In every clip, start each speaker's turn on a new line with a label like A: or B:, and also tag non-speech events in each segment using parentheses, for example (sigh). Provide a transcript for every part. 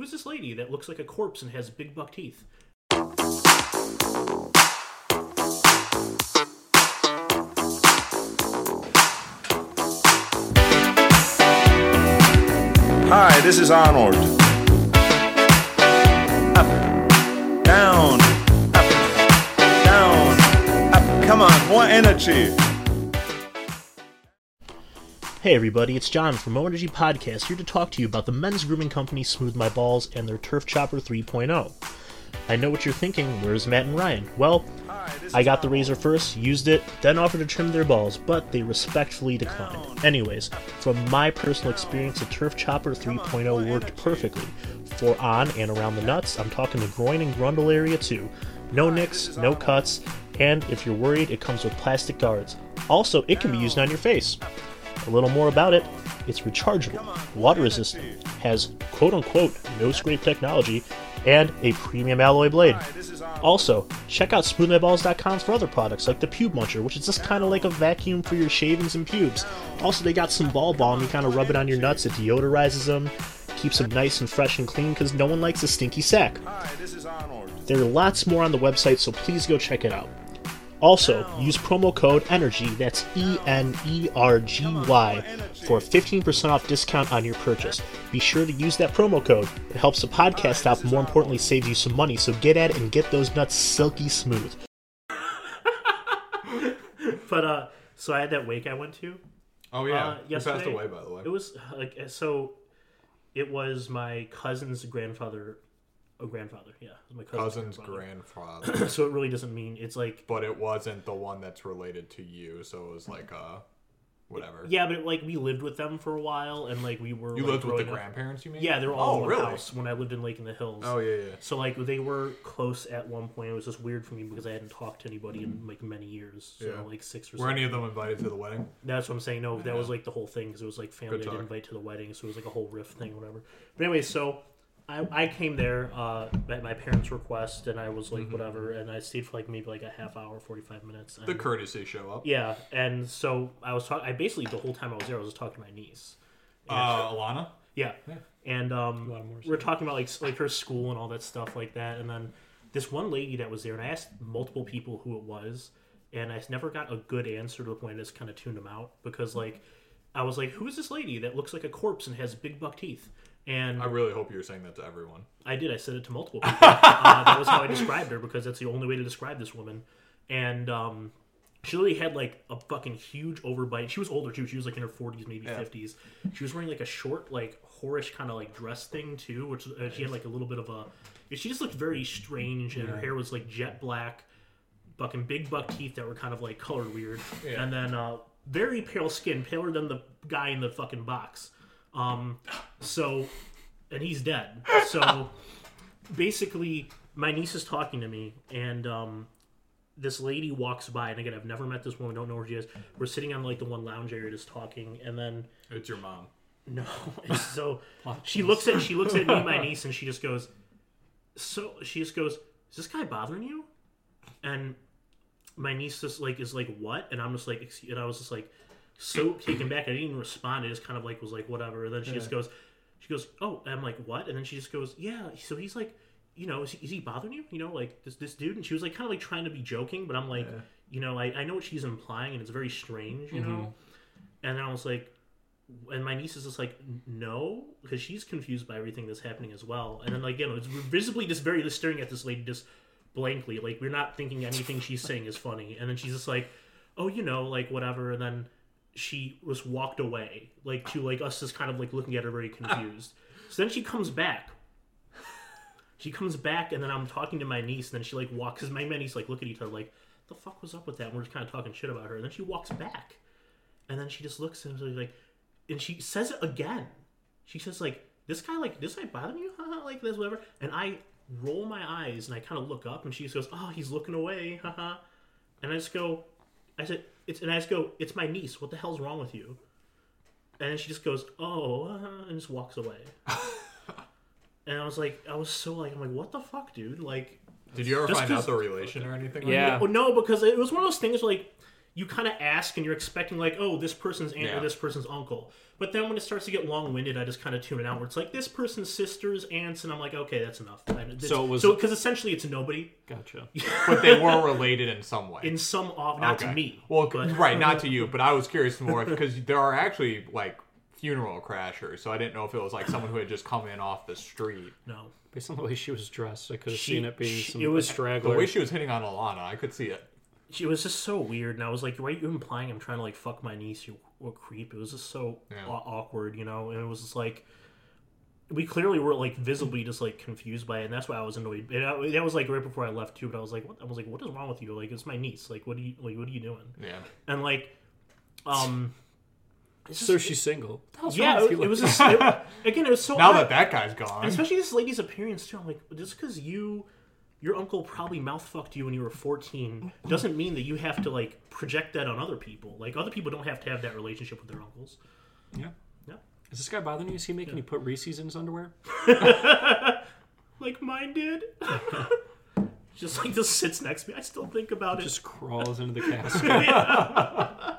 A: Who's this lady that looks like a corpse and has big buck teeth?
B: Hi, this is Arnold. Up, down, up, down, up. Come on, more energy.
A: Hey everybody, it's John from Mo Energy Podcast here to talk to you about the men's grooming company Smooth My Balls and their Turf Chopper 3.0. I know what you're thinking, where's Matt and Ryan? Well, I got the razor first, used it, then offered to trim their balls, but they respectfully declined. Anyways, from my personal experience, the Turf Chopper 3.0 worked perfectly for on and around the nuts. I'm talking the groin and grundle area too. No nicks, no cuts, and if you're worried, it comes with plastic guards. Also, it can be used on your face. A little more about it it's rechargeable, water resistant, has quote unquote no scrape technology, and a premium alloy blade. Also, check out smoothmyballs.com for other products like the Pube Muncher, which is just kind of like a vacuum for your shavings and pubes. Also, they got some ball balm. You kind of rub it on your nuts, it deodorizes them, keeps them nice and fresh and clean because no one likes a stinky sack.
B: Hi, this is Arnold.
A: There are lots more on the website, so please go check it out. Also,
C: Oh.
A: use promo code ENERGY, that's E N E R G Y, for 15% off discount on your purchase. Be sure to use that promo code. It helps the podcast out, but more importantly, saves you some money, so get at it and get those nuts silky
C: (laughs)
A: smooth. but, uh, so I had that wake I went to.
C: Oh yeah,
A: Uh,
C: he passed
A: yesterday-
C: away by the way.
A: It was like so. It was my cousin's grandfather. Oh, grandfather. Yeah, it was my cousin's,
C: Cousin's grandfather, (coughs)
A: So it really doesn't mean it's like
C: but it wasn't the one that's related to you, so it was like uh, whatever.
A: yeah, but like we lived with them for a while, and like we were
C: you
A: like,
C: lived with the
A: grandparents.
C: grandparents, you mean?
A: Yeah, they were all
C: Oh,
A: in one
C: really?
A: house when I lived in Lake in the Hills.
C: Oh yeah, yeah.
A: So like they were close at one point. It was just weird for me because I hadn't talked to anybody in like many years. So
C: Mm. Yeah.
A: like six or
C: Were
A: seven.
C: any of them invited to the wedding?
A: That's what I'm saying. No, that was like the whole thing because it was like family
C: Good
A: didn't
C: talk.
A: invite to the wedding, so it was like a whole riff thing, whatever. But anyway, so I, I came there uh, at my parents' request, and I was like whatever, and I stayed for like maybe like a half hour, forty five minutes. And,
C: Mm-hmm. The courtesy show up.
A: yeah, and so I was talking. I basically the whole time I was there, I was just talking to my niece.
C: Uh, Alana.
A: Yeah. And um,
C: lot more
A: we we're talking about like s- like her school and all that stuff like that. And then this one lady that was there, and I asked multiple people who it was, and I never got a good answer to the point I just kind of tuned them out because like I was like, who is this lady that looks like a corpse and has big buck teeth? And
C: I really hope you were saying that to everyone.
A: I did. I said it to multiple people. uh, that was how I described her because that's the only way to describe this woman. And um, she literally had like a fucking huge overbite. She was older too. She was like in her forties, maybe fifties. She was wearing like a short, like whorish kind of like dress thing too, which uh, she had like a little bit of a. She just looked very strange, and her hair was like jet black fucking big buck teeth that were kind of like colored weird,
C: Yeah.
A: and then uh, very pale skin, paler than the guy in the fucking box. Um, so, and he's dead. So, basically, my niece is talking to me, and um, this lady walks by, and again, I've never met this woman, don't know where she is. We're sitting on like the one lounge area, just talking, and then
C: It's your mom.
A: no. (laughs) And so she looks at she looks at me, my niece, and she just goes. So she just goes, "Is this guy bothering you?" And my niece just like is like, "What?" And I'm just like, "Excuse-" and I was just like, so taken back. I didn't even respond. I just kind of like was like, "Whatever." And then she just goes, she goes, "Oh," and I'm like, "What?" And then she just goes, "Yeah." So he's like, you know, is he, is he bothering you? You know, like this this dude. And she was like, kind of like trying to be joking, but I'm like, you know, I, I know what she's implying, and it's very strange, you know. And then I was like, and my niece is just like "N- no because she's confused by everything that's happening as well and then like you know it's we're visibly just very just staring at this lady just blankly like we're not thinking anything she's saying is funny and then she's just like oh you know like whatever and then she was walked away like to like us just kind of like looking at her very confused so then she comes back she comes back and then i'm talking to my niece and then she like walks because my and my niece like look at each other like the fuck was up with that and we're just kind of talking shit about her and then she walks back and then she just looks at him and like and she says it again she says like this guy like this guy bothering you haha (laughs) like this whatever and i roll my eyes and i kind of look up and she just goes oh he's looking away (laughs) haha and i just go i said it's and i just go it's my niece what the hell's wrong with you and then she just goes oh (laughs) uh-huh," and just walks away and i was like i was so like i'm like what the fuck dude like
C: Did you ever
A: Just
C: find out
A: 'cause-
C: the relation or anything?
D: Yeah.
A: well, no, because it was one of those things like you kind of ask and you're expecting like, oh, this person's aunt
C: Yeah.
A: or this person's uncle. But then when it starts to get long winded, I just kind of tune it out. Where it's like this person's sisters, aunts, and I'm like, okay, that's enough. I,
D: So it was-
A: because essentially it's nobody
D: Gotcha. (laughs)
C: but they were related in some way.
A: in some off, not to
C: Okay.
A: me.
C: Well,
A: but-
C: right, not to you, but I was curious more (laughs) because there are actually like funeral crashers, so I didn't know if it was like someone who had just come in off the street.
A: no.
D: Based on the way she was dressed, I could have
A: She-
D: seen it being
A: she-
D: some
A: it
D: it
A: was-
D: was,
C: The
D: straggler.
C: way she was hitting on Alana, I could see it.
A: It was just so weird, and I was like, "Why are you implying I'm trying to like fuck my niece? You or creep?" It was just so
C: Yeah.
A: aw- awkward, you know. And it was just like we clearly were like visibly just like confused by it, and that's why I was annoyed. And I, that was like right before I left too. But I was like, what? "I was like, what is wrong with you? Like, it's my niece. Like, what are you like? What are you doing?"
C: Yeah,
A: And like, um,
D: so she's single.
A: yeah, it, it was just, it,
C: (laughs)
A: again, it was so
C: now
A: odd.
C: that that guy's gone,
A: especially this lady's appearance too. I'm like, just because you, your uncle probably mouth fucked you when you were 14, doesn't mean that you have to like project that on other people. Like other people don't have to have that relationship with their uncles.
D: Yeah.
A: Yeah.
D: Is this guy bothering you? Is he making you put Reese's in
A: (laughs)
D: his underwear?
A: Like mine did. (laughs) just like just sits next to me. I still think about it. (laughs)
D: Just crawls into the casket.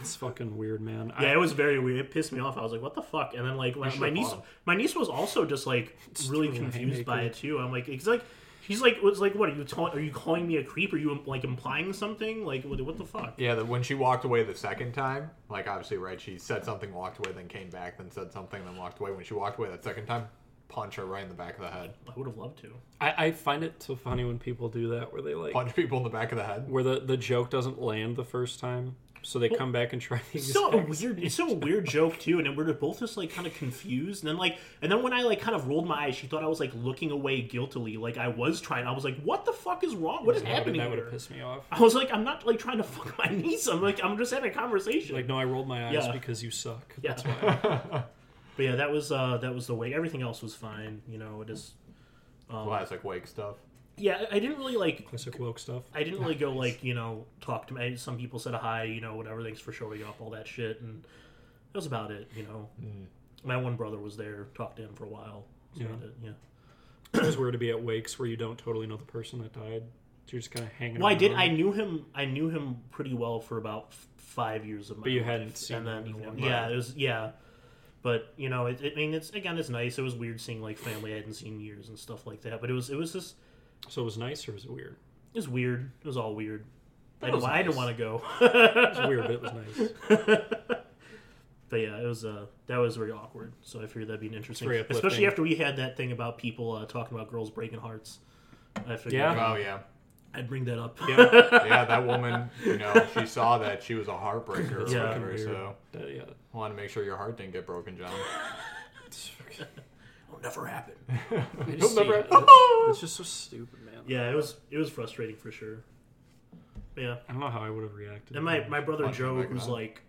D: it's fucking weird, man.
A: yeah, it was very weird. It pissed me off. I was like, "What the fuck?" And then like my, my
C: have
A: niece,
C: bought 'em.
A: my niece was also just
C: (laughs)
A: like really
D: threw a
A: confused by
D: haymaker.
A: it too. I'm like, it's like he's like, was like, what are you? Tell- are you calling me a creep? Are you like implying something? Like, what, what the fuck?
C: yeah. The, when she walked away the second time, like obviously, right? She said something, walked away, then came back, then said something, then walked away. When she walked away that second time, punch her right in the back of the head.
A: I would have loved to.
D: I, I, I find it so funny when people do that, where they like,
C: Punch people in the back of the head.
D: where the, the joke doesn't land the first time, so they come back and try the
A: It's so a
D: exact (laughs)
A: weird. It's so a weird joke too, and then we're both just like kind of confused. And then like, and then when I like kind of rolled my eyes, she thought I was like looking away guiltily, like I was trying. I was like, "What the fuck is wrong? What is
D: That would've-
A: happening?"
D: That would
A: here?"
D: have pissed me off.
A: I was like, "I'm not like trying to (laughs) fuck my niece. I'm like, I'm just having a conversation."
D: Like, no, I rolled my eyes
A: Yeah.
D: because you suck.
A: (laughs) yeah.
D: That's
A: but yeah, that was uh that was the way. Everything else was fine. You know, it is.
C: Classic
A: (laughs)
C: wake stuff.
A: Yeah, I I didn't really like.
D: classic woke stuff.
A: I didn't really go like you know talk to me. Some people said hi, you know whatever. Thanks for showing up, all that shit, and that was about it. You know, my one brother was there, talked to him for a while. So
D: Yeah.
A: I did- yeah.
D: It was weird to be at wakes where you don't totally know the person that died. You're just kind of hanging.
A: Well, I did.
D: around.
A: I knew him. I knew him pretty well for about f- five years of my. But
D: you hadn't seen
A: and then,
D: him in a long
A: yeah,
D: while.
A: it was yeah. But you know, it, it, I mean, it's again, it's nice. It was weird seeing like family I hadn't seen in years and stuff like that. But it was it was just
D: So it was nice or was it weird?
A: it was weird. It was all weird. I
C: That
A: didn't,
C: was
A: I didn't
C: nice.
A: want to go.
D: It was weird, but it was nice.
A: (laughs) But yeah, it was uh that was very awkward. So I figured that'd be an interesting,
D: very
A: especially
D: uplifting.
A: after we had that thing about people uh, talking about girls breaking hearts. I figured
D: Yeah.
C: Oh yeah.
A: I'd bring (laughs) that up.
D: Yeah,
C: yeah, that woman, you know, she saw that she was a heartbreaker or
A: Yeah.
C: whatever,
D: Weird.
C: so
D: That- Uh, yeah.
C: wanted to make sure your heart didn't get broken, John.
A: (laughs) It'll never happen.
D: I just
C: You'll
D: see
C: never-
D: it. It's-
A: (laughs)
D: It's just so stupid, man.
A: Yeah, it was it was frustrating for sure. But yeah,
D: I don't know how I would have reacted.
A: and
D: (laughs)
A: my my brother
C: Fun
A: Joe,
C: fact,
A: who's
C: huh?
A: like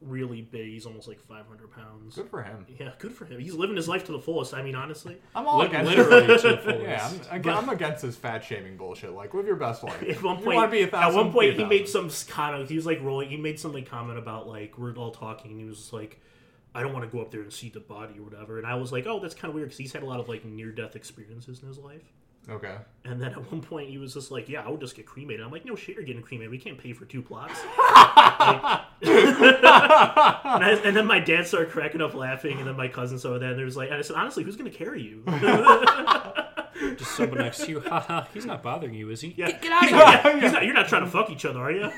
A: really big, he's almost like five hundred pounds.
C: Good for him.
A: Yeah, good for him. He's living his life to the fullest. I mean, honestly,
C: I'm all
D: Li-
C: against
D: literally to the fullest.
C: (laughs) Yeah,
A: (laughs)
C: I'm, ag- I'm against this fat shaming bullshit. Like, live your best life.
A: at one
C: You
A: point,
C: wanna be a
A: at
C: thousand,
A: one point,
C: be
A: he
C: a
A: made
C: thousand.
A: some kind of he was like rolling. He made some like comment about like we're all talking. and He was just like, I don't want to go up there and see the body or whatever. And I was like, oh, that's kind of weird because he's had a lot of like near death experiences in his life.
C: Okay.
A: And then at one point, he was just like, yeah, I would just get cremated. I'm like, no shit, you're getting cremated. We can't pay for two plots. Like- and, I- and then my dad started cracking up laughing, and then my cousin saw that, and there was like, and I said, honestly, who's gonna carry you?
D: Just someone next to you. Haha, he's not bothering you, is he?
A: Yeah. He's like, yeah, he's not, you're not trying to fuck each other, are you?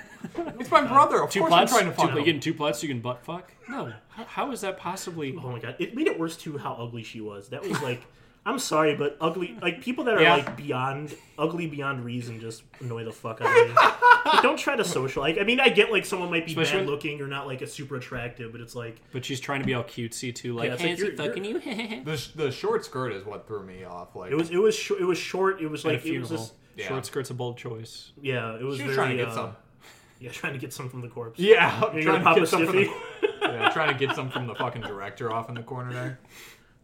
C: It's my brother. Of
D: Two
C: course
D: plots.
C: I'm trying to
D: two,
C: find
D: you
C: him.
D: getting two plots? You can butt fuck? No. How, how is that possibly?
A: Oh my god, it made it worse too how ugly she was. That was
C: (laughs)
A: like, I'm sorry, but ugly like people that are
C: Yeah.
A: like beyond ugly beyond reason just annoy the fuck out of me. Like, don't try to socialize. I mean, I get like someone might be
D: Especially-
A: bad looking or not like a super attractive, but it's like
D: But she's trying to be all cutesy too, like,
A: Yeah, it's
D: hey,
A: like,
D: is he
A: you're-
D: fucking you? (laughs)
C: The, sh- the short skirt is what threw me off. Like,
A: it was it was sh- it was short. It was
D: At a
A: like it was
D: funeral.
A: just
C: Yeah.
D: Short skirt's a bold choice. (laughs)
A: yeah. It was
C: she
A: very
C: was trying to get
A: uh,
C: some.
A: yeah trying to get some from the corpse.
C: Yeah,
A: You're
C: trying
A: gonna
C: to
A: pop a
C: get some from the,
A: stiffy?
C: (laughs)
A: (laughs)
C: yeah, trying to get some from the fucking director off in the corner there.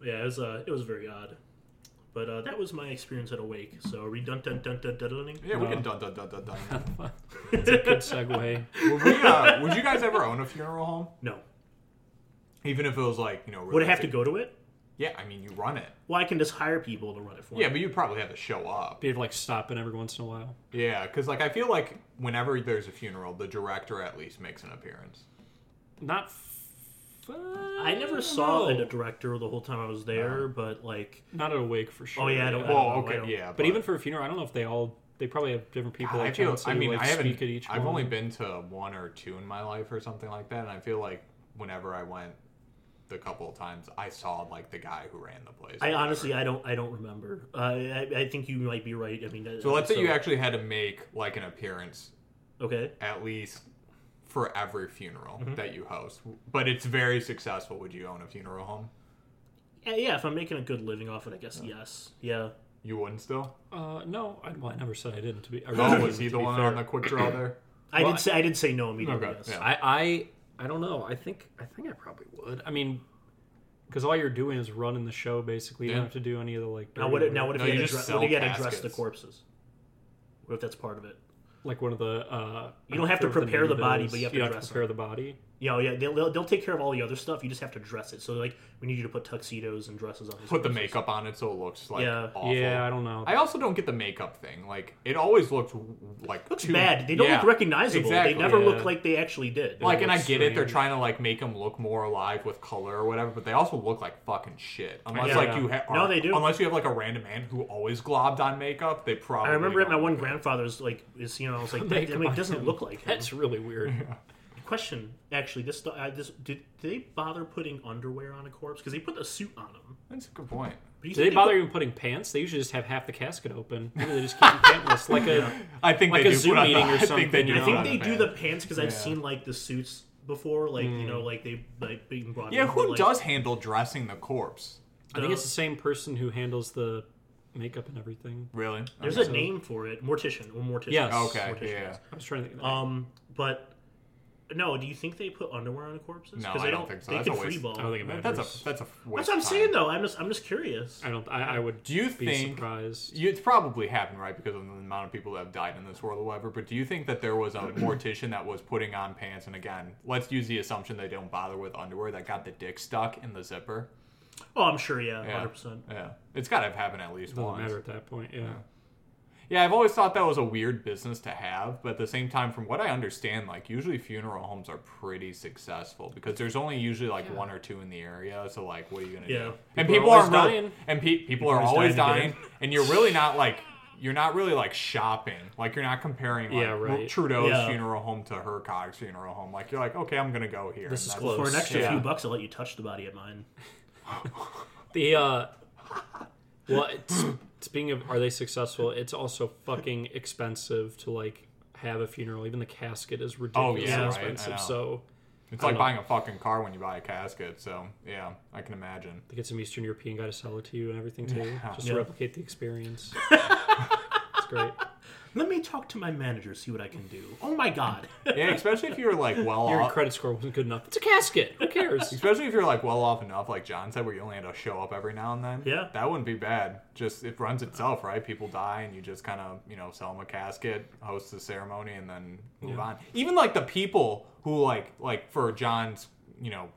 A: Yeah, it was uh, it was very odd. But uh, that was my experience at Awake. So are we dun dun dun dun dun dun?
C: Yeah, we can dun dun dun dun dun. (laughs)
D: Good segue.
C: would, we, uh, would you guys ever own a funeral home?
A: No.
C: Even if it was like, you know,
A: Would I have to
C: realistic-
A: go to it?
C: Yeah, I mean, you run it.
A: Well, I can just hire people to run it for me.
C: Yeah, but you'd probably have to show up.
D: They'd like stop in every once in a while.
C: Yeah, because like I feel like whenever there's a funeral, the director at least makes an appearance.
D: Not. F-
A: I never saw a director the whole time I was there,
C: Uh-huh.
A: but like,
D: Not at a wake for sure.
A: oh yeah, I don't, I don't
C: Well,
A: know, I
C: okay,
A: don't-
C: yeah,
D: But even for a funeral, I don't know if they all. They probably have different people.
C: I
D: like,
C: feel.
D: John said,
C: I
D: who,
C: mean,
D: like,
C: I haven't.
D: speak at each.
C: I've
D: one.
C: only been to one or two in my life, or something like that, and I feel like whenever I went the couple of times, I saw like the guy who ran the place.
A: I
C: or
A: honestly,
C: whatever.
A: I don't, I don't remember. Uh, I, I think you might be right. I mean, that-
C: So let's say you actually had to make like an appearance
A: okay,
C: at least for every funeral that you host, but it's very successful. Would you own a funeral home?
A: yeah, yeah. If I'm making a good living off it, I guess yes, yeah.
C: You wouldn't still.
D: Uh, no, I, well, I never said I didn't. To be. I
C: Oh,
D: really
C: was he
D: didn't,
C: the
D: to be
C: one
D: fair.
C: on the quick draw there?
A: I
D: Well,
A: did say, I did say no immediately.
C: Okay,
A: yes.
C: yeah.
D: I, I I don't know. I think I think I probably would. I mean, because all you're doing is running the show. Basically, you
C: Yeah.
D: don't have to do any of the like.
A: Now
D: dirty
A: what? If,
D: work.
A: now what if
C: No,
A: you
C: you
A: had
C: just
A: addre- what if you
C: sell
A: had addressed the
C: caskets.
A: corpses? What if that's part of it?
D: Like one of the. Uh,
A: You don't have to
D: sort of
A: prepare the
D: name
A: body,
D: bills.
A: but you have to
D: don't
A: dress
D: prepare the body.
A: You know, yeah, they'll, they'll, they'll take care of all the other stuff. You just have to dress it. So like, we need you to put tuxedos and dresses on. these
C: Put the
A: corpses.
C: makeup on it so it looks like
A: Yeah.
C: awful.
D: Yeah, I don't know.
C: I also don't get the makeup thing. Like it always looks like
A: Looks
C: too-
A: bad. They don't
C: Yeah,
A: look recognizable.
C: Exactly.
A: They never
D: Yeah.
A: look like they actually did.
C: Like,
D: It
C: and I get
D: looks
C: it. They're
D: strange.
C: trying to like make them look more alive with color or whatever, but they also look like fucking shit. Unless
A: Yeah.
C: like you ha- are,
A: No, they do.
C: Unless you have like a random man who always globbed on makeup, they probably.
A: I remember at my
C: don't.
A: one grandfather's like is you know I was like that, I
D: Makeup
A: mean,
D: on
A: it doesn't
D: him.
A: look like him.
D: That's really weird.
A: (laughs) Question actually this uh, this did, did they bother putting underwear on a corpse because they put a suit on him.
C: That's a good point.
A: But you
D: Do
A: think
D: they bother
A: put-
D: even putting pants? They usually just have half the casket open. Maybe they just keep
A: (laughs)
D: them pantless, like a
C: I think
D: Like
C: they
D: a
C: do
D: Zoom
C: put on
D: meeting
C: the, (laughs)
D: or
C: I think they
D: something,
C: do.
D: you
A: I
C: put
D: know?
A: think
C: on
A: they do the pants because I've
C: Yeah.
A: seen like the suits before, like you know, like they like being brought.
C: Yeah,
A: in for,
C: who
A: like,
C: does handle dressing the corpse?
D: I think it's the same person who handles the makeup and everything.
C: Really?
A: There's a name for it, mortician or mortician.
D: Yes.
C: Okay.
A: Mortician.
C: Yeah.
D: I was trying to
C: Oh,
D: think. Of that.
A: Um, but no, do you think they put underwear on the corpses?
C: No,
A: 'Cause
C: I
A: they
C: don't think so.
A: They
C: That's
A: can
C: a waste.
A: free ball.
D: I don't think it matters.
C: That's a that's a.
A: That's what
C: waste
A: I'm
C: of
A: saying
C: time.
A: though. I'm just I'm just curious.
D: I don't. I, I would.
C: Do you
D: be
C: think-
D: surprised?
C: You, it's probably happened, right? Because of the amount of people that have died in this world, or whatever. But do you think that there was
D: (clears throat)
C: a mortician that was putting on pants? And again, let's use the assumption they don't bother with underwear that got the dick stuck in the zipper.
A: Oh, I'm sure. Yeah,
C: Yeah.
A: hundred percent.
C: Yeah, it's got to have happened at least
D: Doesn't
C: once.
D: matter at that point. Yeah.
C: Yeah, I've always thought that was a weird business to have, but at the same time, from what I understand, like usually funeral homes are pretty successful because there's only usually like one or two in the area. So like, what are you gonna
A: Yeah.
C: do? and
D: People
C: people
D: are
C: are
D: always
C: really-
D: dying.
C: and pe- people, are
A: always
C: always
A: dying to
C: dying, and you're really not like you're not really like shopping. Like you're not comparing like,
D: Yeah, right.
C: Trudeau's
A: Yeah.
C: funeral home to Hercog's funeral home. Like you're like, okay, I'm gonna go here.
D: This
C: and
D: is
C: that's-
D: close.
A: For an extra
C: Yeah.
A: few bucks, I'll let you touch the body at mine.
D: The uh, well, it's, speaking of, are they successful? It's also fucking expensive to like have a funeral. Even the casket is ridiculously
C: Oh, yeah, right, I
D: expensive.
C: know.
D: so
C: It's like buying a fucking car when you buy a casket. So yeah, I can imagine.
D: they get some Eastern European guy to sell it to you and everything too, just to
A: Yeah.
D: replicate
C: (laughs)
D: the experience. it's great.
A: Let me talk to my manager, see what I can do. Oh my
C: (laughs)
A: god.
C: Yeah, especially if you're like well
D: Your
C: off.
D: credit score wasn't good enough. It's a casket. Who cares?
C: Especially if you're like well off enough, like John said, where you only had to show up every now and then.
A: Yeah.
C: That wouldn't be bad. Just it runs itself, right? People die and you just kind of, you know, sell them a casket, host the ceremony, and then move on. Even like the people who like, like for John's, you know,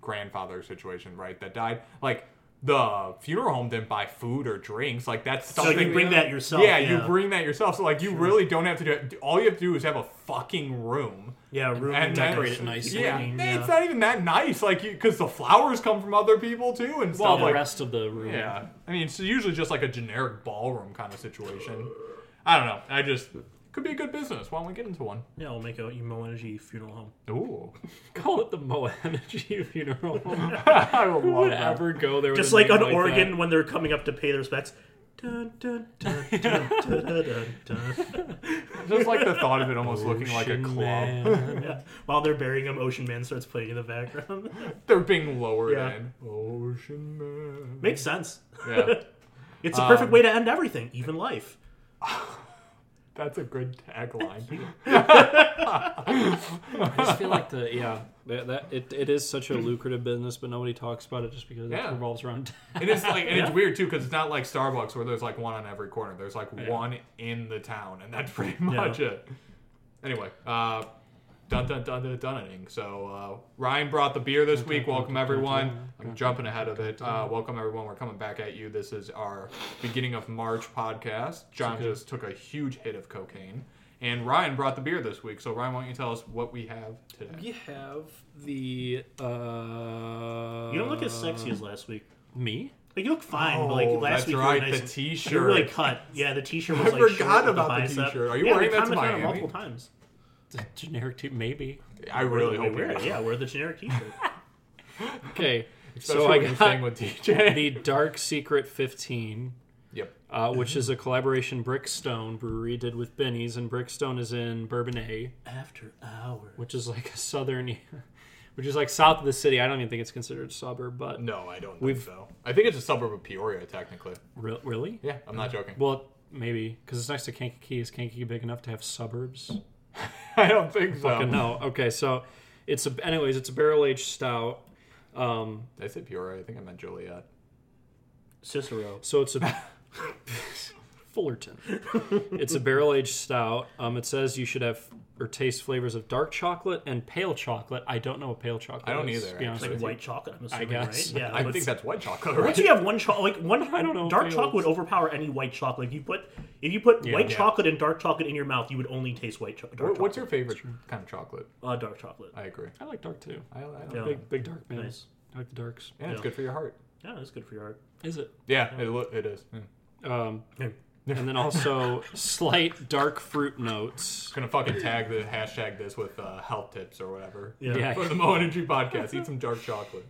C: grandfather situation, right, that died, like the funeral home didn't buy food or drinks. Like that's
A: so
C: something.
A: you bring that yourself.
C: yeah, you bring that yourself. So like you really don't have to do it. All you have to do is have a fucking room
A: Yeah, room
C: and then-
D: decorate it nicely.
C: Yeah,
D: I mean,
C: it's not even that nice, like because the flowers come from other people too and
D: All
C: stuff
D: the
C: like.
D: rest of the room.
C: Yeah, I mean it's usually just like a generic ballroom kind of situation. I don't know. I just could be a good business. Why don't we get into one?
A: Yeah, we'll make a emo energy funeral home.
C: Ooh,
D: Call it the Moa Energy (laughs) Funeral. Home.
C: I would
D: Who
C: love
D: would
C: that.
D: ever go there? with
A: Just
D: a
A: like
D: name
A: on
D: like
A: Oregon
D: that?
A: when they're coming up to pay their respects. Dun, dun, dun,
C: (laughs)
A: dun, dun, dun, dun.
C: Just like the thought of it almost looking like a
D: Ocean
C: club.
D: Man.
A: Yeah. While they're burying him, Ocean Man starts playing in the background. (laughs)
C: They're being lowered
A: Yeah.
C: in. Ocean man.
A: Makes sense.
C: Yeah,
A: It's a
C: Um,
A: perfect way to end everything, even life.
C: that's a good tagline.
D: (laughs) I just feel like the yeah that, that it, it is such a lucrative business, but nobody talks about it just because
C: Yeah.
D: it revolves around.
C: And it's like, and it's weird too, because it's not like Starbucks where there's like one on every corner. There's (laughs) like one in the town, and that's pretty much it. Anyway, uh, dun dun dun dun dunning. So uh, Ryan brought the beer this week. Welcome everyone. I'm jumping ahead of it. Uh, welcome everyone. We're coming back at you. This is our beginning of March podcast. John just took a huge hit of cocaine, and Ryan brought the beer this week. So Ryan, why don't you tell us what we have today?
D: (laughs) We have the. Uh,
A: You don't look as sexy as last week.
D: me.
A: Like you look fine, but like
C: Oh,
A: last
C: that's
A: week
C: right,
A: you were nice.
C: the
A: and-
C: t-shirt.
A: You were really cut. Yeah, the
C: (laughs)
A: t-shirt was
C: I
A: like
C: forgot
A: short with
C: about the
A: bicep.
C: t-shirt. Are you
A: yeah,
C: wearing
A: we
C: that to
A: commented on it
C: Miami?
A: multiple times.
D: The generic t- maybe.
C: I really
A: We
C: hope
A: wear
C: you're
A: it. Yeah, wear the generic t-shirt.
D: Okay,
C: Especially
D: so I
C: when you sang
D: got
C: with DJ.
D: the Dark Secret 15,
C: yep.
D: uh, which is a collaboration Brickstone Brewery did with Benny's, and Brickstone is in Bourbonnais,
A: After hours.
D: which is like a southern, (laughs) which is like south of the city. I don't even think it's considered a suburb, but
C: No, I don't think
D: We've-
C: so. I think it's a suburb of Peoria, technically.
D: Re- really,
C: Yeah, I'm not
D: (laughs)
C: joking.
D: well. Maybe because it's next to Kankakee. Is Kankakee big enough to have suburbs?
C: I don't think so.
D: Fucking no. Okay, so it's a. Anyways, it's a barrel aged stout. Um,
C: Did I say Peoria? I think I meant Joliet.
A: Cicero.
D: So it's
C: (laughs)
D: a Fullerton. It's a barrel aged stout. Um, it says you should have or taste flavors of dark chocolate and pale chocolate. I don't know what pale chocolate.
C: I don't
D: is,
C: either,
D: to be
A: It's
C: actually.
D: honest
A: like
D: with you.
A: white chocolate. I'm assuming,
D: guess.
A: right? Yeah.
C: I
A: but
C: think that's white chocolate,
A: once
C: right?
A: you have one chocolate, like one, I
D: don't know if
A: Dark
D: it
A: chocolate
D: was-
A: would overpower any white chocolate. If you put, if you put white
C: Yeah.
A: chocolate and dark chocolate in your mouth, you would only taste white cho- dark
C: What- What's
A: chocolate.
C: your favorite kind of chocolate?
A: Uh, dark chocolate.
C: I agree.
D: I like dark too.
C: I, I don't
A: Yeah.
C: think.
D: Big big dark man.
A: Nice.
D: I like the darks.
C: Yeah, it's
A: Yeah.
C: good for your heart.
A: Yeah, that's good for your heart.
D: Is it?
C: Yeah, it, lo- it is. Mm.
D: Um,
A: Yeah.
D: and
C: (laughs)
D: then also slight dark fruit notes.
C: Gonna fucking tag the hashtag this with uh, health tips or whatever.
D: Yeah.
A: (laughs)
C: For the Mo Energy podcast, eat some dark chocolate.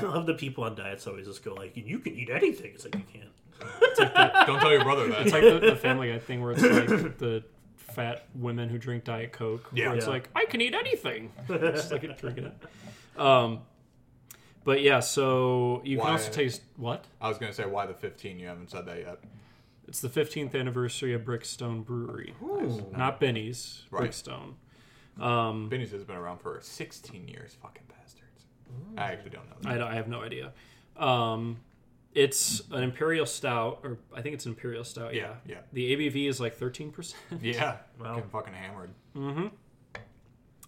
A: I love the people on diets always just go like, you can eat anything. It's like you can't.
C: Don't tell your brother that.
D: it's like the, the Family Guy thing where it's like the fat women who drink Diet Coke.
C: Yeah.
D: Where it's
A: Yeah.
D: like, I can eat anything. It's like it drinking it. Um, but yeah, so you
C: Why-
D: can also taste what?
C: I was gonna say why the 15. You haven't said that yet.
D: It's the 15th anniversary of Brickstone Brewery. Not Benny's,
C: Right.
D: Brickstone.
C: Benny's has been around for 16 years. Fucking bastards. I actually don't know. That.
D: I, don't- I have no idea. Um, it's an imperial stout, or I think it's an imperial stout.
C: Yeah,
D: Yeah,
C: yeah.
D: The ABV is like 13%.
C: Yeah.
A: Wow.
C: Getting fucking hammered.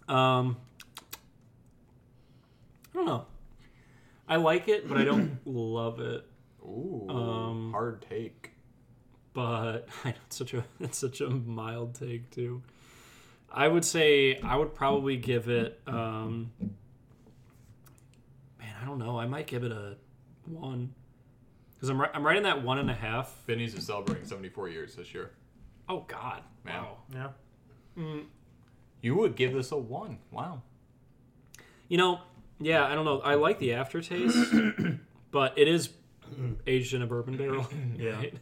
D: Um, I don't know. I like it, but I don't love it.
C: Ooh. hard take.
D: But (laughs) I know it's such a it's such a mild take too. I would say I would probably give it. Um, man, I don't know. I might give it a one because I'm ri- I'm right in that one and a half.
C: Benny's is celebrating 74 years this year.
D: Oh God!
C: Man.
D: Wow.
A: (laughs) Yeah.
C: You would give this a one. Wow.
D: You know, yeah, I don't know. I like the aftertaste, but it is aged in a bourbon barrel.
A: Yeah.
D: (laughs) right?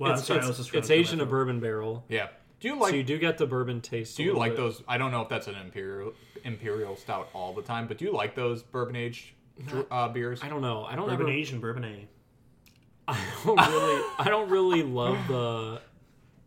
A: Well,
D: it's,
A: I'm sorry. I was
D: it's,
A: just
D: it's aged in a bourbon barrel,
C: Yeah. Do you
D: so
C: like?
D: you do get the bourbon taste.
C: do you like those? I don't know if that's an imperial imperial stout all the time, but do you like those bourbon aged dr- uh, beers?
D: I don't know. I don't
A: Bourbon
D: (laughs) ever.
A: Asian bourbon A.
D: I don't really. I don't
A: (laughs)
D: really love the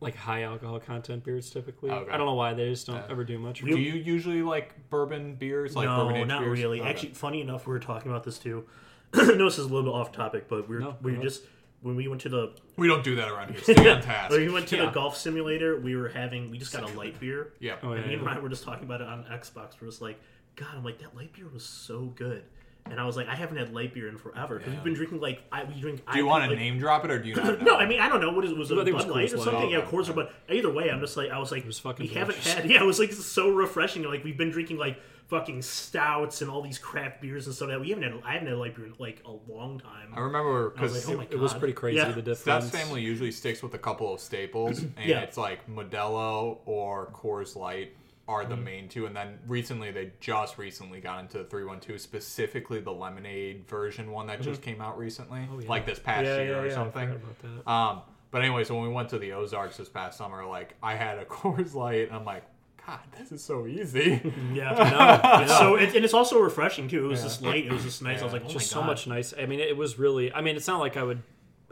D: like high alcohol content beers typically.
C: Okay.
D: I don't know why they just don't ever do much.
C: do you usually like bourbon beers? Like
A: no,
C: bourbon aged
A: not
C: beers?
A: really.
C: Okay.
A: Actually, funny enough, we were talking about this too. (clears throat) I know this is a little bit off topic, but we were,
D: No,
A: we were
D: no.
A: just when we went to the
C: we don't do that
A: (laughs)
C: around here. Stay on task.
A: when we went to the
D: Yeah.
A: golf simulator. We were having we just got a light beer.
C: Yeah.
D: Oh, yeah,
A: And me and
D: yeah.
A: Ryan were just talking about it on Xbox. We're just like, God, I'm like that light beer was so good. And I was like, I haven't had light beer in forever because we've been drinking like I we drink.
C: Do you want to
A: like,
C: name drop it or do you
A: (clears throat) (laughs)
C: not?
A: No,
C: know?
A: I mean I don't know what it was. a
D: I
A: Bud
D: think it was
A: Light
D: Coors
A: or
D: Light.
A: something. Yeah, Coors or Bud. Either way, I'm just like I was like,
D: was fucking
A: we haven't
D: delicious.
A: had. (laughs) Yeah, it was like so refreshing. Like we've been drinking like fucking stouts and all these craft beers and stuff that we haven't had. I haven't had a light beer in like a long time.
C: I remember
A: I was
C: because
A: like, oh my god,
D: It was pretty crazy
A: Yeah.
D: the difference.
C: Steph's family usually sticks with a couple of
D: (clears throat)
C: staples, and
A: Yeah.
C: it's like Modelo or Coors Light are
D: Mm-hmm.
C: the main two. And then recently, they just recently got into the 312, specifically the lemonade version one that just came out recently, like this past
D: Mm-hmm. Oh, Yeah,
C: year
D: yeah,
C: or
D: yeah, I
C: something.
D: forgot about that.
C: Um, but anyway, so when we went to the Ozarks this past summer, like I had a (laughs) Coors Light, and I'm like, God, this is so
D: (laughs)
C: easy.
A: Yeah.
D: No,
A: It's so it, and it's also refreshing too. It was just light. It was just nice. I was like, oh
D: just
A: my
D: so
A: God.
D: much nice. I mean, it was really. I mean, it's not like I would.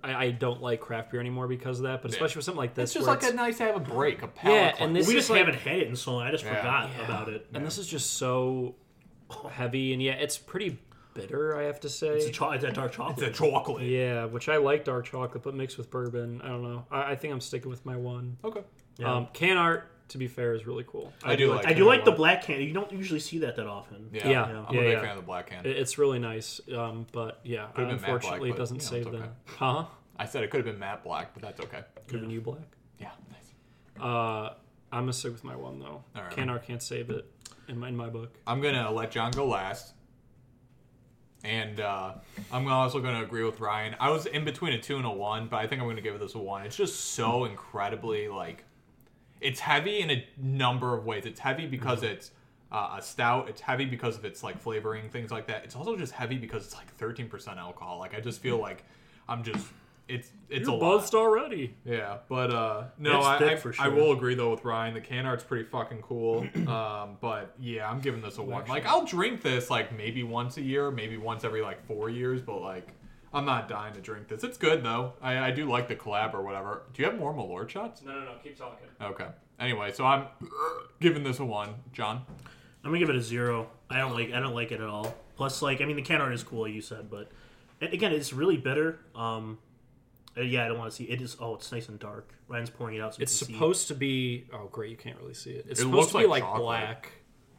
D: I, I don't like craft beer anymore because of that, but especially with something like this,
C: It's just
D: where
C: like a nice to have a break, a palate.
D: yeah,
C: cleanse.
D: and this
A: We
D: is
A: just
D: like,
A: haven't had it in so long. I just forgot
D: Yeah.
A: about it.
D: And this is just so heavy, and yeah, it's pretty bitter. I have to say,
A: It's, a cho- it's that dark chocolate.
C: it's a chocolate.
D: yeah, which I like dark chocolate, but mixed with bourbon. I don't know. I, I think I'm sticking with my one.
C: Okay.
A: Yeah.
D: Um, can art to be fair, is really cool.
C: I do like
A: I
C: it a
A: do like the
C: lot.
A: black can. You don't usually see that that often.
C: Yeah,
D: Yeah,
C: I'm
D: yeah,
C: a big
D: yeah.
C: fan of the black hand.
D: It- It's really nice, um, but yeah,
C: Could've been matte
D: unfortunately,
C: black,
D: it
C: but,
D: doesn't
C: you know,
D: save
C: it's
D: that.
C: okay.
D: Huh?
C: I said it could have been matte black, but that's okay.
D: Could have been you black.
C: Yeah, nice.
D: Uh, I'm gonna stick with my one though.
C: All right.
D: Canar can't save it in my, in my book.
C: I'm gonna let John go last, and uh, I'm also gonna agree with Ryan. I was in between a two and a one, but I think I'm gonna give this a one. It's just so incredibly like, it's heavy in a number of ways. It's heavy because it's uh, a stout. It's heavy because of its like flavoring things like that. It's also just heavy because it's like 13% alcohol. Like I just feel like I'm just it's it's
D: You're
C: a lot.
D: buzzed already.
C: Yeah, but uh no,
A: It's
C: I,
A: thick
C: I,
A: for
C: I
A: sure.
C: will agree though with Ryan. The can art's pretty
A: (clears throat)
C: fucking cool. um, but yeah, I'm giving this a one. Like I'll drink this like maybe once a year, maybe once every like four years, but like I'm not dying to drink this. It's good though. I, I do like the collab or whatever. Do you have more Malort shots?
D: No, no, no. Keep talking.
C: Okay. Anyway, so I'm giving this a one, John.
A: I'm gonna give it a zero. I don't like I don't like it at all. Plus, like I mean, the can art is cool, you said, but and again, it's really bitter. Um, uh, yeah, I don't want to see it. Is oh, it's nice and dark. Ryan's pouring it out, so you
D: It's
A: can
D: supposed to be. Oh, great! You can't really see it. It's
C: It
D: supposed
C: looks
D: to be like
C: like chocolate.
D: black.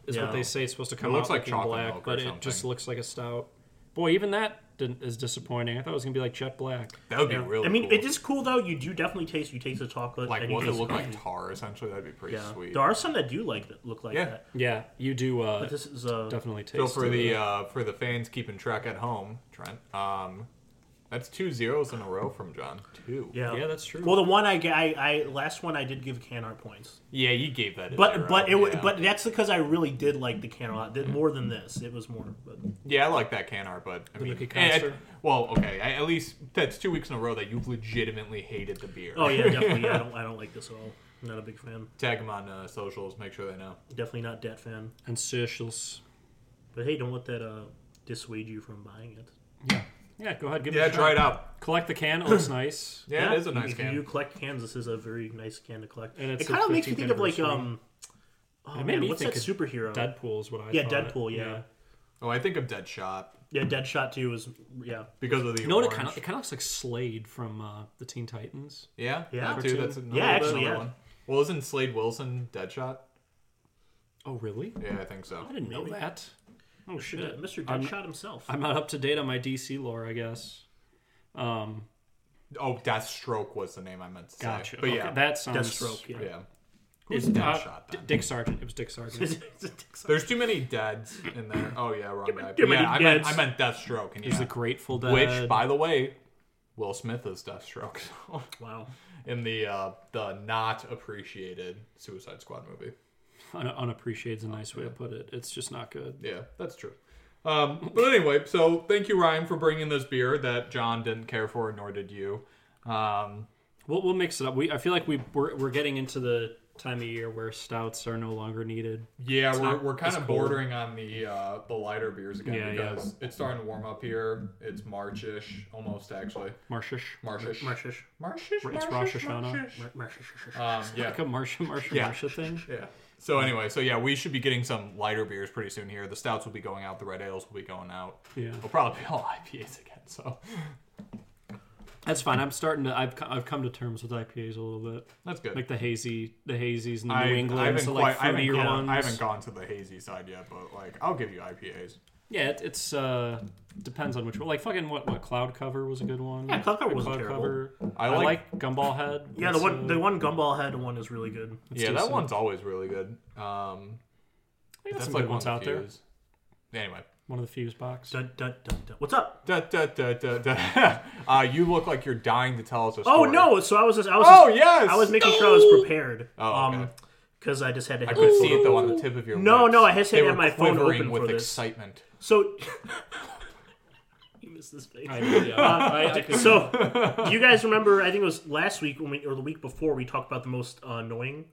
D: Is
A: Yeah.
D: what they say. It's supposed to come
C: looks
D: out
C: like
D: looking
C: chocolate
D: black,
C: milk or
D: but it
C: something.
D: just looks like a stout. Boy, even that didn't, is disappointing. I thought it was gonna be like jet black.
C: That would
A: see.
C: be really.
A: I mean,
C: cool.
A: it is cool though. You do definitely taste. You taste the chocolate.
C: like
A: and you
C: what it
A: taste-
C: look like tar. Essentially, that'd be pretty
A: Yeah.
C: sweet.
A: There are some that do like that look like
C: Yeah.
A: that.
D: Yeah, you do uh,
A: But this is uh,
D: definitely taste.
C: So for the
D: it.
C: uh, for the fans keeping track at home, Trent, um, that's two zeros in a row from John. Two.
A: yeah.
D: yeah, that's true.
A: Well, the one I, ga- I I last one I did give can art points,
C: Yeah, you gave that. A
A: but
C: zero,
A: but it w
C: yeah. Mm-hmm.
A: but that's because I really did like the can art a lot. Did more than this. It was more. But
C: yeah, I like that can art, but I mean,
D: Mickey
C: eh,
D: Coaster.
C: well, okay, I, at least that's two weeks in a row that you've legitimately hated the beer.
A: oh yeah, definitely. yeah, I don't I don't like this at all. I'm not a big fan.
C: Tag them on uh, socials. Make sure they know.
A: Definitely not dat fan.
D: and socials.
A: But hey, don't let that uh, dissuade you from buying it.
D: Yeah, yeah. Go ahead, give it
C: Yeah,
D: a shot.
C: try it out.
D: Collect the
C: (clears throat)
D: can. It looks nice.
C: Yeah, it is a nice
A: if
C: can.
A: You collect cans. This is a very nice can to collect.
D: And it's
A: it
D: the
A: kind of makes me
D: 15th
A: think of like
D: anniversary.
A: um. Oh,
D: It made
A: man,
D: me
A: what's
D: think
A: that
D: of
A: superhero?
D: Deadpool is what I
A: yeah,
D: thought it-
A: Deadpool. Yeah.
C: oh, I think of Dead Shot
A: yeah, Deadshot too is yeah.
C: because of the.
D: You know what? It
C: orange.
D: kind of it kind of looks like Slade from uh, the Teen Titans.
C: Yeah,
A: Yeah.
C: that too. That's
D: Yeah,
C: another,
A: actually,
C: another
A: yeah.
C: One. Well, isn't Slade Wilson Dead Shot?
D: Oh, really?
C: Yeah, I think so.
D: I didn't know that. Oh shit,
A: Mr.
D: I'm-
A: Deadshot himself.
D: I'm not up to date on my DC lore, I guess. Um,
C: Oh, Deathstroke was the name I meant to say.
D: gotcha.
C: But yeah,
D: Okay, that sounds.
A: Deathstroke. Yeah. (laughs)
C: yeah.
D: Who's
C: It's
D: uh,
C: Deadshot,
D: D-
C: then.
D: Dick Sargent. It was
C: (laughs)
D: Dick Sargent.
C: There's too many deads in
D: (coughs)
C: there. Oh yeah, wrong guy.
A: too many
C: yeah, I meant,
A: deads.
C: I meant Deathstroke. And
D: He's
C: yeah.
D: the Grateful Dead.
C: Which, by the way, Will Smith is Deathstroke so, (laughs)
A: Wow.
C: in the uh, the not appreciated Suicide Squad movie.
D: Un- unappreciated is a nice way to put it. It's just not good.
C: Oh, Yeah, that's true. Um, but anyway, so thank you, Ryan, for bringing this beer that John didn't care for, nor did you. Um,
D: We'll, we'll mix it up. We I feel like we we're, we're getting into the time of year where stouts are no longer needed.
C: Yeah, we're,
D: not
C: we're kind
D: as
C: of
D: cold.
C: bordering on the uh, the lighter beers again
D: Yeah, yeah.
C: because it's starting to warm up here. It's Marchish, almost actually.
D: Marshish.
C: Marshish.
A: Marshish.
C: Marshish.
D: It's Rosh Hashanah.
A: Mar- Marshish.
C: (laughs) Um, yeah.
D: Like a Marsha Marsha
C: Yeah. (laughs)
D: Marsha thing.
C: Yeah. So anyway, so yeah, we should be getting some lighter beers pretty soon here. The stouts will be going out, the red ales will be going out.
D: Yeah.
C: We'll probably be all (laughs) IPAs again. So
D: That's fine. I'm starting to. I've co- I've come to terms with IPAs a little bit.
C: that's good.
D: Like the hazy, the hazies, and the
C: I,
D: New
C: I
D: England,
C: haven't
D: so
C: quite,
D: like
C: I, haven't
D: fruitier
C: gone,
D: ones.
C: I haven't gone to the hazy side yet, but like I'll give you IPAs.
D: Yeah, it, it's uh depends on which one. Like fucking what what cloud cover was a good one.
A: Yeah, Cloud Cover
D: Like,
A: wasn't terrible.
C: I
D: I like,
C: like-
D: Gumball Head.
A: Yeah, the
D: It's,
A: one
D: uh,
A: the one gumball head one is really good.
D: it's
C: yeah,
D: decent.
C: that one's always really good. Um
D: I got
C: that's
D: some
C: like
D: good ones
C: one of
D: out
C: the
D: there.
C: fews. Anyway.
D: One of the fuse box.
A: Dun, dun, dun, dun. What's up?
C: Da, da, da, da, da. (laughs) uh, you look like you're dying to tell us a story.
A: Oh no! So I was just, I was
C: Oh
A: just,
C: yes!
A: I was making sure I was prepared.
C: Oh, okay.
A: Um, because I just had to.
C: I could see it though on the tip of your.
A: No,
C: lips.
A: no, I just
C: They
A: had
C: were
A: my phone
C: quivering
A: open
C: with
A: for this.
C: excitement.
A: So you missed this page. (laughs)
D: I, (laughs) yeah, I, I could-
A: So, do you guys remember? I think it was last week when we, or the week before, we talked about the most uh, annoying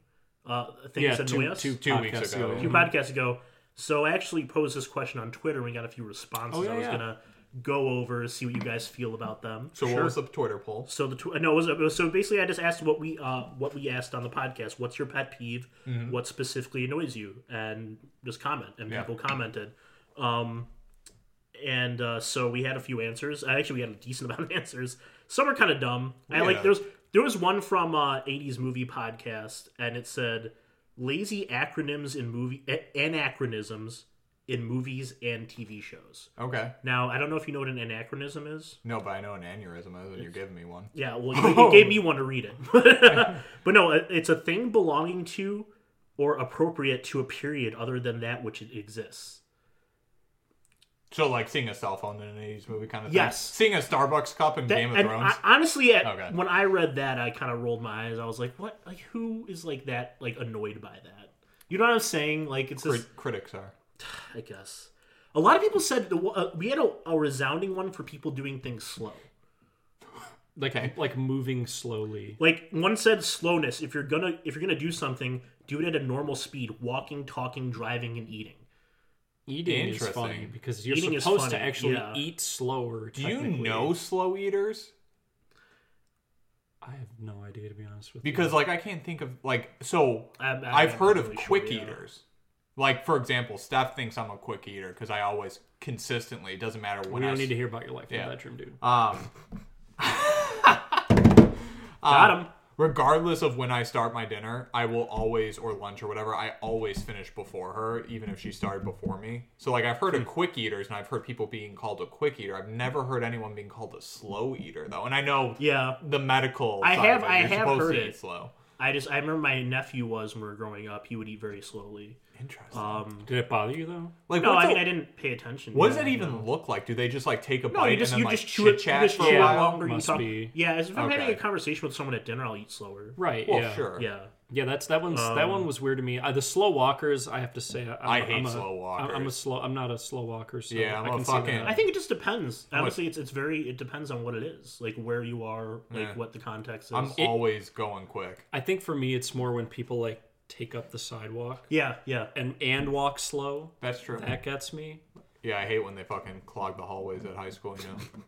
A: uh, things
D: yeah,
A: that annoy
D: two,
A: us.
D: two,
C: Two weeks
D: podcasts
C: ago,
A: few podcasts ago. So I actually posed this question on Twitter. and We got a few responses.
D: Oh, yeah,
A: I was
D: yeah.
A: gonna go over see what you guys feel about them.
C: So what was the Twitter poll?
A: So the tw- no, it was, it was so basically I just asked what we uh what we asked on the podcast. What's your pet peeve? What specifically annoys you? And just comment, and
C: Mm-hmm. Yeah.
A: people commented. Um, and uh, so we had a few answers. Uh, Actually, we had a decent (laughs) amount of answers. Some are kind of dumb. I
C: Yeah.
A: like there's there was one from uh, 80s movie podcast, and it said lazy acronyms in movie a- anachronisms in movies and TV shows.
C: Okay.
A: Now, I don't know if you know what an anachronism is.
C: No, but I know an aneurysm is, and you're giving me one.
A: Yeah, well, you, you
C: Oh.
A: gave me one to read
C: (laughs)
A: it. (laughs) but no, it- it's a thing belonging to or appropriate to a period other than that which it exists.
C: So, like seeing a cell phone in an 80s movie kind of thing?
A: Yes.
C: Seeing a Starbucks cup in
A: That-
C: Game of
A: and
C: Thrones?
A: I, honestly, at,
C: Okay.
A: when I read that, I kind of rolled my eyes. I was like, "What? Like, who is like that? Like, annoyed by that? You know what I'm saying? Like, it's
C: Crit-
A: just,
C: critics are.
A: I guess. A lot of people said the, uh, we had a, a resounding one for people doing things slow.
D: Like
C: Okay.
D: like moving slowly.
A: Like one said, slowness. If you're gonna if you're gonna do something, do it at a normal speed: walking, talking, driving, and eating.
D: Eating is funny
C: Interesting.
D: because you're
A: Eating is
D: supposed to
A: funny,
D: actually
A: yeah.
D: eat slower.
C: Do you
D: technically.
C: know slow eaters?
D: I have no idea to be honest with you.
C: Because, like, I can't think of, like, so
A: I- I-
C: I, have
A: I'm
C: heard
A: not
C: of
A: really sure,
C: quick
A: yeah.
C: eaters. Like, for example, Steph thinks I'm a quick eater because I always consistently, it doesn't matter
D: we
C: when I.
D: don't
C: s-
D: need to hear about your life in
C: Yeah.
D: the bedroom, dude.
C: Um, (laughs) Um,
A: Got him.
C: regardless of when I start my dinner, I will always or lunch or whatever, I always finish before her, even if she started before me. So like I've
A: Hmm.
C: heard of quick eaters and I've heard people being called a quick eater. I've never heard anyone being called a slow eater though. And I know
A: Yeah,
C: the medical
A: I
C: side
A: have-
C: of it,
A: I
C: you're
A: have
C: supposed
A: heard
C: to
A: it.
C: eat slow.
A: I just I remember my nephew was when we were growing up. He would eat very slowly.
C: Interesting.
D: Did it bother you though?
C: like
A: Um, No,
C: what's
A: I mean
C: a-
A: I didn't pay attention.
C: what does
A: Yeah,
C: that
A: no.
C: even look like? Do they just like take a
A: No,
C: bite
A: you just
C: and
A: you
C: then
A: just
C: like
A: chew it,
C: chit
A: you
C: chat
A: just
C: for
A: chew it
C: a while?
A: longer. You
D: Must
A: talk,
D: be.
A: Yeah, if I'm having
C: Okay.
A: a conversation with someone at dinner, I'll eat slower.
D: Right.
C: Well,
D: yeah.
C: sure.
A: Yeah,
D: Yeah, that's that one's that one was weird to me. Uh, the slow walkers, I have to say, I'm,
C: Um, I hate
D: I'm a,
C: slow
D: I'm- I'm a
C: walkers.
D: slow. I'm not a slow walker. So
C: Yeah, I'm
D: I
C: a
D: can see
C: fucking-
D: that.
A: I think it just depends. Honestly, it's it's very it depends on what it is, like where you are, like
C: Yeah.
A: what the context is.
C: I'm always going quick.
D: I think for me, it's more when people like take up the sidewalk
A: yeah, yeah.
D: and and walk slow.
C: That's true.
D: That gets me.
C: Yeah, I hate when they fucking clog the hallways at high school, you know.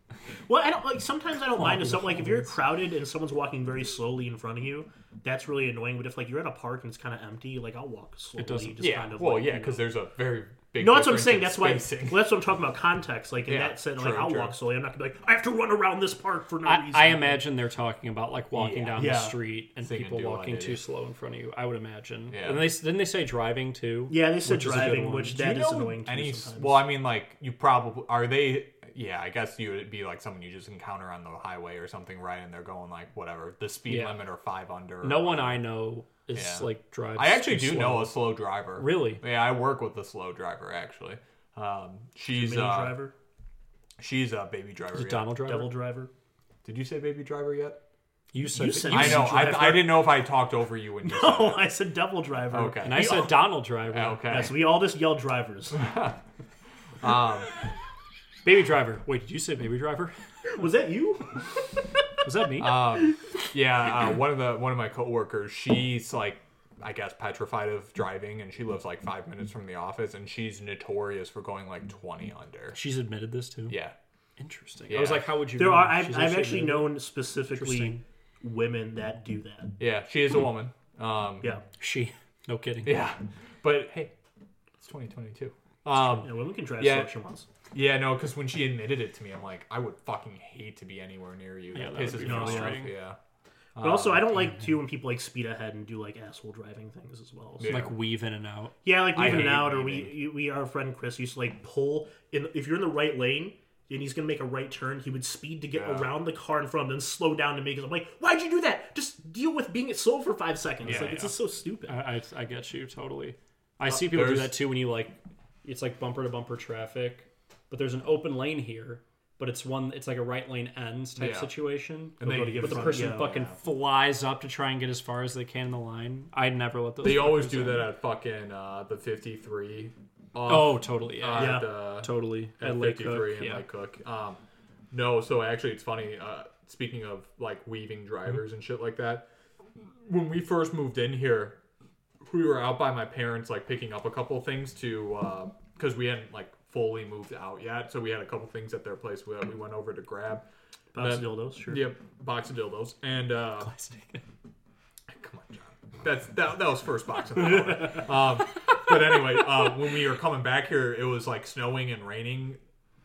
A: Well, I don't like. Sometimes I don't mind if some like if you're crowded and someone's walking very slowly in front of you, that's really annoying. But if like you're at a park and it's kind of empty, like I'll walk slowly. It
D: doesn't-
A: Just kind of,
C: well,
A: like,
C: yeah,
A: you know.
C: because there's a very big.
A: No, that's what I'm
C: difference
A: saying.
C: in
A: That's why.
C: spacing.
A: Well, that's what I'm talking about. Context, like in
C: Yeah,
A: that sense,
C: true,
A: like I'll
C: true.
A: walk slowly. I'm not gonna be like I have to run around this park for no
D: I,
A: reason.
D: I imagine they're talking about like walking down the
A: Yeah.
D: street and
C: Singing
D: people
C: Do I
D: walking
C: Did
D: too
C: It.
D: slow in front of you. I would imagine.
C: Yeah.
D: And they didn't they say driving too?
A: Yeah, they said
D: Which is a good
A: driving,
D: one.
A: which
C: Do (laughs) you
A: that is
C: know
A: annoying to
C: any
A: me
C: s-
A: sometimes.
C: Well, I mean, like you probably are they. Yeah, I guess you would be like someone you just encounter on the highway or something, right? And they're going like whatever the speed
D: Yeah.
C: limit or five under.
D: No one I know is
C: Yeah.
D: like drives.
C: I actually
D: too
C: do
D: slow.
C: know a slow driver.
D: Really?
C: Yeah, I work with a slow driver actually. Um, she's
A: Mini
C: uh,
A: driver,
C: she's a baby driver. yeah.
D: Donald driver.
A: devil driver. (laughs)
C: Did you say baby driver yet?
D: You said,
A: You said-
D: you
A: I
C: I
D: said-
C: know.
A: driver.
C: I, I didn't know if I talked over
A: (laughs)
C: you when you. said
A: Oh, I said devil driver.
C: Okay.
D: and I said Donald driver.
C: Oh, Okay.
A: Yes, we all just yell drivers.
D: Baby driver. Wait, did you say baby driver?
A: Was that you?
D: Was that me? (clears throat)
C: Yeah, uh, one of the one of my coworkers, she's like, I guess petrified of driving, and she lives like five minutes from the office, and she's notorious for going like twenty under.
D: She's admitted this too.
C: Yeah,
D: Interesting.
C: Yeah.
D: I was like, how would you?
A: There
D: know?
C: (laughs)
A: are.
D: She's
A: I've, I've actually
D: admitted
A: known specifically
D: Interesting.
A: women that do that.
C: yeah, she is a woman. Um,
A: Yeah.
D: it. She. No kidding.
C: yeah, but hey, it's twenty twenty two.
A: Yeah, women can drive
C: Yeah.
A: yeah. she wants.
C: Yeah, no, because when she admitted it to me, I'm like, I would fucking hate to be anywhere near you.
D: Yeah,
C: That
D: that would
C: pisses
D: be
C: me off.
D: frustrating.
C: Yeah,
A: But also,
C: Um,
A: I don't like too when people like speed ahead and do like asshole driving things as well. So-
C: Yeah.
A: yeah.
D: Like weave in and out.
A: like weaving it
C: hate
A: out, or we
C: weaving.
A: you- we our friend Chris used to like pull in if you're in the right lane. And he's gonna make a right turn. He would speed to get
C: Yeah.
A: around the car in front of him, then slow down to make it. I'm like, why'd you do that? Just deal with being it slow for five seconds.
C: Yeah,
A: like it's
C: yeah. Uh-huh.
A: just so stupid.
D: I, I, I get you totally. I see people do
C: Uh, there's-
D: that too when you like, it's like bumper to bumper traffic, but there's an open lane here, but it's one, it's like a right lane ends type
C: Yeah.
D: situation.
C: and they,
A: go to get
D: but the
A: front,
D: person
A: yeah.
D: fucking flies up to try and get as far as they can in the line. I'd never let those.
C: they always
D: fuckers
C: do
D: in.
C: that at fucking uh, the fifty three.
D: Oh, totally. Yeah.
A: Yeah.
C: At, uh,
D: Totally.
C: at
D: At Lake
C: 53
D: Cook.
C: and
D: Yeah.
C: Lake Cook. Um, no, so actually, it's funny. Uh, speaking of like weaving
D: Mm-hmm.
C: drivers and shit like that, when we first moved in here, we were out by my parents, like picking up a couple things to because we hadn't like fully moved out yet, so we had a couple things at their place that we went over to grab.
A: Box
C: that-
A: dildos, sure.
C: Yep, box of dildos, and uh, Come on, John. That's that, that was first box of
D: (laughs)
C: the hour. um, but anyway, uh, when we were coming back here, it was like snowing and raining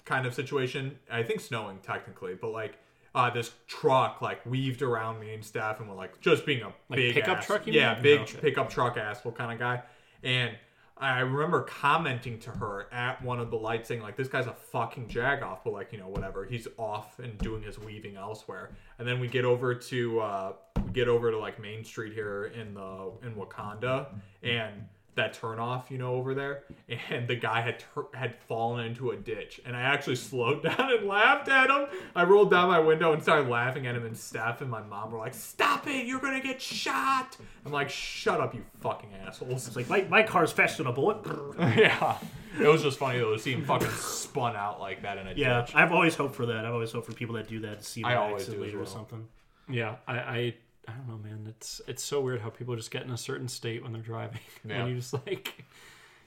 C: kind of situation. I think snowing technically, but like uh, this truck like weaved around me and stuff, and was like just being a big
D: pickup
C: ass-
D: truck, you
C: yeah,
D: mean?
C: big
D: Okay.
C: pickup truck asshole kind of guy. And I remember commenting to her at one of the lights saying like, "This guy's a fucking jagoff," but like you know whatever, he's off and doing his weaving elsewhere. And then we get over to uh, we get over to like Main Street here in the in Wakanda, and that turnoff, you know, over there, and the guy had tur- had fallen into a ditch, and I actually (laughs) slowed down and laughed at him. I rolled down my window and started laughing at him, and Steph and my mom were like, "Stop it! You're gonna get shot!" I'm like, "Shut up, you fucking assholes!"
A: It's like my, my car's faster than a bullet.
C: (laughs)
A: (laughs)
C: yeah, it was just funny though to see him fucking spun out like that in a
A: Yeah,
C: ditch.
A: I've always hoped for that. I've always hoped for people that do that to see them
C: I
A: in an
C: always
A: accident
C: do as
A: later or
C: well.
A: something.
D: Yeah, I, I I don't know, man. It's it's so weird how people just get in a certain state when they're driving. (laughs)
C: Yeah.
D: when you just like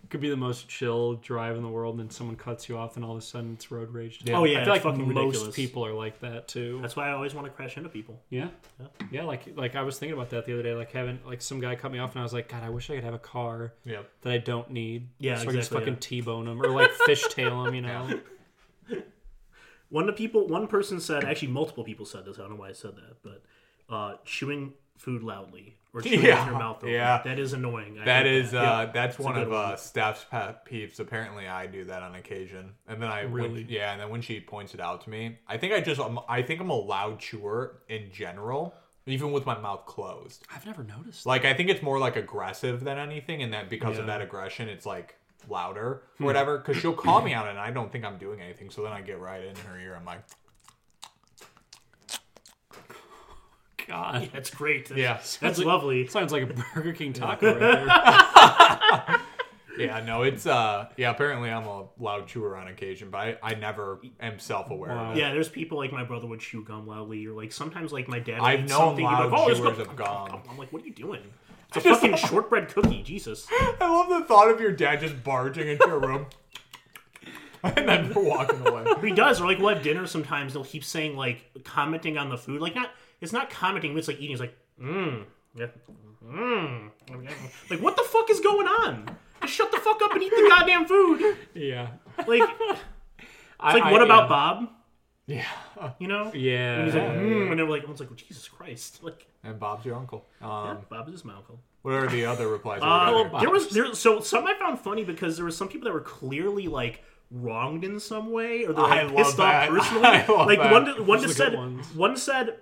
D: could be the most chill drive in the world, and someone cuts you off, and all of a sudden it's road rage.
C: Yeah.
A: Oh yeah,
D: I feel like
A: it's fucking
D: most
A: ridiculous.
D: people are like that too.
A: That's why I always want to crash into people.
D: yeah. yeah, like like I was thinking about that the other day. Like having like some guy cut me off, and I was like, God, I wish I could have a car
C: Yeah,
D: that I don't need.
A: Yeah,
D: so I can just
A: exactly,
D: fucking
A: yeah.
D: t-bone them
A: (laughs)
D: or like fishtail them, you know?
A: One of the people, one person said, actually, multiple people said this. I don't know why I said that, but uh, chewing food loudly or chewing with
C: Yeah,
A: your mouth open.
C: yeah.
A: That is annoying. I
C: that
A: hate
C: is
A: Yeah.
C: uh, that's one
A: good
C: of
A: one.
C: uh, Steph's pet peeves. Apparently, I do that on occasion, and then I when-
D: Really?
C: yeah, and then when she points it out to me, I think I just I'm, I think I'm a loud chewer in general, even with my mouth closed.
D: I've never noticed.
C: Like I think it's more like aggressive than anything, and that because of
D: Yeah.
C: that aggression, it's like louder
A: Hmm.
C: or whatever. Because she'll
A: (clears throat)
C: call me out, and I don't think I'm doing anything, so then I get right in her ear. I'm like,
D: God.
A: That's great. That's,
C: yeah,
A: That's
D: like-
A: lovely.
D: (laughs) Sounds like a Burger King taco
A: (laughs)
D: right there.
C: yeah, no, it's uh, yeah. Apparently, I'm a loud chewer on occasion, but I, I never am self aware.
D: Wow.
C: of it.
A: Yeah, there's people like my brother would chew gum loudly, or like sometimes like my dad. would
C: I've
A: eat
C: known
A: something, he'd be
C: loud
A: like, oh, it's
C: chewers
A: good."
C: of gum.
A: I'm like, what are you doing?
C: (laughs)
A: It's a fucking shortbread cookie, Jesus.
C: I love the thought of your dad just barging into a room (laughs) and then walking away.
A: But he does, or like we'll have dinner sometimes. and He'll keep saying like commenting on the food, like not. It's not commenting, but it's like eating. It's like, mmm, yeah, mmm. Like what the fuck is going on? Just shut the fuck up and eat the goddamn food.
D: yeah.
A: Like, it's like what about Bob?
C: Yeah.
A: You know?
D: Yeah.
A: He's like, mmm, and they're like, I was like, well, Jesus Christ, like
C: And Bob's your uncle. Um,
A: Bob is his my uncle.
C: what are the other replies? we
A: Uh,
C: got here?
D: Bob.
A: there was there so some I found funny because there were some people that were clearly like wronged in some way or they're
C: I
A: like,
C: love
A: pissed off
C: that. (laughs)
A: personally.
C: I love
A: like
C: that.
A: one one
D: Those are the
A: just said
D: good ones.
A: one said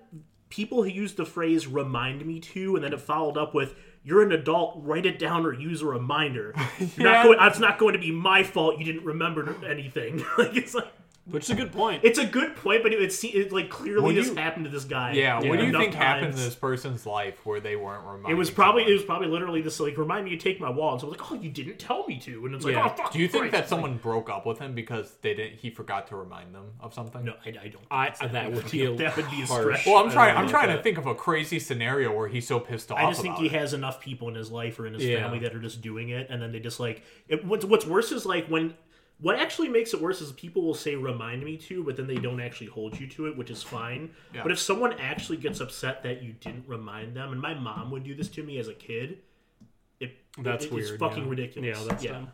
A: people who used the phrase "remind me to" and then it followed up with. You're an adult. Write it down or use a
C: (laughs)
A: reminder. You're
C: Yeah.
A: not going, it's not going to be my fault. You didn't remember anything. (laughs) like it's like
D: Which is a good point.
A: it's a good point, but it, it's it, like clearly
C: Would
A: this
C: you-
A: happened to this guy.
C: yeah, what do you
A: enough
C: think happened to
A: times.
C: this person's life where they weren't reminded?
A: It was probably it was probably literally this like remind me to take my wallet. So I was like, oh, you didn't tell me to, and it's like,
D: Yeah.
A: oh, fuck.
C: Do you think
A: Christ.
C: that someone broke up with him because they didn't? He forgot to remind them of something.
A: No, I, I don't. think
C: (laughs)
D: I,
A: it's
D: that would be a,
A: deal. That would be a
D: harsh.
A: stretch.
C: Well, I'm trying.
D: don't
C: I'm
D: know
C: trying to
D: that.
C: think of a crazy scenario where he's so pissed off.
A: I just think
C: about
A: he
C: it.
A: has enough people in his life or in his
D: Yeah.
A: family that are just doing it, and then they just like. It, what's What's worse is like when. What actually makes it worse is people will say "remind me to," but then they don't actually hold you to it, which is fine. But if someone actually gets upset that you didn't remind them, and my mom would do this to me as a kid, it
D: That's
A: it-
D: weird.
A: It's fucking
D: yeah.
A: ridiculous.
D: Yeah, that's
A: yeah.
D: dumb.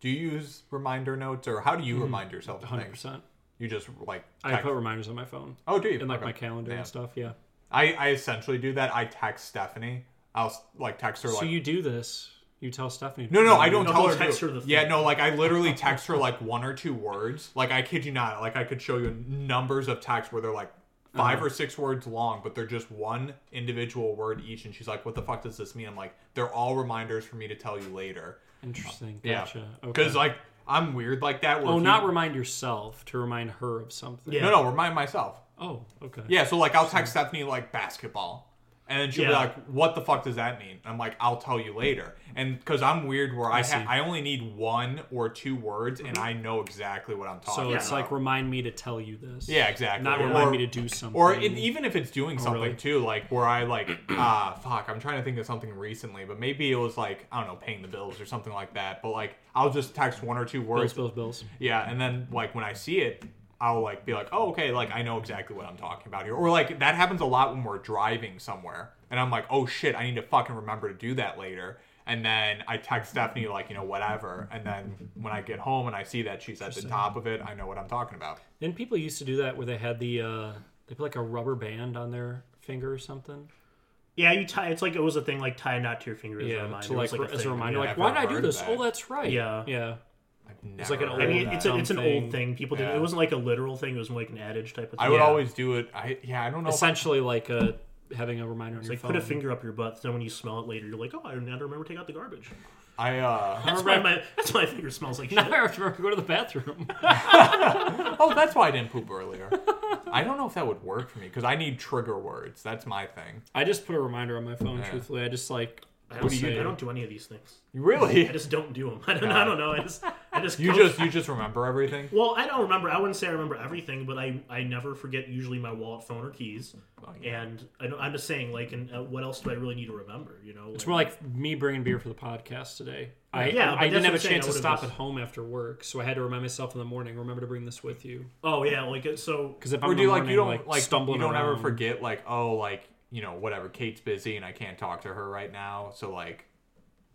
C: Do you use reminder notes or how do
A: Mm-hmm.
C: you remind yourself of things?
D: 100%.
C: You just like
D: I
C: text-
D: put reminders on my phone.
C: oh, do you
D: And like
C: Okay.
D: my calendar
C: Yeah.
D: and stuff, yeah.
C: I, I essentially do that. I text Stephanie. I'll like text her like
D: So you do this. You tell Stephanie.
C: no no I don't
A: No,
C: tell
A: don't
C: her. to do
A: text
C: it.
A: her the
C: yeah
A: thing.
C: no like I
D: (laughs)
C: literally text her like one or two words. Like I kid you not. Like I could show you numbers of texts where they're like 5
D: Uh-huh.
C: or six words long, but they're just one individual word each. And she's like, "What the fuck does this mean?" I'm like, "They're all reminders for me to tell you later."
D: Interesting.
C: Yeah.
D: Gotcha. Okay.
C: Because like I'm weird like that. Where
D: oh,
C: if you-
D: not remind yourself to remind her of something.
A: Yeah.
C: no no remind myself.
D: Oh, okay.
C: Yeah, so like I'll text Stephanie like basketball, and then she'll be
A: Yeah.
C: like, "What the fuck does that mean?" I'm like, "I'll tell you later," and because I'm weird where I ha-
D: see. Mm-hmm.
C: I only need one or two words, and I know exactly what I'm talking.
D: So
C: about.
D: it's like remind me to tell you this.
C: Yeah, exactly.
D: Not
C: Or-
D: remind me to do something.
C: or it, even if it's doing something
D: really?
C: too, like where I like (clears throat) ah fuck, I'm trying to think of something recently, but maybe it was like I don't know, paying the bills or something like that. But like I'll just text one or two
D: bills,
C: words,
D: bills, bills.
C: yeah, and then like when I see it, I'll like be like, oh okay, like I know exactly what I'm talking about here. Or like that happens a lot when we're driving somewhere, and I'm like, oh shit, I need to fucking remember to do that later. And then I text Stephanie like you know whatever, and then when I get home and I see that she's at the top of it, I know what I'm talking about.
D: Then people used to do that where they had the uh, They put like a rubber band on their finger or something.
A: Yeah, you tie. It's like it was a thing like tie a knot to your finger. As a
D: Yeah,
A: reminder.
D: to
A: It was
D: like,
A: like
D: as a
A: thing.
D: reminder,
C: Yeah,
D: like
C: I've
D: why did
C: never
D: I do
C: heard of
D: this?
C: that.
D: Oh, that's right.
A: Yeah.
D: yeah.
C: I've never
D: like an
C: heard
D: old-
A: I
C: of
A: mean,
C: that.
A: it's a, it's an
D: something.
A: old thing. People did.
C: Yeah.
A: It wasn't like a literal thing. It was more like an adage type of thing.
C: I would
A: Yeah.
C: always do it. I yeah, I
D: Oh.
C: don't know. if-
D: Essentially, like a having a reminder on your
A: Like
D: phone.
A: put a finger up your butt, so when you smell it later, you're like, oh, I now remember to take out the garbage. (laughs)
C: I uh
A: That's why my that's why my finger smells
D: (laughs)
A: like shit.
D: Now I have to remember to go to the bathroom.
C: oh, that's why I didn't poop earlier. I don't know if that would work for me because I need trigger words. That's my thing.
D: (laughs) I just put a reminder on my phone. Truthfully, I just like
A: I don't,
D: do you
A: do
D: do?
A: I don't do any of these things.
C: You
A: I (laughs)
C: really?
A: just don't do them. I don't. I don't know. I just. I
D: (laughs)
A: just.
C: You
A: go-
C: just you just remember everything.
A: Well, I don't remember. I wouldn't say I remember everything, but I, I never forget usually my wallet, phone, or keys.
D: Oh,
A: And I don't, I'm just saying, like, and uh, what else do I really need to remember? You know,
D: It's more like me bringing beer for the podcast today. I,
A: Yeah, but
D: I, didn't
A: that's
D: have
A: what
D: a
A: I'm saying,
D: chance
A: I
D: to
A: would've
D: stop at
A: just-
D: home after work, so I had to remind myself in the morning. Remember to bring this with you,
A: oh yeah, like uh, so.
D: because if I'm
C: Or
D: in
C: do
D: the
C: you like you
D: morning,
C: don't like
D: stumbling
C: you don't
D: around,
C: ever forget like oh like you know whatever Kate's busy and I can't talk to her right now so like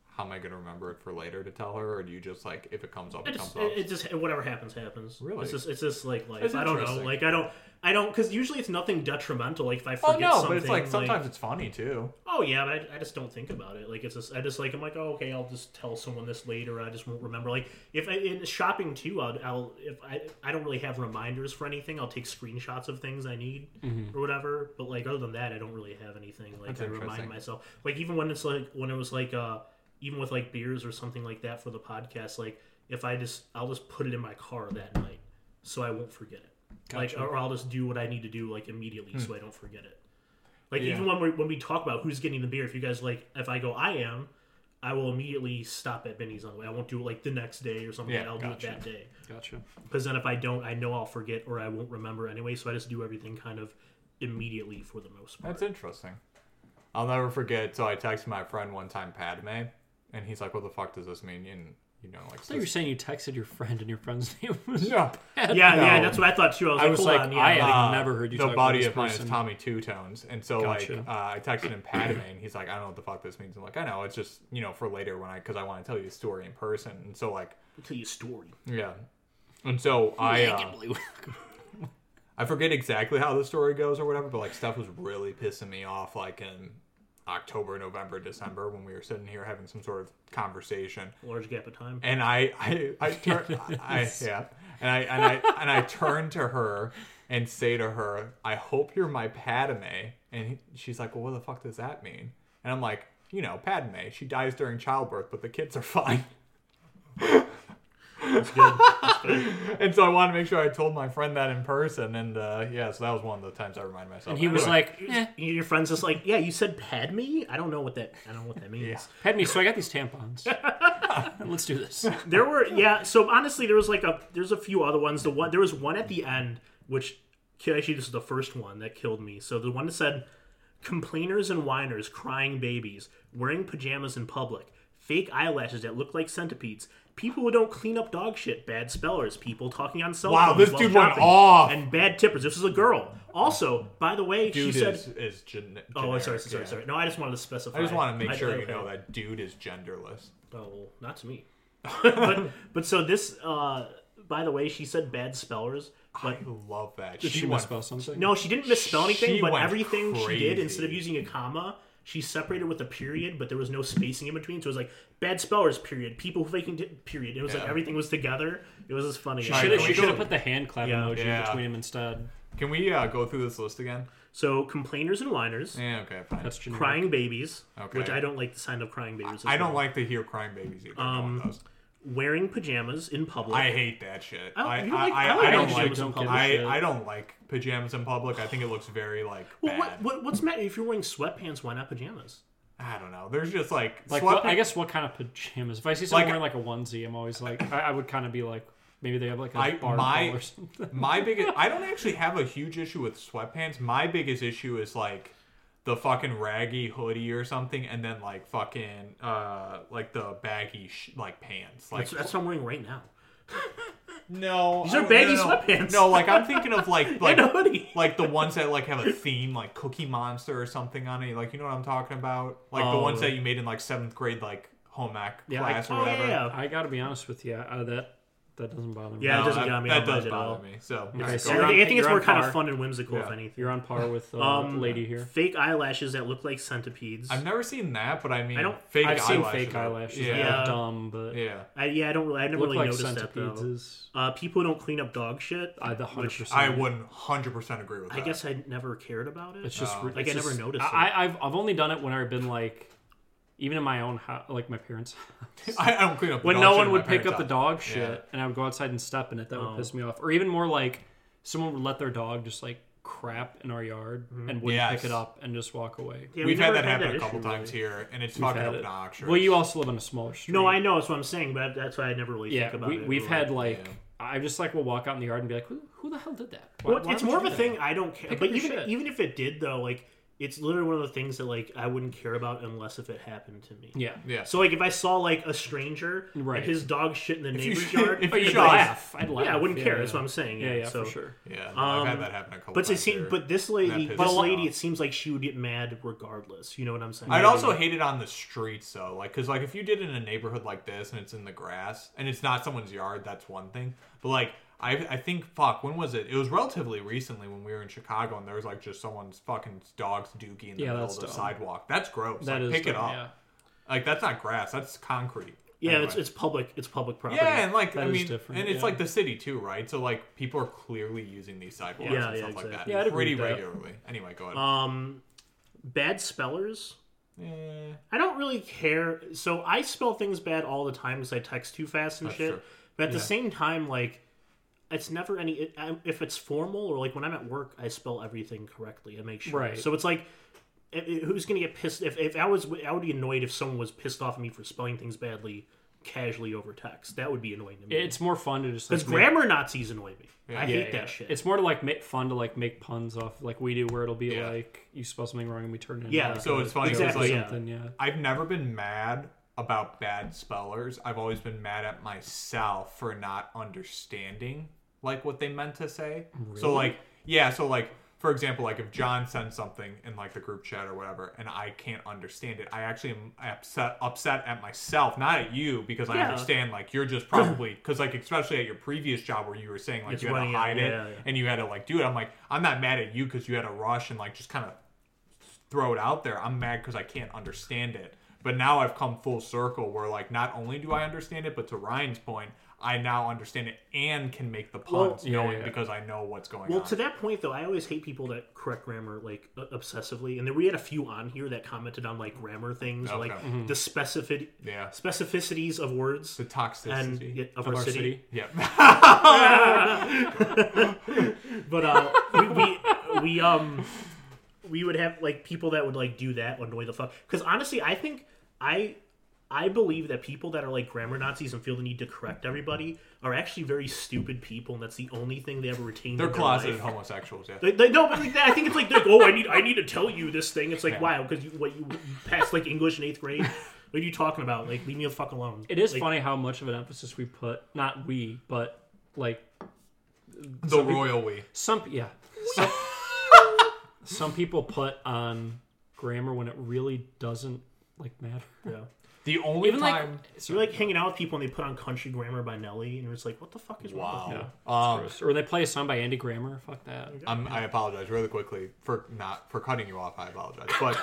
C: how am I gonna remember it for later to tell her or do you just like if it comes up
A: I
C: it
A: just,
C: comes
A: it,
C: up.
A: it just whatever happens happens.
C: Really?
A: it's just it's just like life.
C: That's
A: I don't know.
C: interesting.
A: Like I don't I don't because usually it's nothing detrimental. Like if I
C: Oh
A: forget
C: no,
A: something,
C: but it's like sometimes it's funny too.
A: oh yeah, but I, I just don't think about it. Like it's just I just like I'm like oh okay, I'll just tell someone this later. I just won't remember. Like if I in shopping too, I'll, I'll if I I don't really have reminders for anything. I'll take screenshots of things I need or whatever. But like other than that, I don't really have anything. Like
C: Mm-hmm. That's
A: I remind
C: interesting.
A: myself. Like even when it's like when it was like uh even with like beers or something like that for the podcast. Like if I just I'll just put it in my car that night so I won't forget it. Like or I'll just do what I need to do like immediately so I don't forget it. Like even when we when we talk about who's getting the beer, if you guys like, if I go I am, I will immediately stop at Benny's on the way. I won't do it like the next day or something.
C: Yeah,
A: I'll do
C: gotcha.
A: it that day
D: Gotcha.
A: because then if I don't, I know I'll forget or I won't remember anyway. So I just do everything kind of immediately for the most part.
C: That's interesting. I'll never forget. So I texted my friend one time, Padme, and he's like, "What the fuck does this mean?" And you know, like,
D: I thought you were saying you texted your friend and your friend's (laughs) name was.
C: no,
A: yeah, yeah,
C: No.
A: that's what I thought too. I was like,
D: was
A: hold
D: like,
A: on, yeah,
D: I am-
A: like,
D: I've never heard you
C: Uh, The
D: talk about
C: body
D: this
C: of mine is
D: person.
C: Tommy Two Tones, and so
D: Gotcha.
C: like, uh, I texted him Padme, and he's like, "I don't know what the fuck this means." I'm like, "I know. It's just you know for later when I because I want to tell you a story in person." And so like,
A: I'll tell you a story.
C: yeah, and so I. Uh, I forget exactly how the story goes or whatever, but like stuff was really pissing me off like in October, November, December when we were sitting here having some sort of conversation.
A: Large gap of time.
C: And I I
A: (laughs)
C: I turn I yeah. And I and I and I turn to her and say to her, I hope you're my Padme and he- she's like, Well what the fuck does that mean? And I'm like, you know, Padme, she dies during childbirth, but the kids are fine. (laughs) and so I wanted to make sure I told my friend that in person, and uh, yeah, so that was one of the times I reminded myself.
D: He was
C: Anyway,
D: (laughs) like, eh,
A: And Your friend's just like, yeah, you said Padme. I don't know what that. I don't know what that means.
D: had me, so I got these (laughs) tampons. Let's do this.
A: There were yeah. So honestly, there was like a there's a few other ones. The one there was one at the end which actually this is the first one that killed me. So the one that said complainers and whiners, crying babies, wearing pajamas in public, fake eyelashes that look like centipedes, people who don't clean up dog shit, bad spellers, people talking on cell
C: Wow,
A: phones
C: this
A: while
C: dude went
A: shopping,
C: off.
A: and bad tippers. This is a girl. Also, by the way,
C: dude
A: she said.
C: is, is gen-
A: Oh, I'm sorry,
C: generic,
A: sorry,
C: yeah.
A: sorry. No, I just wanted to specify.
C: I just want to make sure you
A: okay.
C: know that dude is genderless.
A: Oh, well, not to me. (laughs) but but so this, uh, by the way, she said bad spellers, but
C: I love that.
D: Did she
C: went-
D: misspell something?
A: no, she didn't misspell anything.
C: She
A: but
C: went
A: everything she did,
C: crazy.
A: instead of using a comma, she separated with a period, but there was no spacing in between, so it was like bad spellers. Period. People faking t- period. It was like
C: Yeah.
A: everything was together. It was just funny.
C: All
D: Should
C: right,
D: have,
C: can
D: she
C: we
D: should
C: go-
D: have put the hand clap
A: Yeah.
D: emoji
C: Yeah.
D: between them instead.
C: Can we uh, go through this list again?
A: (laughs) So complainers and whiners,
C: Yeah, okay, fine.
D: That's generic.
A: crying babies,
C: Okay.
A: which I don't like the sound of crying babies.
C: I
A: as
C: don't
A: well.
C: like to hear crying babies either.
A: Um,
C: no one does.
A: wearing pajamas in public.
C: I hate that shit.
A: don't-
C: I,
A: you don't
C: I,
A: like-
C: I,
A: I like
C: I don't like.
A: pajamas in
D: public.
C: I,
D: Shit.
C: I don't like pajamas in public. I think it looks very like
A: well,
C: bad.
A: what, what, what's matter if you're wearing sweatpants? Why not pajamas?
C: I don't know. There's just like,
D: Like,
C: sweat
D: what, I guess what kind of pajamas? If I see
C: Like-
D: someone wearing like a onesie, I'm always like, I, I would kind of be like, maybe they have like a
C: I-
D: bar
C: my-
D: crawl or something. (laughs)
A: (laughs)
C: my biggest I don't actually have a huge issue with sweatpants. My biggest issue is like the fucking raggy hoodie or something and then like fucking uh like the baggy sh- like pants. Like
A: That's, that's what I'm wearing right now.
C: no. These
A: are baggy sweatpants.
C: No, like I'm thinking of like like
A: And a hoodie.
C: like the ones that like have a theme like Cookie Monster or something on it. Like you know what I'm talking about? Like the
A: Oh.
C: ones that you made in like 7th grade like home ec
D: Yeah, like-
C: class or
A: Oh,
C: whatever.
A: yeah, yeah.
D: I gotta be honest with you, uh, that That doesn't bother me.
A: Yeah, it doesn't
C: that,
A: bother me
C: that
A: on
C: does
A: budget at
C: bother
A: all.
C: me. So
D: Alright, so
A: I
D: you're
A: (laughs)
D: on-
A: think- I think it's
D: you're on
A: more kind
D: par.
A: of fun and whimsical, if
C: Yeah.
A: anything.
D: You're on par with uh,
A: Um,
D: the lady here.
A: Fake eyelashes that look like centipedes.
C: I've never seen that, but I mean,
A: I don't-
C: fake
D: I've seen
C: eyelashes
D: fake
C: are-
D: eyelashes.
C: Yeah,
D: They're
A: Yeah.
D: dumb, but
C: yeah.
A: I, yeah, I don't really. I never
D: look
A: really
D: like
A: noticed that
D: centipedes
A: though.
D: is.
A: Uh, people who don't clean up dog shit.
D: I the hundred
A: which
D: percent.
C: I wouldn't hundred percent agree with that.
A: I guess I never cared about it. Uh,
D: It's just
C: Oh.
D: re-
A: Like, I
D: it's
A: never
D: just-
A: noticed
D: I, I- I've I've only done it when I've been like, even in my own house, like my parents,
C: (laughs)
D: (laughs)
C: I, I don't clean up the
D: when
C: dog
D: no
C: shit
D: one
C: in
D: would
C: my
D: pick
C: parents'
D: up the
C: house.
D: dog shit, and I would go outside and step in it. That would piss
A: Oh.
D: me off. Or even more like, someone would let their dog just like crap in our yard and wouldn't
C: Yes.
D: pick it up and just walk away.
A: Mm-hmm. Yeah, we
C: We've had
A: never
C: that happen a
A: issue,
C: couple
A: really.
C: times here, and it's
D: We've
C: fucking
D: had it.
C: obnoxious.
D: Well, you also live on a smaller street.
A: No, I know. That's what I'm saying. But that's why I never really think
D: yeah.
A: about
D: We,
A: it.
D: we've
A: really.
D: had like
C: Yeah.
D: I just like will walk out in the yard and be like, who, who the hell did that? Why-
A: Well,
D: why
A: it's
D: would
A: more of
D: you
A: a
D: do that?"
A: thing I don't care.
D: Pick
A: but
D: up your
A: even
D: shit.
A: even if it did though, like it's literally one of the things that like I wouldn't care about unless if it happened to me.
D: Yeah. Oh,
C: yeah.
A: So like if I saw like a stranger
D: Right.
A: and his dog shit in the
C: you-
A: neighbor's yard,
C: (laughs) if
A: I'd
C: you
A: be
D: I'd
C: shot
A: like,
C: his-
D: laugh. I'd laugh.
A: yeah, I wouldn't care. That's
D: yeah.
A: what I'm saying.
D: Yeah, yeah,
A: so.
D: for sure.
C: yeah, no, I've had that happen a couple
A: But it
C: times.
A: seems,
C: here.
A: but this lady,
C: pisses
A: this
C: me
A: lady,
C: off.
A: it seems like she would get mad regardless. You know what I'm saying?
C: I'd also hate it on the streets though, like because like if you did it in a neighborhood like this and it's in the grass and it's not someone's yard, that's one thing. But like I, I think fuck, when was it? It was relatively recently when we were in Chicago and there was like just someone's fucking dog's dookie in the
D: Yeah,
C: middle
D: that's
C: of the
D: dumb.
C: sidewalk. That's gross. like,
D: That is
C: pick it
D: dumb,
C: up.
D: yeah.
C: Like that's not grass. That's concrete.
A: Yeah,
C: Anyway.
A: it's it's public, it's public property.
C: yeah, and like I
D: is
C: mean,
D: different,
C: and it's
D: yeah.
C: like the city too, right? So like people are clearly using these sidewalks
A: Yeah,
C: and
A: yeah,
C: stuff like that
A: exactly.
D: Yeah, I'd agree
C: pretty
D: with that.
C: regularly. Anyway, go ahead.
A: um, bad spellers.
D: Eh.
C: yeah.
A: I don't really care. So I spell things bad all the time because I text too fast and
C: That's
A: shit.
C: true.
A: But at the same time, like, it's never any. It, I, if it's formal or like when I'm at work, I spell everything correctly. I make sure.
D: Right.
A: So it's like, i i- who's gonna get pissed if, if I was? I would be annoyed if someone was pissed off at me for spelling things badly casually over text. That would be annoying to me.
D: It's more fun to just like,
A: because grammar Nazis annoy me. I
C: Yeah,
A: hate
D: make- yeah.
A: that shit.
D: It's more to like make fun to like make puns off like we do, where it'll be
C: Yeah.
D: like you spell something wrong and we turn it. Into,
A: Yeah.
D: like,
C: So
D: a
C: it's funny, 'cause,
D: joke or
A: Exactly, yeah.
D: something. Yeah.
C: I've never been mad about bad spellers. I've always been mad at myself for not understanding like what they meant to say. So like yeah, so like for example, like if John sends something in like the group chat or whatever and I can't understand it, I actually am upset upset at myself, not at you because I
A: Yeah.
C: understand like you're just probably cuz like especially at your previous job where you were saying like
A: It's
C: you had to
A: running out,
C: hide it
A: yeah, yeah.
C: and you had to like do it. I'm like I'm not mad at you cuz you had a rush and like just kind of throw it out there. I'm mad because I can't understand it. But now I've come full circle where, like, not only do I understand it, but to Ryan's point, I now understand it and can make the puns
D: yeah,
C: knowing
D: yeah.
C: because I know what's going
A: Well,
C: on.
A: to that point though, I always hate people that correct grammar like o- obsessively, and then we had a few on here that commented on like grammar things, or, like
C: Okay.
A: the specific
C: Yeah.
A: specificities of words
C: the
A: and
C: toxicity.
A: yeah, of, our, city. (laughs)
C: yeah.
A: But uh, we, we we um we would have like people that would like do that annoy the fuck. Because honestly, I think I I believe that people that are like grammar Nazis and feel the need to correct everybody are actually very stupid people, and that's the only thing they ever retain.
C: They're
A: in their
C: closeted
A: life.
C: homosexuals. Yeah.
A: They, they, no, but like, I think it's like, like, oh, I need, I need to tell you this thing. It's like, wow, because you, what you, you passed like English in eighth grade. What are you talking about? Like, leave me the fuck alone.
D: It is
A: Like,
D: funny how much of an emphasis we put, not we, but like
C: the royal we.
D: some, yeah, some, some people put on grammar when it really doesn't like matter.
A: Yeah.
C: The only
D: Even like,
C: time.
A: So you're like hanging out with people and they put on "Country Grammar" by Nelly, and it's like, what the fuck is wrong? With
C: wow.
A: you?
C: Um,
D: or they play a song by Andy Grammer. Fuck that.
C: I'm, um, I apologize really quickly for not for cutting you off. I apologize, but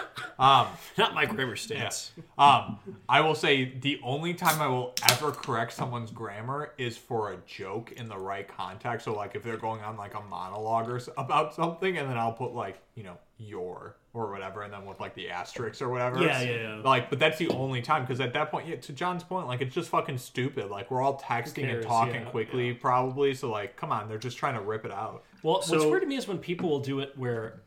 C: um,
D: Not my grammar stance.
C: Um, I will say the only time I will ever correct someone's grammar is for a joke in the right context. So like if they're going on like a monologue or s- about something, and then I'll put like you know your or whatever, and then with like the asterisks or whatever.
A: Yeah, yeah, yeah.
C: Like, but that's the only time because at that point, yeah, to John's point, like it's just fucking stupid. Like we're all texting and
D: cares?
C: talking
D: Yeah,
C: quickly, probably. So like, come on, they're just trying to rip it out.
D: Well, what's
A: So-
D: weird to me is when people will do it where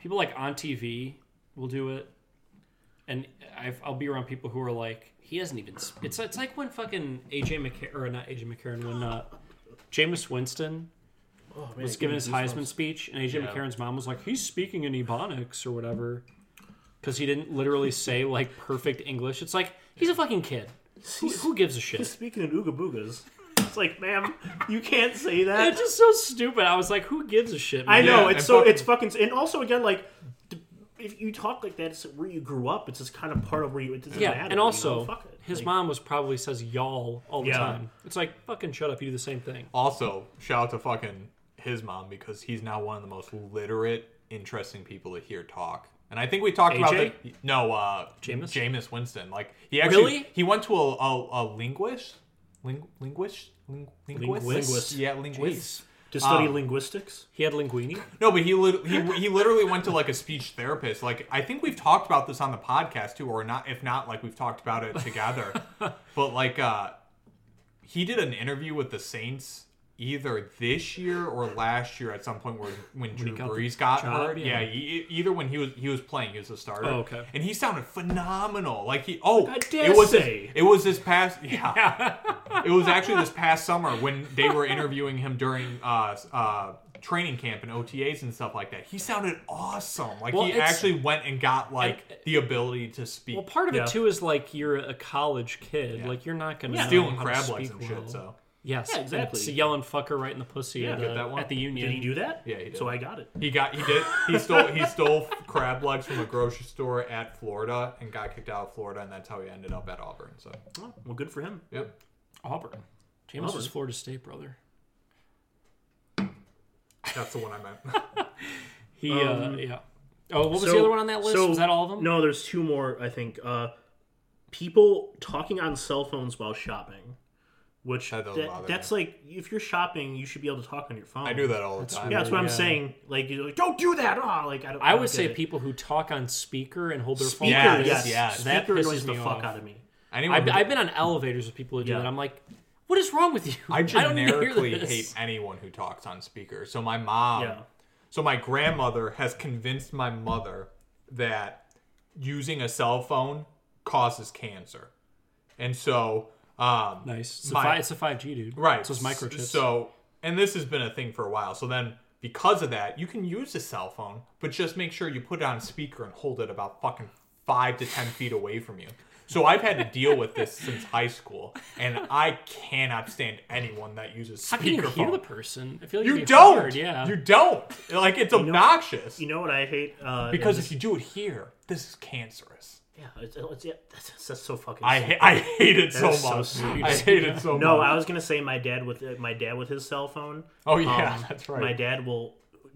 D: people like on TV will do it, and I've, I'll be around people who are like, he doesn't even. sp-" It's it's like when fucking AJ McCarron or not AJ McCarron when uh, Jameis Winston
A: Oh, man,
D: was
A: I
D: giving his
A: can't do
D: Heisman speech, and AJ
C: Yeah.
D: McCarron's mom was like, he's speaking in Ebonics or whatever, because he didn't literally say like perfect English. It's like he's a fucking kid. Who, who gives a
A: this.
D: shit?
A: Speaking of Ooga Boogas, it's like, ma'am, you can't
D: (laughs)
A: say that.
D: It's just so stupid. I was like, who gives a shit?
A: I
D: man?
A: know
C: Yeah,
A: it's
C: and
A: so
C: fucking-
A: it's fucking and also again like d- if you talk like that, it's where you grew up. It's just kind of part of where you. It doesn't
D: Yeah,
A: matter,
D: and
A: you know?
D: also-
A: fuck it.
D: His mom was probably says y'all all the
A: Yeah.
D: time. It's like fucking shut up. You do the same thing.
C: Also, shout out to fucking his mom because he's now one of the most literate, interesting people to hear talk. And I think we talked about
D: AJ?
C: the no, uh,
D: Jameis?
C: Jameis Winston. Like he actually
D: Really?
C: he went to a a, a linguist, Ling, linguist, Ling, linguist,
D: Linguist?
C: yeah, linguist.
A: To study
C: Um,
A: linguistics?
D: He had linguini.
C: No, but he lit- he he literally went to like a speech therapist. Like I think we've talked about this on the podcast too, or not. If not, like we've talked about it
D: (laughs)
C: together. but like, uh, he did an interview with the Saints either this year or last year at some point where when Drew
D: got the
C: Brees got
D: job,
C: hurt.
D: yeah.
C: Yeah, e- either when he was he was playing, he was a starter.
D: Oh, okay.
C: And he sounded phenomenal. Like he oh,
D: I dare
C: it was
D: say.
C: His, it was this past
D: (laughs)
C: yeah. It was actually this past summer when they were interviewing him during uh, uh, training camp and OTAs and stuff like that. He sounded awesome. Like
D: Well,
C: he
D: it's-
C: actually went and got like the ability to speak.
D: Well, part of
A: Yeah.
D: it too is like you're a college kid. Like you're not gonna know
C: stealing
D: how to
C: crab legs
D: speak
C: and
D: well.
C: shit. So
D: yes,
A: Yeah,
D: and
A: exactly.
D: It's a yelling fucker right in the pussy
A: Yeah.
D: at,
A: Get
D: the,
C: that one?
D: at the union.
A: Did he do that?
C: Yeah, he did.
A: So I got it.
C: he got he did he stole he stole crab legs from a grocery store at Florida and got kicked out of Florida and that's how he ended up at Auburn. So
A: Oh, well, good for him.
C: yep.
D: Auburn. James was
A: Auburn.
D: Florida State brother.
C: That's the one I meant. (laughs)
D: He uh, yeah. Oh, what was
A: Um, So-
D: the other one on that list?
A: so-
D: was that all of them?
A: No, there's two more. I think uh, people talking on cell phones while shopping, which
C: That doesn't bother
A: that,
C: me.
A: that's like if you're shopping, you should be able to talk on your phone.
C: I do that all the time.
A: Yeah, that's what I'm
D: Yeah.
A: saying. Like, you're like, don't do that. Oh, like I, don't,
D: I
A: don't
D: would say
A: get it.
D: people who talk on speaker and hold their phone.
A: Speaker,
C: Yeah,
D: like
A: yes,
D: this,
C: yes.
D: that
A: Speaker
D: pisses
A: annoys the
D: me
A: fuck
D: off.
A: out of me.
C: Anyone
D: I've,
C: who-
D: I've been on elevators with people who do
A: Yeah.
D: that. I'm like, what is wrong with you? (laughs)
C: I
D: don't need to hear
C: generically
D: this.
C: hate anyone who talks on speaker. So my mom,
A: Yeah.
C: so my grandmother has convinced my mother that using a cell phone causes cancer, and so um,
D: Nice. It's,
C: My-
D: a, fi- it's a 5G, dude.
C: right,
D: So it's microchips.
C: So and this has been a thing for a while. So then because of that, you can use a cell phone, but just make sure you put it on speaker and hold it about fucking five to ten feet away from you. So I've had to deal with this since high school, and I cannot stand anyone that uses
D: How can you hear the
C: speakerphone.
D: person? I feel like
C: You
D: it'd be
C: don't.
D: hard, yeah.
C: You don't. Like it's obnoxious.
A: You know what I hate? Uh,
C: because
A: and
C: if you do it here, this is cancerous.
A: this- yeah, it's, it's, yeah that's, that's so fucking.
C: I ha- I hate it so
A: is so
C: much.
A: stupid.
C: I hate it so
A: No,
C: much.
A: I was gonna say my dad with uh, my dad with his cell phone.
C: oh yeah, (laughs) that's right.
A: Um, My dad will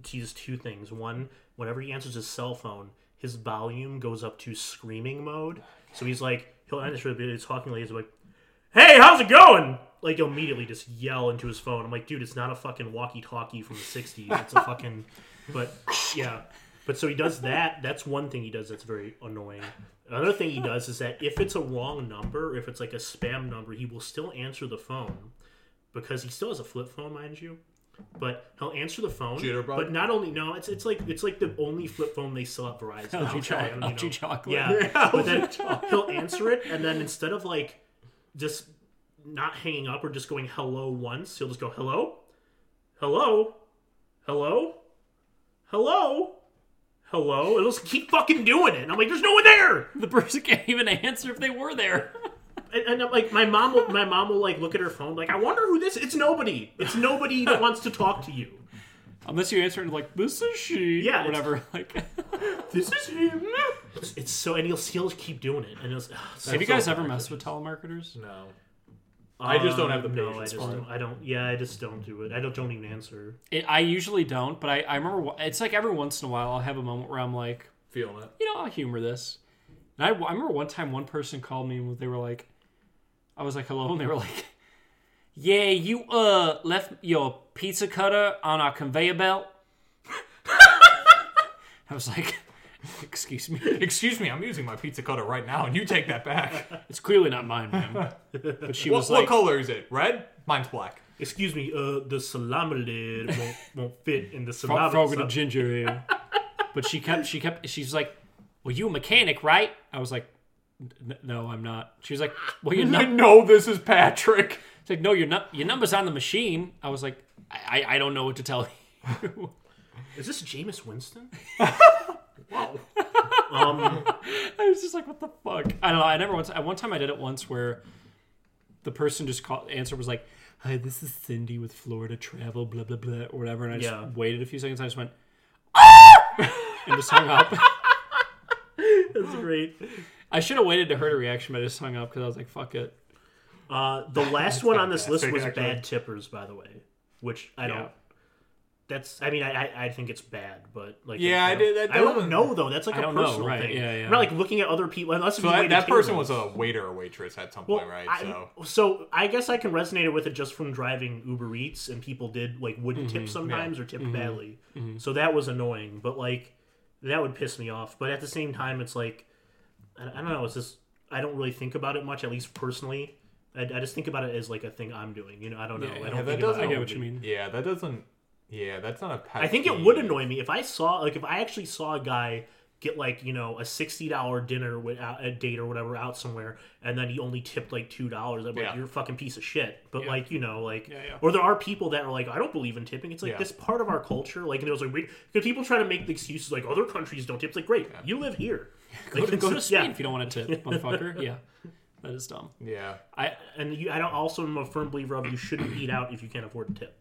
A: use two things. One, whenever he answers his cell phone, his volume goes up to screaming mode. So he's like, he'll answer the he's talking like he's like, "Hey, how's it going?" Like he'll immediately just yell into his phone. I'm like, dude, it's not a fucking walkie-talkie from the '60s.
C: (laughs)
A: It's a fucking, but yeah. But so he does that. That's one thing he does that's very annoying. Another thing he does is that if it's a wrong number, if it's like a spam number, he will still answer the phone because he still has a flip phone, mind you. But he'll answer the phone.
C: Jitterbug?
A: But not only no, it's it's like it's like the only flip phone they sell at Verizon.
D: LG
A: which I
D: chocolate.
A: don't, you
D: LG
A: know.
D: chocolate.
A: Yeah, but then he'll answer it, and then instead of like just not hanging up or just going hello once, he'll just go hello, hello, hello, hello, hello. It'll just keep fucking doing it. And I'm like, there's no one there.
D: (laughs) The person can't even answer if they were there. (laughs)
A: And, and I'm like, my mom will, my mom will like look at her phone, like, I wonder who this. It's nobody. It's nobody that wants to talk to you.
D: Unless you answer and like, this is she.
A: Yeah,
D: Or
C: (laughs)
D: whatever. Like,
A: This is him. It's, it's so, and he'll still keep doing it. And it's, ugh, so-
D: (laughs) have you guys ever messed with telemarketers?
C: No. Um, I just don't have the
A: "Ah, no, I
C: patience
A: just
C: for it.
A: don't, I don't. Yeah, I just don't do it. I don't. Don't even answer.
D: It, I usually don't, but I, I remember wh- it's like every once in a while I'll have a moment where I'm like,
C: Feeling it.
D: you know, I'll humor this. And I, I remember one time one person called me and they were like, I was like, hello. And (laughs) they were like, yeah, you uh left your pizza cutter on our conveyor belt. (laughs) I was like, excuse me.
C: Excuse me, I'm using my pizza cutter right now, and you take
A: (laughs)
C: that back.
D: It's clearly not mine, ma'am. But she
C: what,
D: was
C: what
D: like,
C: color is it? Red?
A: (laughs)
C: Mine's black.
A: Excuse me. Uh, the salami lid won't, won't fit in the
D: "Fro-
A: salami.
D: frog with a ginger ale. But she kept, she kept, she's like, well, you a mechanic, right? I was like, "N- no, I'm not. She was like, well, you're not.
C: I know this is Patrick.
D: It's like, no, your nu- your number's on the machine. I was like, I, I I don't know what to tell (laughs) you.
A: Is this Jameis Winston?
D: I was just like, what the fuck? I don't know. I never once. At one time, I did it once where the person just called. Answer was like, "Hi, this is Cindy with Florida Travel, blah blah blah, or whatever." And I just
A: Yeah.
D: waited a few seconds. I just went, (laughs) ah! and just hung up. (laughs)
A: That's great.
D: I I should have waited to hear a reaction, but I just hung up because I was like, "Fuck it."
A: Uh, the last one on this list
C: fantastic,
A: was
C: actually.
A: bad tippers, by the way, which I don't.
D: Yeah.
A: That's. I mean, I, I I think it's bad, but like.
C: Yeah, I
A: don't-
C: did- that-
A: I don't
C: that-
A: know though. That's like
D: I
A: a
D: don't know,
A: personal
D: right,
A: thing.
D: yeah, yeah.
A: I'm not like looking at other people. Unless
C: So that, that person was a waiter or waitress at some point, right?
A: I,
C: so
A: so I guess I can resonate with it just from driving Uber Eats and people did like wouldn't
D: Mm-hmm.
A: tip sometimes or tipped badly. So that was annoying, but like that would piss me off. But at the same time, it's like I, I don't know. It's just I don't really think about it much, at least personally. I, I just think about it as like a thing I'm doing. You know, I don't know.
D: Yeah,
A: I
D: yeah,
A: don't
C: that
A: think
C: does-
A: about
C: I
A: it.
D: I get what you mean.
C: yeah, that doesn't. Yeah, that's not a pet.
A: I think it
C: peeve.
A: would annoy me if I saw like if I actually saw a guy get like you know a sixty dollar dinner with out, a date or whatever out somewhere, and then he only tipped like two dollars. I'd be
C: Yeah.
A: like, you're a fucking piece of shit. But like you know like
D: yeah.
A: or there are people that are like I don't believe in tipping. It's like
C: Yeah.
A: this part of our culture. Like and it was like because people try to make the excuses like other countries don't tip. It's like great, you live here.
D: (laughs) Go to, go to
A: (laughs)
D: Spain
A: yeah.
D: if you don't want to tip, motherfucker. (laughs) Yeah, that is dumb.
C: Yeah,
A: I and you, I don't also am a firm believer of you shouldn't eat out if you can't afford to tip.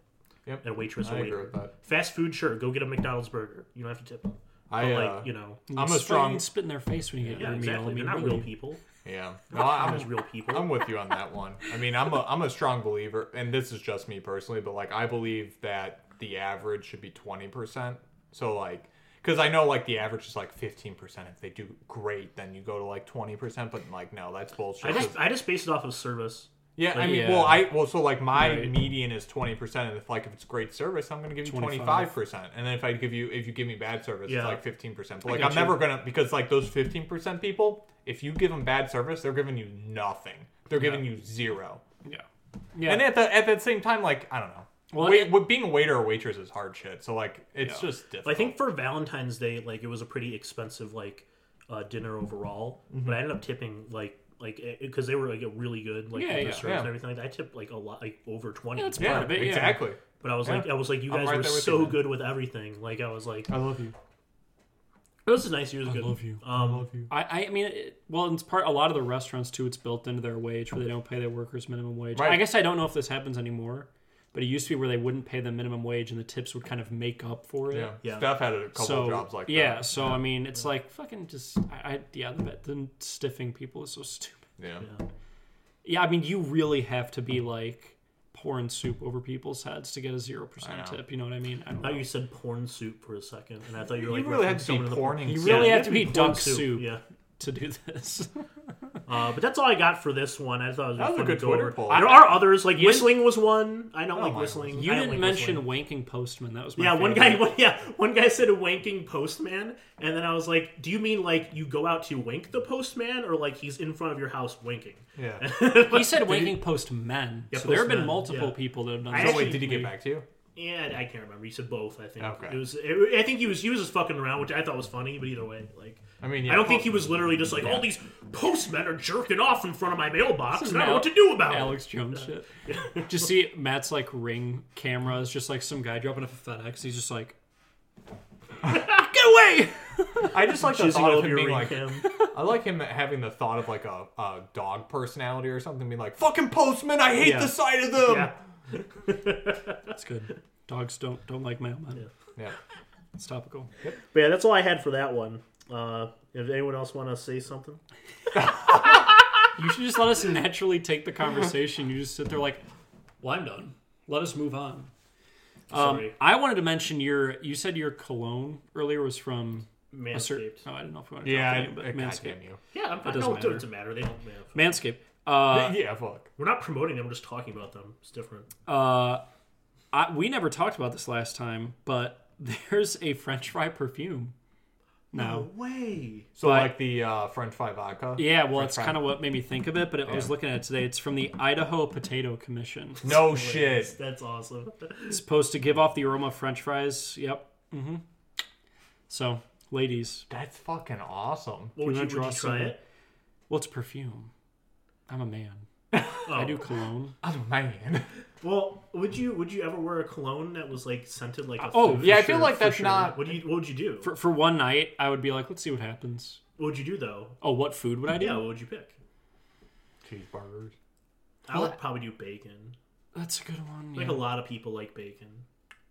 C: Yep.
A: At a waitress or
C: I agree
A: waiter.
C: with that.
A: Fast food, sure, go get a McDonald's burger. You don't have to tip them.
C: I
A: But,
C: uh,
A: like you know,
C: I'm a
D: Spit-
C: strong.
D: spit in their face when you get
A: yeah,
D: your meal. I
A: exactly.
D: mean,
A: They're not
D: really.
A: real people.
C: Yeah,
A: (laughs)
C: no, I'm,
A: There's real people.
C: I'm with you on that one. I mean, I'm a I'm a strong believer, and this is just me personally, but like I believe that the average should be twenty percent. So like, because I know like the average is like fifteen percent. If they do great, then you go to like twenty percent. But like, no, that's bullshit.
A: I
C: 'Cause-
A: just I just based it off of service.
C: yeah, I mean,
D: Yeah.
C: well, I well, so like my
D: Right.
C: median is twenty percent, and if like if it's great service, I'm gonna give you twenty
D: 25.
C: five percent, and then if I give you if you give me bad service, it's
A: Yeah.
C: like fifteen percent. But like
D: get
C: I'm
D: you.
C: never gonna because like those fifteen percent people, if you give them bad service, they're giving you nothing. They're giving you zero.
D: Yeah. Yeah.
C: And at the at that same time, like I don't know.
D: Well,
C: Wait,
D: it-
C: what being a waiter or waitress is hard shit. So like it's
D: Yeah.
C: just difficult.
A: I think for Valentine's Day, like it was a pretty expensive like uh, dinner overall,
C: Mm-hmm.
A: but I ended up tipping like like because they were like really good like
D: Yeah,
A: with
D: yeah,
A: their service and
C: yeah.
A: everything. Like, that. I tipped like a lot, like over twenty.
D: Yeah, it's
C: yeah,
D: part of it, yeah.
C: exactly.
A: but I was like,
C: yeah.
A: I was like, you
C: I'm
A: guys
C: right
A: were
C: there with you,
A: so
C: man.
A: good with everything. Like I was like,
C: I love you.
A: this is nice. Years good. Um,
C: you.
D: I, I mean, it, well, it's part. A lot of the restaurants too. It's built into their wage where they don't pay their workers minimum wage.
C: Right.
D: I guess I don't know if this happens anymore, but it used to be where they wouldn't pay the minimum wage and the tips would kind of make up for it.
C: Yeah.
A: Yeah.
C: Steph had a couple
D: So
C: jobs like
D: yeah,
C: that.
D: so I mean, it's like fucking just. I, I yeah, the, the stiffing people is so stupid.
C: Yeah.
D: Yeah, I mean, you really have to be like pouring soup over people's heads to get a zero
C: I
D: percent
C: know.
D: tip. You know what I mean? I don't
A: I
D: know.
A: thought you said porn soup for a second, and I thought you
C: You
A: were like
C: really
A: referencing
C: had to be
A: someone in the porn-
C: porning.
D: You
C: soup.
A: Yeah,
D: really
A: you
D: have to be
A: porn
D: duck soup
A: Yeah,
D: to do this.
A: Uh, but that's all I got for this one. I thought it was,
C: That was a
A: fun
C: good
A: to go
C: Twitter
A: over.
C: poll. Oh
A: There are others like
D: You-
A: whistling was one. I don't
C: I don't
A: like
C: like
A: whistling.
D: You
A: I don't
D: didn't
A: like
D: mention
A: whistling.
D: wanking postman. That was my
A: Yeah, one guy. (laughs)
D: favorite.
A: One, yeah, one guy said a wanking postman, and then I was like, "Do you mean like you go out to wink the postman, or like he's in front of your house winking?"
C: Yeah. Oh,
D: He said wanking postmen.
A: Yeah,
D: so there have been
A: postmen,
D: multiple
A: yeah.
D: people that have done.
A: I
D: this.
C: So
A: actually-
C: wait, did he get back to you?
A: Yeah, I can't remember. He said both. I think
C: Okay.
A: it was. It, I think he was. He was just fucking around, which I thought was funny. But either way, like.
C: I mean, yeah,
A: I don't think
C: Paul-
A: he was literally just like all these postmen are jerking off in front of my mailbox, and I don't know
D: Al-
A: what to do about it.
D: Alex Jones
A: (laughs)
D: shit. just see Matt's like ring camera is just like some guy dropping off a FedEx. He's just like, get away.
C: (laughs) I just like the
A: Jizzing
C: thought
A: all
C: of
A: over
C: him
A: your
C: being
A: ring
C: like.
A: cam.
C: (laughs) I like him having the thought of like a, a dog personality or something, being like, "Fucking postman, I hate
D: Yeah.
C: the sight of them."
A: Yeah.
D: That's good. Dogs don't don't like mailmen.
C: Yeah.
D: It's topical.
A: But yeah, that's all I had for that one. Uh, if anyone else want to say something,
D: You should just let us naturally take the conversation. You just sit there like, well, I'm done. Let us move on. Um,
A: Sorry.
D: I wanted to mention your. You said your cologne earlier was from a certain.
A: manscaped.
D: No, I don't know if we want to.
C: Yeah.
D: talk
C: I,
D: about
C: I,
D: it, but Manscaped.
C: goddamn you.
A: Yeah, I'm, it
D: doesn't
A: doesn't
D: matter.
A: matter. It doesn't matter. They don't. Man,
D: Manscaped. Uh,
C: yeah. Fuck.
A: we're not promoting them. We're just talking about them. It's different.
D: I, we never talked about this last time, but (laughs) there's a French fry perfume. No.
A: way.
C: So like the uh, French fry vodka.
D: Yeah, well, it's
C: fry.
D: kind of what made me think of it, but it, I was looking at it today. It's from the Idaho Potato Commission.
C: No shit.
A: That's awesome.
D: It's supposed to give off the aroma of French fries. Yep. Mm-hmm. So, ladies,
C: That's fucking awesome.
A: What would you,
D: wanna
A: would you
D: draw
A: try
D: some-
A: it?
D: what's perfume? I'm a man.
C: (laughs)
A: Oh.
D: I do cologne.
C: I'm a man.
A: Well, would you would you ever wear a cologne that was like scented like a
D: Oh,
A: food?
C: Yeah, I
D: For
C: feel
D: sure,
C: like
D: for
C: that's
D: sure.
C: not.
A: What do you what would you do?
D: For, for one night, I would be like, let's see what happens.
A: what would you do though?
D: Oh, what food would I do?
A: Yeah, what would you pick?
C: Cheeseburgers.
A: I would probably do bacon.
D: That's a good one.
A: Like
D: yeah.
A: a lot of people like bacon.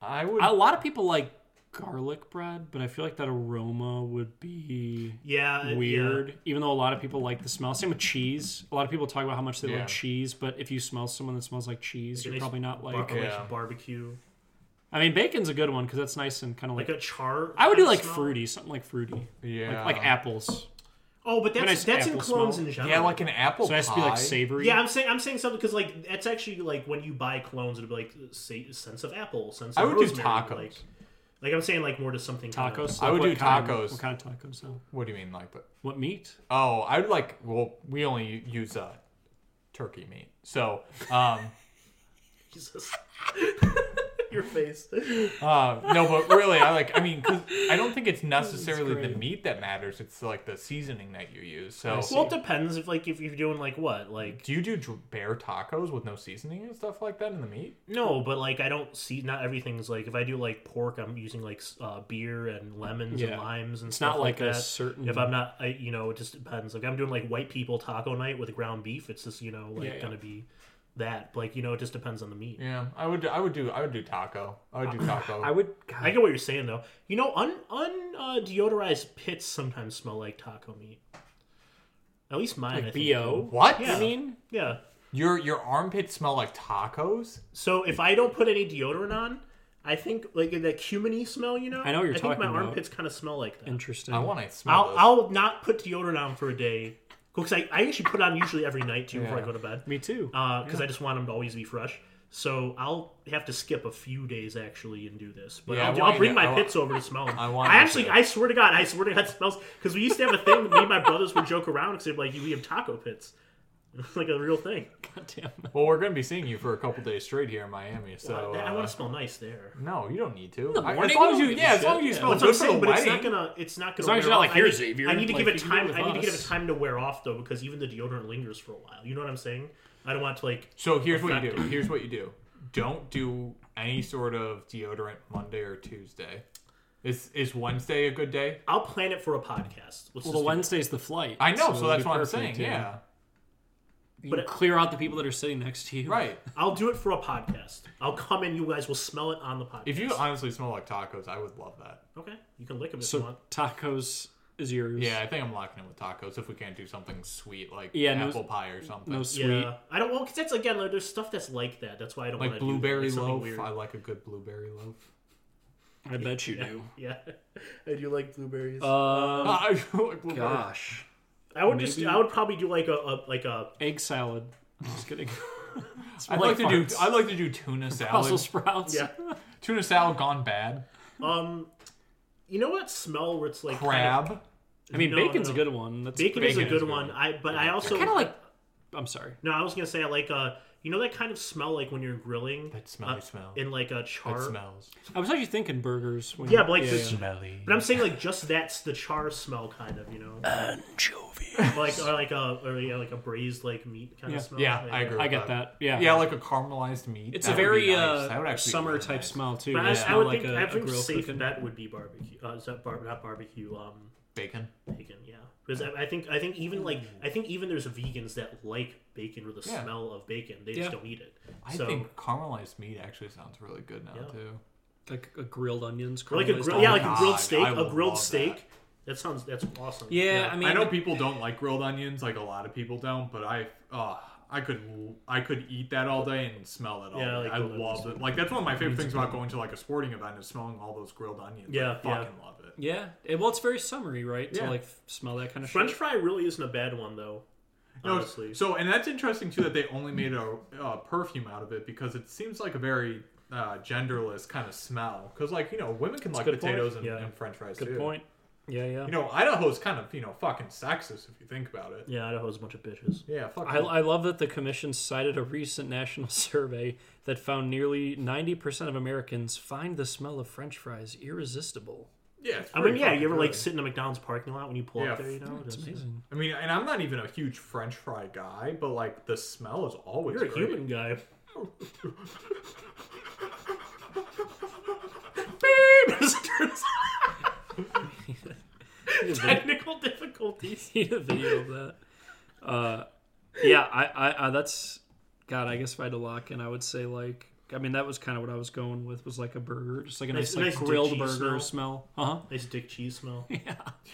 C: I would.
D: A lot of people like garlic bread, but I feel like that aroma would be
A: Yeah, yeah.
D: weird. Even though a lot of people like the smell. Same with cheese. A lot of people talk about how much they
C: Yeah.
D: like cheese, but if you smell someone that smells like cheese, you're
A: nice
D: probably not like.
A: Barbecue,
C: Yeah.
A: barbecue,
D: I mean, bacon's a good one because that's nice and kind of like.
A: like a char.
D: I would do
A: kinda
D: like
A: smell.
D: fruity, something like fruity,
C: Yeah.
D: like apples.
A: Oh, but that's
D: nice
A: that's in
D: apple
A: clones
D: smell.
A: in general.
C: Yeah, like an apple
D: So it has to be
C: pie.
D: like savory.
A: Yeah, I'm saying I'm saying something because like that's actually like when you buy clones, it'd be like say, sense of apple, sense of
C: I would do
A: rosemary,
C: tacos.
A: Like, like I'm saying, like more to something kinda-
D: Tacos.
C: I
D: like,
C: would
D: what
C: do
D: kind-
C: tacos.
D: what kind of tacos though?
C: What do you mean, like the?
D: What meat?
C: Oh, I would like. Well, we only use uh, turkey meat, so um,
A: (laughs)
C: (laughs)
A: Jesus, (laughs) your
C: (laughs)
A: face.
C: uh, no. But really, I like. I mean, 'cause I don't think it's necessarily the
D: great.
C: meat that matters. It's like the seasoning that you use. So,
A: Well, it depends if like if you're doing like what like
C: do you do dr- bare tacos with no seasoning and stuff like that in the meat?
A: no, but like I don't see not everything's like if I do like pork, I'm using like s- uh, beer and lemons and
D: Yeah.
A: limes and
D: It's
A: stuff
D: not
A: like,
D: like a
A: that.
D: certain-
A: If I'm not, I, you know, it just depends. Like I'm doing like white people taco night with ground beef. It's just you know like
D: Yeah, yeah.
A: gonna be that. Like you know, it just depends on the meat.
C: Yeah, I would. I would do. I would do taco. I would do taco.
D: I would.
A: I get what you're saying though. You know, un un uh, deodorized pits sometimes smell like taco meat. At least mine. I
D: like
A: think.
D: bo.
C: What?
D: I mean,
A: Yeah.
C: Your your armpits smell like tacos.
A: So if I don't put any deodorant on, I think like that cuminy smell. You know.
D: I know what you're
A: I think my
D: talking about.
A: armpits kind of smell like that.
D: interesting.
C: I want to smell.
A: Mm. I'll
C: this.
A: I'll not put deodorant on for a day because I, I actually put on usually every night too before I
C: Yeah.
A: go to bed
D: Me too.
A: because I just want them to always be fresh. So I'll have to skip a few days actually and do this, but
C: Yeah, I
A: I'll, do-
C: want
A: I'll
C: you
A: bring
C: to-
A: my
C: I wa-
A: pits over to smell them.
C: (laughs) I want you
A: actually,
C: to.
A: I swear to God, I swear to God, it smells because we used to have a thing. me and my brothers would joke around because they'd be like, "We have taco pits." (laughs) It's like a real thing.
D: God (laughs) damn.
C: Well, we're gonna be seeing you for a couple days straight here in Miami. So
A: I- I
C: uh,
A: want to smell nice there.
C: No, you don't need to. I- as
D: morning,
C: long as
D: you
C: you,
D: don't
C: yeah,
D: give a
C: as long as you
D: shit.
C: smell
A: That's what
C: good
A: I'm
C: for the
A: saying, but it's
C: wedding.
A: not gonna. It's not gonna.
D: long as
A: wear
D: you're
A: off.
D: not like,
A: I need-
D: "Here, Xavier,
A: I need to
D: like,
A: give it
D: you can do it
A: time.
D: with
A: I need to give it
D: us."
A: time to wear off though, because even the deodorant lingers for a while. You know what I'm saying? I don't want to like.
C: so here's what you do.
A: Effective.
C: Here's what you do. Don't do any sort of deodorant Monday or Tuesday. Is is Wednesday a good day?
A: I'll plan it for a podcast. Let's just
D: Well,
A: do
D: the
A: that.
D: Wednesday's the flight.
C: I know, so,
D: it'll
C: that's
D: be
C: what I'm saying.
D: perfect,
C: Yeah.
D: You
A: But-
D: clear out the people that are sitting next to you.
C: right.
A: I'll do it for a podcast. I'll come in. You guys will smell it on the podcast.
C: If you honestly smell like tacos, I would love that.
A: okay, you can lick them if you
D: So
A: want.
D: tacos is yours.
C: Yeah, I think I'm locking in with tacos if we can't do something sweet like
D: Yeah, no-
C: apple pie or something.
D: No sweet.
A: Yeah, I don't. Well, 'cause that's again, like, there's stuff that's like that. That's why I don't
C: like
A: wanna
C: blueberry
A: do that. It's something
C: loaf.
A: Weird.
C: I like a good blueberry loaf. (laughs)
D: I bet you do.
A: Yeah, (laughs) I do like blueberries. Oh
D: Uh,
C: I like blueberry.
D: gosh.
A: I would just.
D: maybe-
A: I would probably do like a, a like a.
D: Egg salad.
A: (laughs)
D: I'm just kidding. (laughs)
C: I'd like, to do. I like to do (laughs) tuna salad.
D: Brussels sprouts.
A: Yeah.
C: Tuna salad gone bad.
A: Um, (laughs) you know what smell where it's like kind of-
C: Crab.
D: I mean,
A: No,
D: bacon's
A: no.
D: a good one. That's
A: Bacon, is a
C: Bacon
A: good
C: is good.
A: one. I but I also
D: kind of like. I'm sorry.
A: no. I was gonna say I like uh you know that kind of smell like when you're grilling
C: That smelly smell.
A: Uh, in like a char.
C: It smells.
D: I was actually thinking burgers. When
A: Yeah, but like this-
C: Smelly.
A: But I'm saying like just that's the char smell kind of you
D: (laughs)
A: know like or like a or yeah, like a braised like meat kind
D: Yeah.
A: of smell.
C: Yeah,
A: Like,
C: I agree.
D: I
C: with
D: get that. Yeah.
C: Yeah, like a caramelized meat.
D: It's
C: That
D: a
C: would be
D: very
C: nice. That would
D: uh,
C: actually be
D: summer
C: really
D: type
C: nice.
D: smell too.
A: But
D: They
A: I, I
D: smell
A: would
D: like
A: think
D: a,
A: I
D: a
A: think
D: grill
A: safe
D: cooking.
A: bet would be barbecue. Uh, is that bar not barbecue? Um,
C: Bacon.
A: bacon. Yeah, because I, I think I think even like I think even there's vegans that like bacon or the
C: Yeah.
A: smell of bacon. They
D: Yeah.
A: just don't eat it.
C: I
A: so
C: think caramelized meat actually sounds really good now
A: Yeah.
C: too.
D: like a grilled onions.
A: or like a
D: caramelized
A: grill, yeah, like
D: onions.
A: a grilled
C: "Oh God,
A: steak,
C: I
A: a
C: would
A: grilled
C: love
A: steak.
C: that.
A: That. sounds that's awesome.
D: Yeah, I mean,
C: I know people don't like grilled onions, like a lot of people don't, but I, uh, I could, I could eat that all day and smell it all.
A: Yeah, I
C: day.
A: like
C: I
A: grilled
C: love it. Like that's one of my favorite things about going to like a sporting event is smelling all those grilled onions.
A: Yeah,
C: I
A: yeah.
C: fucking love it.
D: Yeah, it, well, it's very summery, right? To
C: Yeah.
D: like f- smell that kind of
A: French
D: shit.
A: fry really isn't a bad one though.
C: No,
A: Honestly,
C: so and that's interesting too that they only made a, a perfume out of it because it seems like a very uh, genderless kind of smell. Because like you know women can like
D: a good point.
C: potatoes and,
A: Yeah.
C: and French fries
D: Good
C: too.
D: point. Yeah, yeah.
C: You know Idaho's kind of you know fucking sexist if you think about it.
A: yeah, Idaho's a bunch of bitches.
C: Yeah, fuck.
D: I, I love that the commission cited a recent national (laughs) survey that found nearly 90% of Americans find the smell of french fries irresistible. (laughs)
C: yeah, it's
A: I mean,
C: pretty
A: yeah,
C: fucking
A: you ever like
C: good.
A: sit in a McDonald's parking lot when you pull up
C: Yeah.
A: there? You know,
D: It's
A: That's-
D: amazing.
C: I mean, and I'm not even a huge French fry guy, but like the smell is always
A: You're a
C: great.
A: human guy. Technical difficulties.
D: Need a video of that. Uh, yeah, I, I, I, that's, God, I guess if I had to lock in, I would say like I mean, that was kind of what I was going with. Was like a burger, just like a
A: Nice-
D: nice, like
A: nice dick
D: grilled
A: cheese
D: burger
A: smell.
D: smell. Uh huh.
A: Nice dick cheese (laughs) smell.
D: Yeah.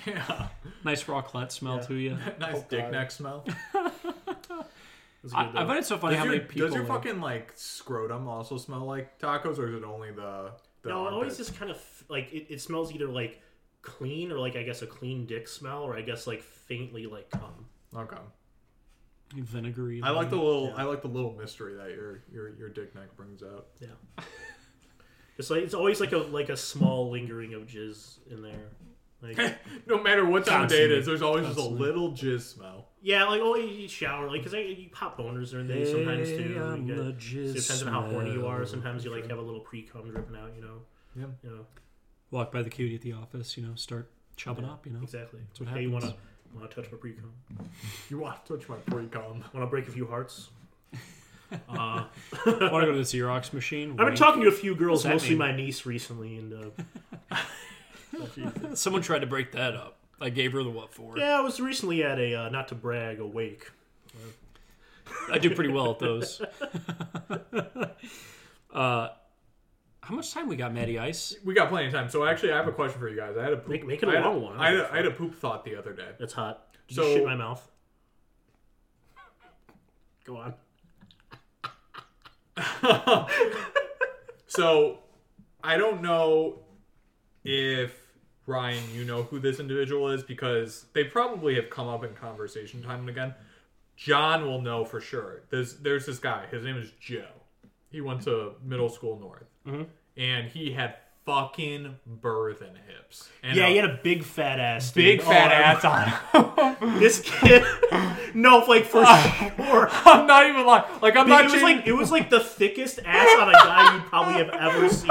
C: Yeah.
D: Nice raclette smell to you.
C: nice dick neck (laughs) smell.
A: That's
D: I,
A: good,
D: I
A: though.
D: find it so funny
C: Does
D: how
C: your,
D: many people.
C: does your
D: like-
C: fucking like scrotum also smell like tacos, or is it only the?
A: No,
C: the
A: it always
C: armpits?
A: just kind of like it, it smells either like clean or like I guess a clean dick smell or I guess like faintly like cum.
C: Okay.
D: vinegary.
C: I like the little. I like the little mystery that your your your dick neck brings out.
A: Yeah. It's like it's always like a like a small lingering of jizz in there. Like
C: No matter what time of day it
D: Constantly.
C: is, there's always just a
D: Constantly.
C: little jizz smell.
A: yeah, like oh you shower like because you pop boners during the day sometimes too.
D: Hey, I'm
A: You get-
D: the jizz
A: so it depends on how horny you are.
D: smell.
A: Sometimes you like have a little pre cum dripping out. You know.
C: Yeah.
A: You know
D: Walk by the cutie at the office, you know, start chopping up, you know.
A: exactly.
D: what
A: hey, you wanna
D: happens.
A: wanna touch my pre cum?
C: You want to touch my pre cum?
A: Wanna break a few hearts?
D: (laughs)
A: Uh,
D: Want to go to the Xerox machine?
A: I've been
D: Wait.
A: talking to a few girls,
D: What does
A: mostly
D: that mean?
A: my niece recently, and
D: (laughs)
A: uh,
D: Someone tried to break that up. I gave her the what for.
A: yeah, I was recently at a uh, not to brag a wake.
D: I do pretty well at those. (laughs) uh, how much time we got, Matty Ice?
C: We got plenty of time. So actually, I have a question for you guys. I had a poop.
A: Make- make it a
C: I had
A: long one.
C: I had a, I had a poop thought the other day.
A: That's hot. Did
C: So-
A: you shit my mouth? Go on.
C: So I don't know if Ryan, you know who this individual is because they probably have come up in conversation time and again. John will know for sure. There's there's this guy. His name is Joe. He went to middle school north,
A: Mm-hmm.
C: and he had fucking birth and hips. And
A: Yeah,
C: a
A: he had a big fat ass. dude.
C: big fat
A: Oh,
C: ass on. (laughs)
A: This kid. (laughs) no, like for sure.
C: (laughs) I'm not even lying. Like I'm not
A: It was
C: kidding.
A: like it was like the thickest ass on a guy you probably have ever
C: (laughs)
A: seen.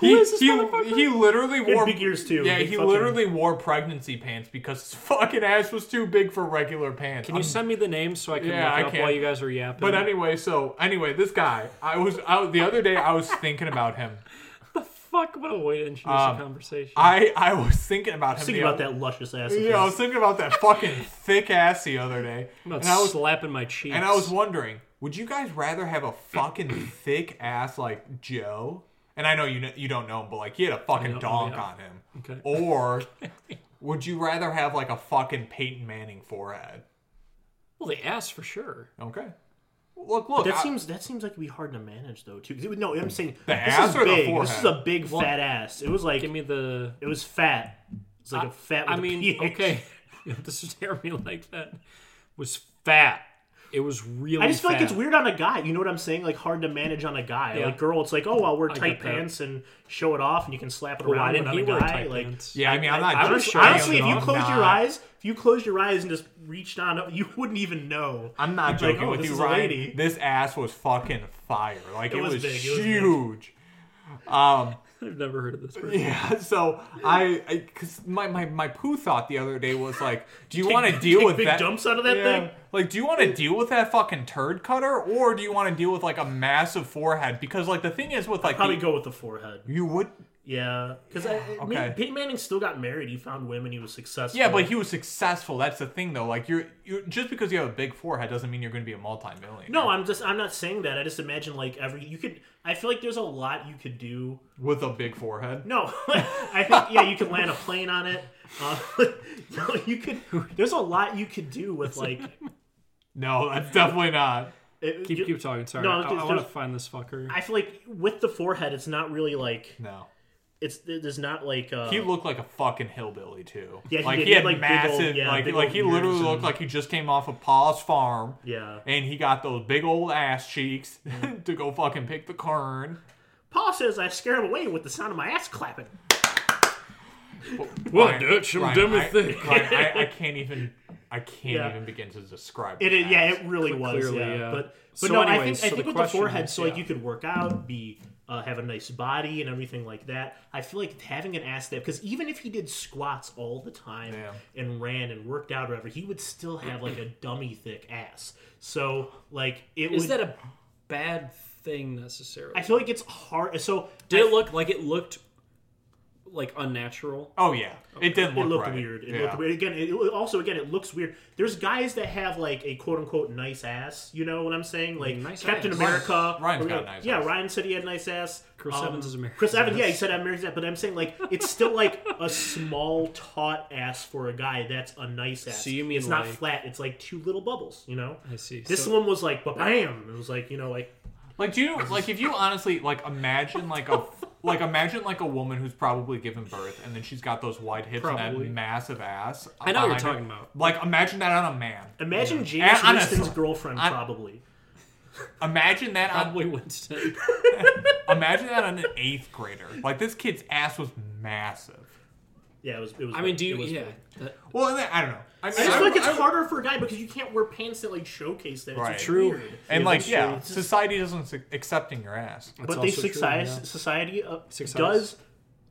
C: he,
D: is this
C: he,
D: motherfucker?
C: he literally
A: He had
C: wore
A: big ears too.
C: Yeah,
A: Big
C: he
A: fucking-
C: literally wore pregnancy pants because his (laughs) fucking ass was too big for regular pants.
D: Can you
C: I'm-
D: send me the name so I can
C: Yeah,
D: look
C: I
D: it up
C: can.
D: while you guys are yapping?
C: but anyway, so anyway, this guy, I was out the other day. I was thinking about him.
D: Fuck, what a way to introduce a conversation.
C: Um, I I was thinking about him.
A: Think
C: the
A: about
C: other-
A: that luscious ass.
C: (laughs) Yeah, I was thinking about that fucking thick ass the other day,
D: I'm not
C: and I was
D: slapping my cheeks.
C: and I was wondering, would you guys rather have a fucking thick ass like Joe? And I know you know, you don't know him, but like he had a fucking
D: know,
C: donk
D: yeah.
C: on him.
D: Okay.
C: Or would you rather have like a fucking Peyton Manning forehead?
D: well, the ass for sure.
C: Okay. Look, look.
A: That
C: I-
A: seems that seems like it'd be hard to manage though too. 'Cause it would- No, I'm saying
C: The
A: this
C: ass
A: is
C: or the
A: big. This is
C: forehead?
A: a big fat ass. It was like
D: Give me the.
A: it was fat. It's like a fat. With
D: I
A: a
D: mean,
A: pH.
D: okay. (laughs) You have to stare at me like that. Was fat. It was really.
A: I just feel like it's
D: fat.
A: weird on a guy. You know what I'm saying? Like hard to manage on a guy.
D: Yeah.
A: Like girl, it's like oh, I'll wear tight
D: get that.
A: pants and show it off, and you can slap it
D: Why
A: around.
D: didn't
A: but on
D: he
A: a
D: wear
A: guy,
D: tight
A: like
D: pants?
C: Yeah, I mean, I'm not.
D: I
C: I'm
D: was
A: honestly,
C: sure
D: I
A: honestly, if
C: I'm
A: you closed your
C: not-
A: eyes, if you closed your eyes and just reached on up, you wouldn't even know.
C: I'm not
A: like,
C: joking
A: oh,
C: with
A: this
C: you,
A: is a
C: Ryan.
A: lady.
C: This ass was fucking fire. Like it,
A: was
C: was,
A: big, it was big.
C: huge.
A: (laughs)
D: I've never heard of this person.
C: Yeah. (laughs) So I, I cause my, my my poo thought the other day was like, do you
A: Take-
C: want to deal
A: take
C: with
A: big
C: that?
A: dumps out of that
C: Yeah.
A: thing?
C: Like, do you want to deal with that fucking turd cutter, or do you want to deal with like a massive forehead? Because like the thing is with like
A: Probably
C: the-
A: go with the forehead.
C: you would.
A: Yeah, because I mean,
C: okay.
A: Peyton Manning still got married. He found women. He was successful.
C: Yeah, but he was successful. That's the thing, though. Like, you're, you're just because you have a big forehead doesn't mean you're going to be a multi-millionaire.
A: No, I'm just I'm not saying that. I just imagine like every you could. I feel like there's a lot you could do.
C: with a big forehead.
A: No, (laughs) I think yeah, you could land a plane on it. Uh, (laughs) no, you could. There's a lot you could do with
C: (laughs)
A: like.
C: No, that's definitely not.
A: It,
D: Keep,
A: you-
D: keep talking. Sorry,
A: No,
D: I,
A: there's-
D: want to
A: there's-
D: find this fucker.
A: I feel like with the forehead, it's not really like
C: No.
A: it's there's not like uh,
C: He looked like a fucking hillbilly too.
A: Yeah, he
C: like
A: did.
C: he,
A: He had,
C: had
A: like, big old-
C: massive,
A: yeah,
C: like
A: big
C: like
A: old
C: he literally
A: ears
C: looked
A: and-
C: like he just came off of Pa's farm,
A: yeah.
C: and he got those big old ass cheeks (laughs) to go fucking pick the corn.
A: Paul says I scare him away with the sound of my ass clapping.
D: well,
C: Ryan-
D: Dutch, I'm
C: Ryan,
D: dumb as
A: (laughs)
C: I-
D: thick.
C: Ryan, I, I can't even. I can't
A: Yeah.
C: even begin to describe
A: It,
C: that.
A: yeah, it really was.
D: clearly,
A: yeah.
D: yeah.
A: but but
D: So
A: no, I think
D: anyways, so
A: I
D: the
A: think with the
D: question
A: forehead,
D: is,
A: so like
D: yeah.
A: you could work out, be uh, have a nice body and everything like that. I feel like having an ass that because even if he did squats all the time
C: Yeah.
A: and ran and worked out or whatever, he would still have like a dummy thick ass. So like it
D: Is
A: would.
D: that a bad thing necessarily?
A: I feel like it's hard. So
D: Did it look like it looked like unnatural.
C: Oh yeah, it didn't look
A: it looked
C: right.
A: weird. It
C: yeah.
A: looked weird. Again, it, it- also again, it looks weird. There's guys that have like a quote unquote nice ass. You know what I'm saying? Like
D: Mm, Nice
A: Captain
D: ass.
A: America.
C: Ryan's
A: or,
C: got
A: like,
C: nice
A: Yeah,
C: ass.
A: Ryan said he had nice ass. Um,
D: Chris Evans is American.
A: Chris Evans, yeah, he said I'm American, but I'm saying like it's still like a small taut ass for a guy. That's a nice ass.
D: So you mean
A: it's not
D: like-
A: flat? It's like two little bubbles. You know.
D: I see.
A: This
D: So-
A: one was like, but bam! It was like you know like
C: Like, do you like if you honestly like imagine like a (laughs) like imagine like a woman who's probably given birth and then she's got those wide hips and
D: Probably.
C: that massive ass.
D: I know what you're
C: behind
D: talking
C: her.
D: about.
C: Like, imagine that on a man.
A: imagine
C: And
A: James
C: on a-
A: Winston's girlfriend
C: on-
A: probably.
C: Imagine that
A: Uh,
C: on
D: Probably Winston.
C: imagine that on an eighth grader. Like this kid's ass was massive.
A: Yeah, it was. It was
D: I mean, do
A: it
D: you?
A: was
D: Yeah.
A: bad.
D: that-
C: Well, and then- I don't know. I mean,
A: I just
C: I-
A: feel like it's
C: I-
A: harder for a guy because you can't wear pants that like showcase that.
C: Right.
A: It's
D: True.
A: Weird.
C: and
D: Yeah,
C: like
D: that's
C: yeah,
D: true.
C: society doesn't ac- accepting your ass.
A: but
D: also
A: they
D: true,
A: society
D: yeah.
A: society uh,
D: Success.
A: does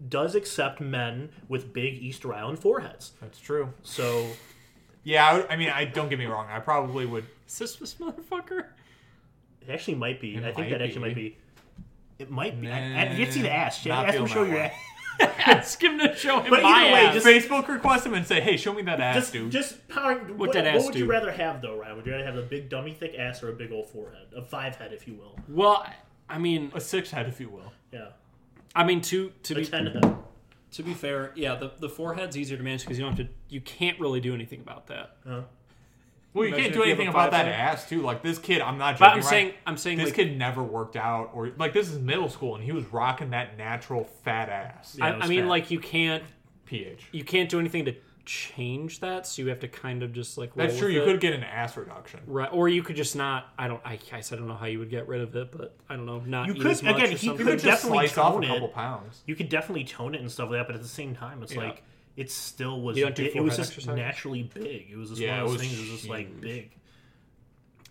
A: does accept men with big Easter Island foreheads.
C: That's true.
A: So
C: Yeah, I, would- I mean, I don't get me wrong. I probably would.
D: Is this this motherfucker?
A: it actually might be.
C: It
A: I think
C: might
A: that actually might
C: be.
A: be. It might be. I, I, you can see the ass. Yeah,
C: Not
A: ask him to
C: feeling
A: show
C: that
A: your
C: way.
A: ass.
D: (laughs) Ask him to show him
A: But either
D: my
A: way,
D: ass.
A: just-
C: Facebook request him and say, "Hey, show me that ass,
A: Just,
C: dude."
A: just power. What, what,
D: that ass
A: would you
D: do?
A: rather have though, Ryan? Would you rather have a big dummy thick ass or a big old forehead, a five head, if you will?
D: well, I mean,
C: a six head, if you will.
A: Yeah,
D: I mean to to
A: a
D: be
A: ten head.
D: to be fair, yeah, the the forehead's easier to manage because you don't have to. You can't really do anything about that.
C: Well, you
D: Imagine
C: can't
D: if
C: do
D: you have
C: anything
D: a
C: about that
D: five-head.
C: ass too. Like this kid, I'm not joking.
D: But I'm
C: right?
D: saying, I'm saying,
C: this
D: like,
C: kid never worked out, or like this is middle school, and he was rocking that natural fat ass.
D: I,
A: it was
D: I mean,
A: fat.
D: like, you can't
C: Ph.
D: you can't do anything to change that, so you have to kind of just like.
C: That's
D: roll
C: true.
D: with
C: You
D: it.
C: could get an ass reduction.
D: Right, or you could just not. I don't. I guess I don't know how you would get rid of it, but I don't know. Not
A: You
D: eat
A: could-
D: as much
A: again,
D: Or
A: he
D: something.
C: You could just
A: definitely
C: slice off
A: tone
C: a
A: it.
C: couple pounds.
A: you could definitely tone it and stuff like that, but at the same time, it's like it still was.
D: You don't do
A: it, it was
D: forehead
A: just
D: exercises?
A: naturally big. It was just
C: Yeah,
A: one of
C: it
A: those
C: was
A: things. It was just like
C: huge.
A: big.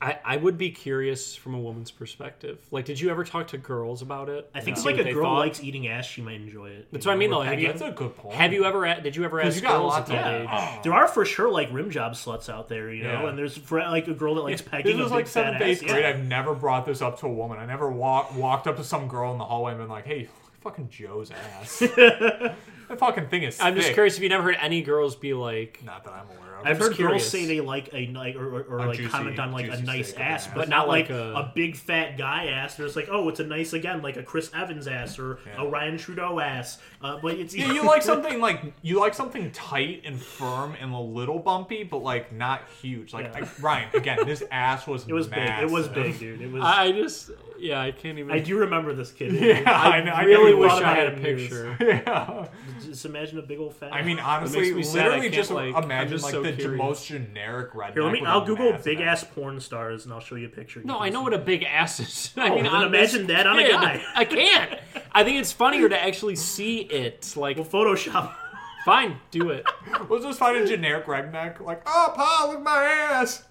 D: I, I would be curious from a woman's perspective. Like, did you ever talk to girls about it?
A: I think
D: See
A: if
D: what
A: like a
D: they
A: girl
D: thought?
A: likes eating ass, she might enjoy it.
D: That's what I mean, though. Oh, Have
C: Hey,
D: you,
C: That's a good point.
D: have you ever? a- Did you ever ask
C: you got
D: girls
C: lots
D: at that
C: of-
D: age?
C: Yeah.
A: There are for sure like rim job sluts out there, you know.
C: Yeah.
A: And there's for, like a girl that likes pegging.
C: This was
A: a big
C: like seventh,
A: fat ass.
C: eighth grade.
A: Yeah.
C: I've never brought this up to a woman. I never walk, walked up to some girl in the hallway and been like, "Hey, look at fucking Joe's
A: (laughs)
C: ass." that fucking thing is.
D: I'm just
C: thick.
D: curious if you never heard any girls be like,
C: Not that I'm aware of.
A: I've
D: just
A: heard
D: curious.
A: girls say they like a ni- or, or, or like
C: juicy-
A: comment on like a
C: juicy
A: nice
C: steak of an
A: ass,
C: ass.
A: but
D: But not
A: not like
D: like
A: a,
D: a-
A: big fat guy ass. They're just like, oh, it's a nice again, like a Chris Evans ass or a Ryan Trudeau ass. Uh, but it's (laughs)
C: Yeah, you like something like you like something tight and firm and a little bumpy, but like not huge. Like
A: Yeah.
C: I- Ryan, again, this ass was
A: It was big. It was
C: massive.
A: big, dude. It was. I,
D: I I just, yeah, I can't even.
A: do remember this kid.
C: Yeah, (laughs) I, know, I
D: really
C: know.
D: wish
A: about
D: I had
A: it
D: a
A: in years.
D: picture.
C: (laughs) Yeah.
A: Just imagine a big old fat.
C: I mean,
D: makes
C: honestly,
D: me sad. I
C: literally
D: can't,
C: just
D: like- I'm
C: imagine
D: just
C: like
D: so
C: the
D: curious.
C: most generic redneck.
A: Here, let me.
C: with
A: I'll
C: a
A: Google
C: massive
A: big ass porn stars, and I'll show you a picture. You
D: No,
A: can
D: I know
A: see.
D: what a big ass is. (laughs) I mean,
A: then
D: on this
A: imagine that on a
D: kid,
A: guy.
D: (laughs) I can't. I think it's funnier to actually see it. Like,
A: Well, Photoshop. (laughs)
D: fine, do it.
C: We'll just find a generic redneck. Like, oh, pa, look at my
D: (laughs)
C: ass.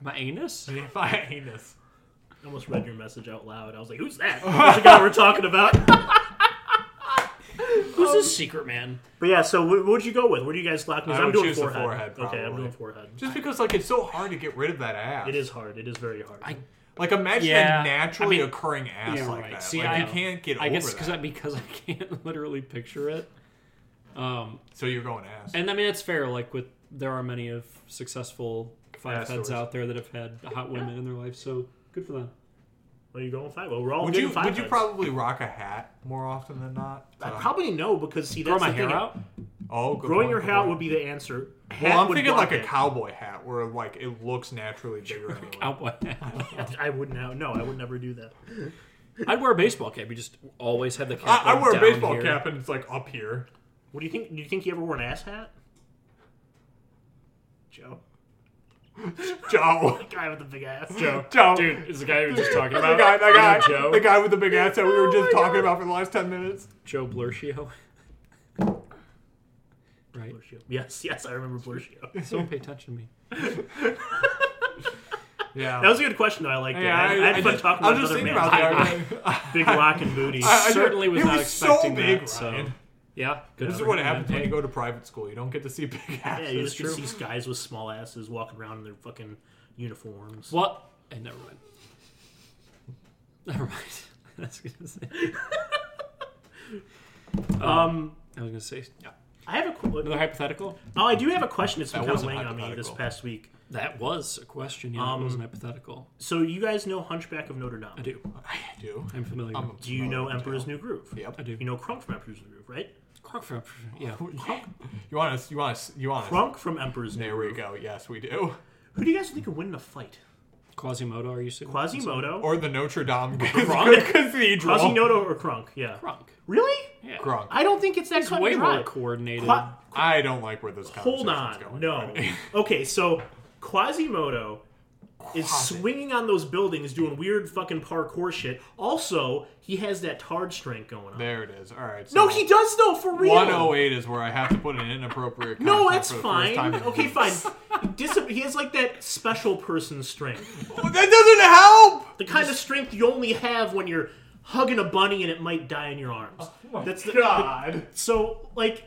D: My anus.
C: My anus.
A: I almost read your message out loud. I was like, "Who's
D: (laughs)
A: that?" That's the guy we're talking about.
D: Who's this secret man?
A: But yeah, so what would you go with? Where do you guys lock? Because
C: I
A: I'm
C: would
A: doing
C: choose the
A: forehead.
C: forehead,
A: okay, I'm
C: probably.
A: doing forehead.
C: Just because like it's so hard to get rid of that ass.
A: It is hard. It is very hard.
D: I
C: Like imagine
D: Yeah.
C: a naturally
D: I mean-
C: occurring ass
D: Yeah,
C: like
D: right.
C: that.
D: See,
C: like
D: I-
C: you can't get
D: I
C: over
D: guess because
C: that.
D: I, because (laughs) I can't literally picture it. Um,
C: so you're going ass.
D: and I mean it's fair. Like with there are many of successful five
C: Ass
D: heads
C: stories.
D: out there that have had hot women in their life, so good for them.
A: Where are you going five? Well, we're all
C: Would
A: doing
C: you
A: five.
C: would you
A: heads.
C: probably rock a hat more often than not?
A: I
C: Uh,
A: probably no because see
D: Grow
A: that's
D: my
A: the
D: hair
A: thing.
D: out.
C: oh, good
A: Growing
C: point,
A: your
C: good
A: hair out
C: point.
A: would be the answer. Hat
C: Well, I'm
A: would
C: thinking like
A: block
C: a
A: it.
C: cowboy hat, where like it looks naturally bigger. anyway.
D: Cowboy.
A: I would not No, I would never do that.
D: (laughs) I'd wear a baseball cap. You just always have the cap.
C: I, I
D: like,
C: wear a
D: down
C: baseball
D: here.
C: cap and it's like up here.
A: What do you think? Do you think you ever wore an ass hat, Joe?
C: Joe,
A: Guy with the big ass.
C: Joe,
D: Dude, is the guy we were just
C: (laughs)
D: talking
C: the
D: about?
C: guy, the guy,
D: Joe.
C: the guy with the big ass that we were just talking about for the last ten minutes.
D: Joe Blurchio. (laughs) right.
A: Blurchio. Yes, yes, I remember Blurchio. That
D: Someone pay attention to me.
C: Yeah,
A: was a good question though. I liked it.
C: Yeah,
A: I, I had fun
C: just-
A: talking
C: I
A: about
C: was just
A: another
C: thinking
A: man.
C: about
A: (laughs)
C: that.
A: Big rock and booty.
C: (laughs) I- I-
D: Certainly was
C: it
D: not
C: was so
D: expecting
C: big,
D: that.
C: Ryan.
D: So yeah, good
C: This is
D: for
C: what
D: him,
C: happens
D: man.
C: when you go to private school. You don't get to see big
A: (laughs)
C: asses.
A: yeah, you just
D: true.
A: can see guys with small asses walking around in their fucking uniforms.
D: What? And never mind. (laughs) (laughs) Never mind. That's good to say.
A: Um,
D: I was gonna say yeah.
A: I have a qu-
D: another hypothetical.
A: oh, I do have a question that's been
C: That
A: kind of
C: wasn't
A: weighing on me this
C: hypothetical.
A: past week.
D: That was a question. Yeah, it wasn't hypothetical.
A: So you guys know Hunchback of Notre
D: Um, I
A: Dame?
D: do.
C: (laughs) I do.
D: I'm familiar.
C: I'm a-
A: Do you know Emperor's New Groove?
C: Yep.
D: I do.
A: You know Crunk from Emperor's New Groove, right?
D: Crunk from yeah. (laughs)
C: You want us? You want us? You want us?
A: Crunk from Emperor's New
C: There we
A: Groove.
C: go. Yes, we do.
A: Who do you guys think would win in a fight?
D: Quasimodo, are you saying?
A: Quasimodo, or
C: Or the Notre Dame
A: Gronk?
C: (laughs) Cathedral.
A: Quasimodo, or Crunk? Yeah.
D: Crunk.
A: Really?
D: Yeah.
C: Gronk.
A: I don't think it's that cut
D: Way
A: and dry.
D: more coordinated.
A: Qua-
C: I don't like where this
A: Hold
C: conversation's
A: on.
C: going.
A: No. okay, so Quasimodo is swinging on those buildings doing weird fucking parkour shit. Also, he has that tard strength going on.
C: (laughs) There it is. All right. So
A: No, he does though, for real.
C: 108 is where I have to put an inappropriate.
A: No,
C: content
A: that's
C: oh for the first
A: fine.
C: time in
A: Okay,
C: years.
A: fine.
C: (laughs)
A: Dis- he has like that special person strength.
C: Oh, that doesn't help.
A: The kind of strength you only have when you're hugging a bunny and it might die in your arms. that's the,
C: God.
A: so like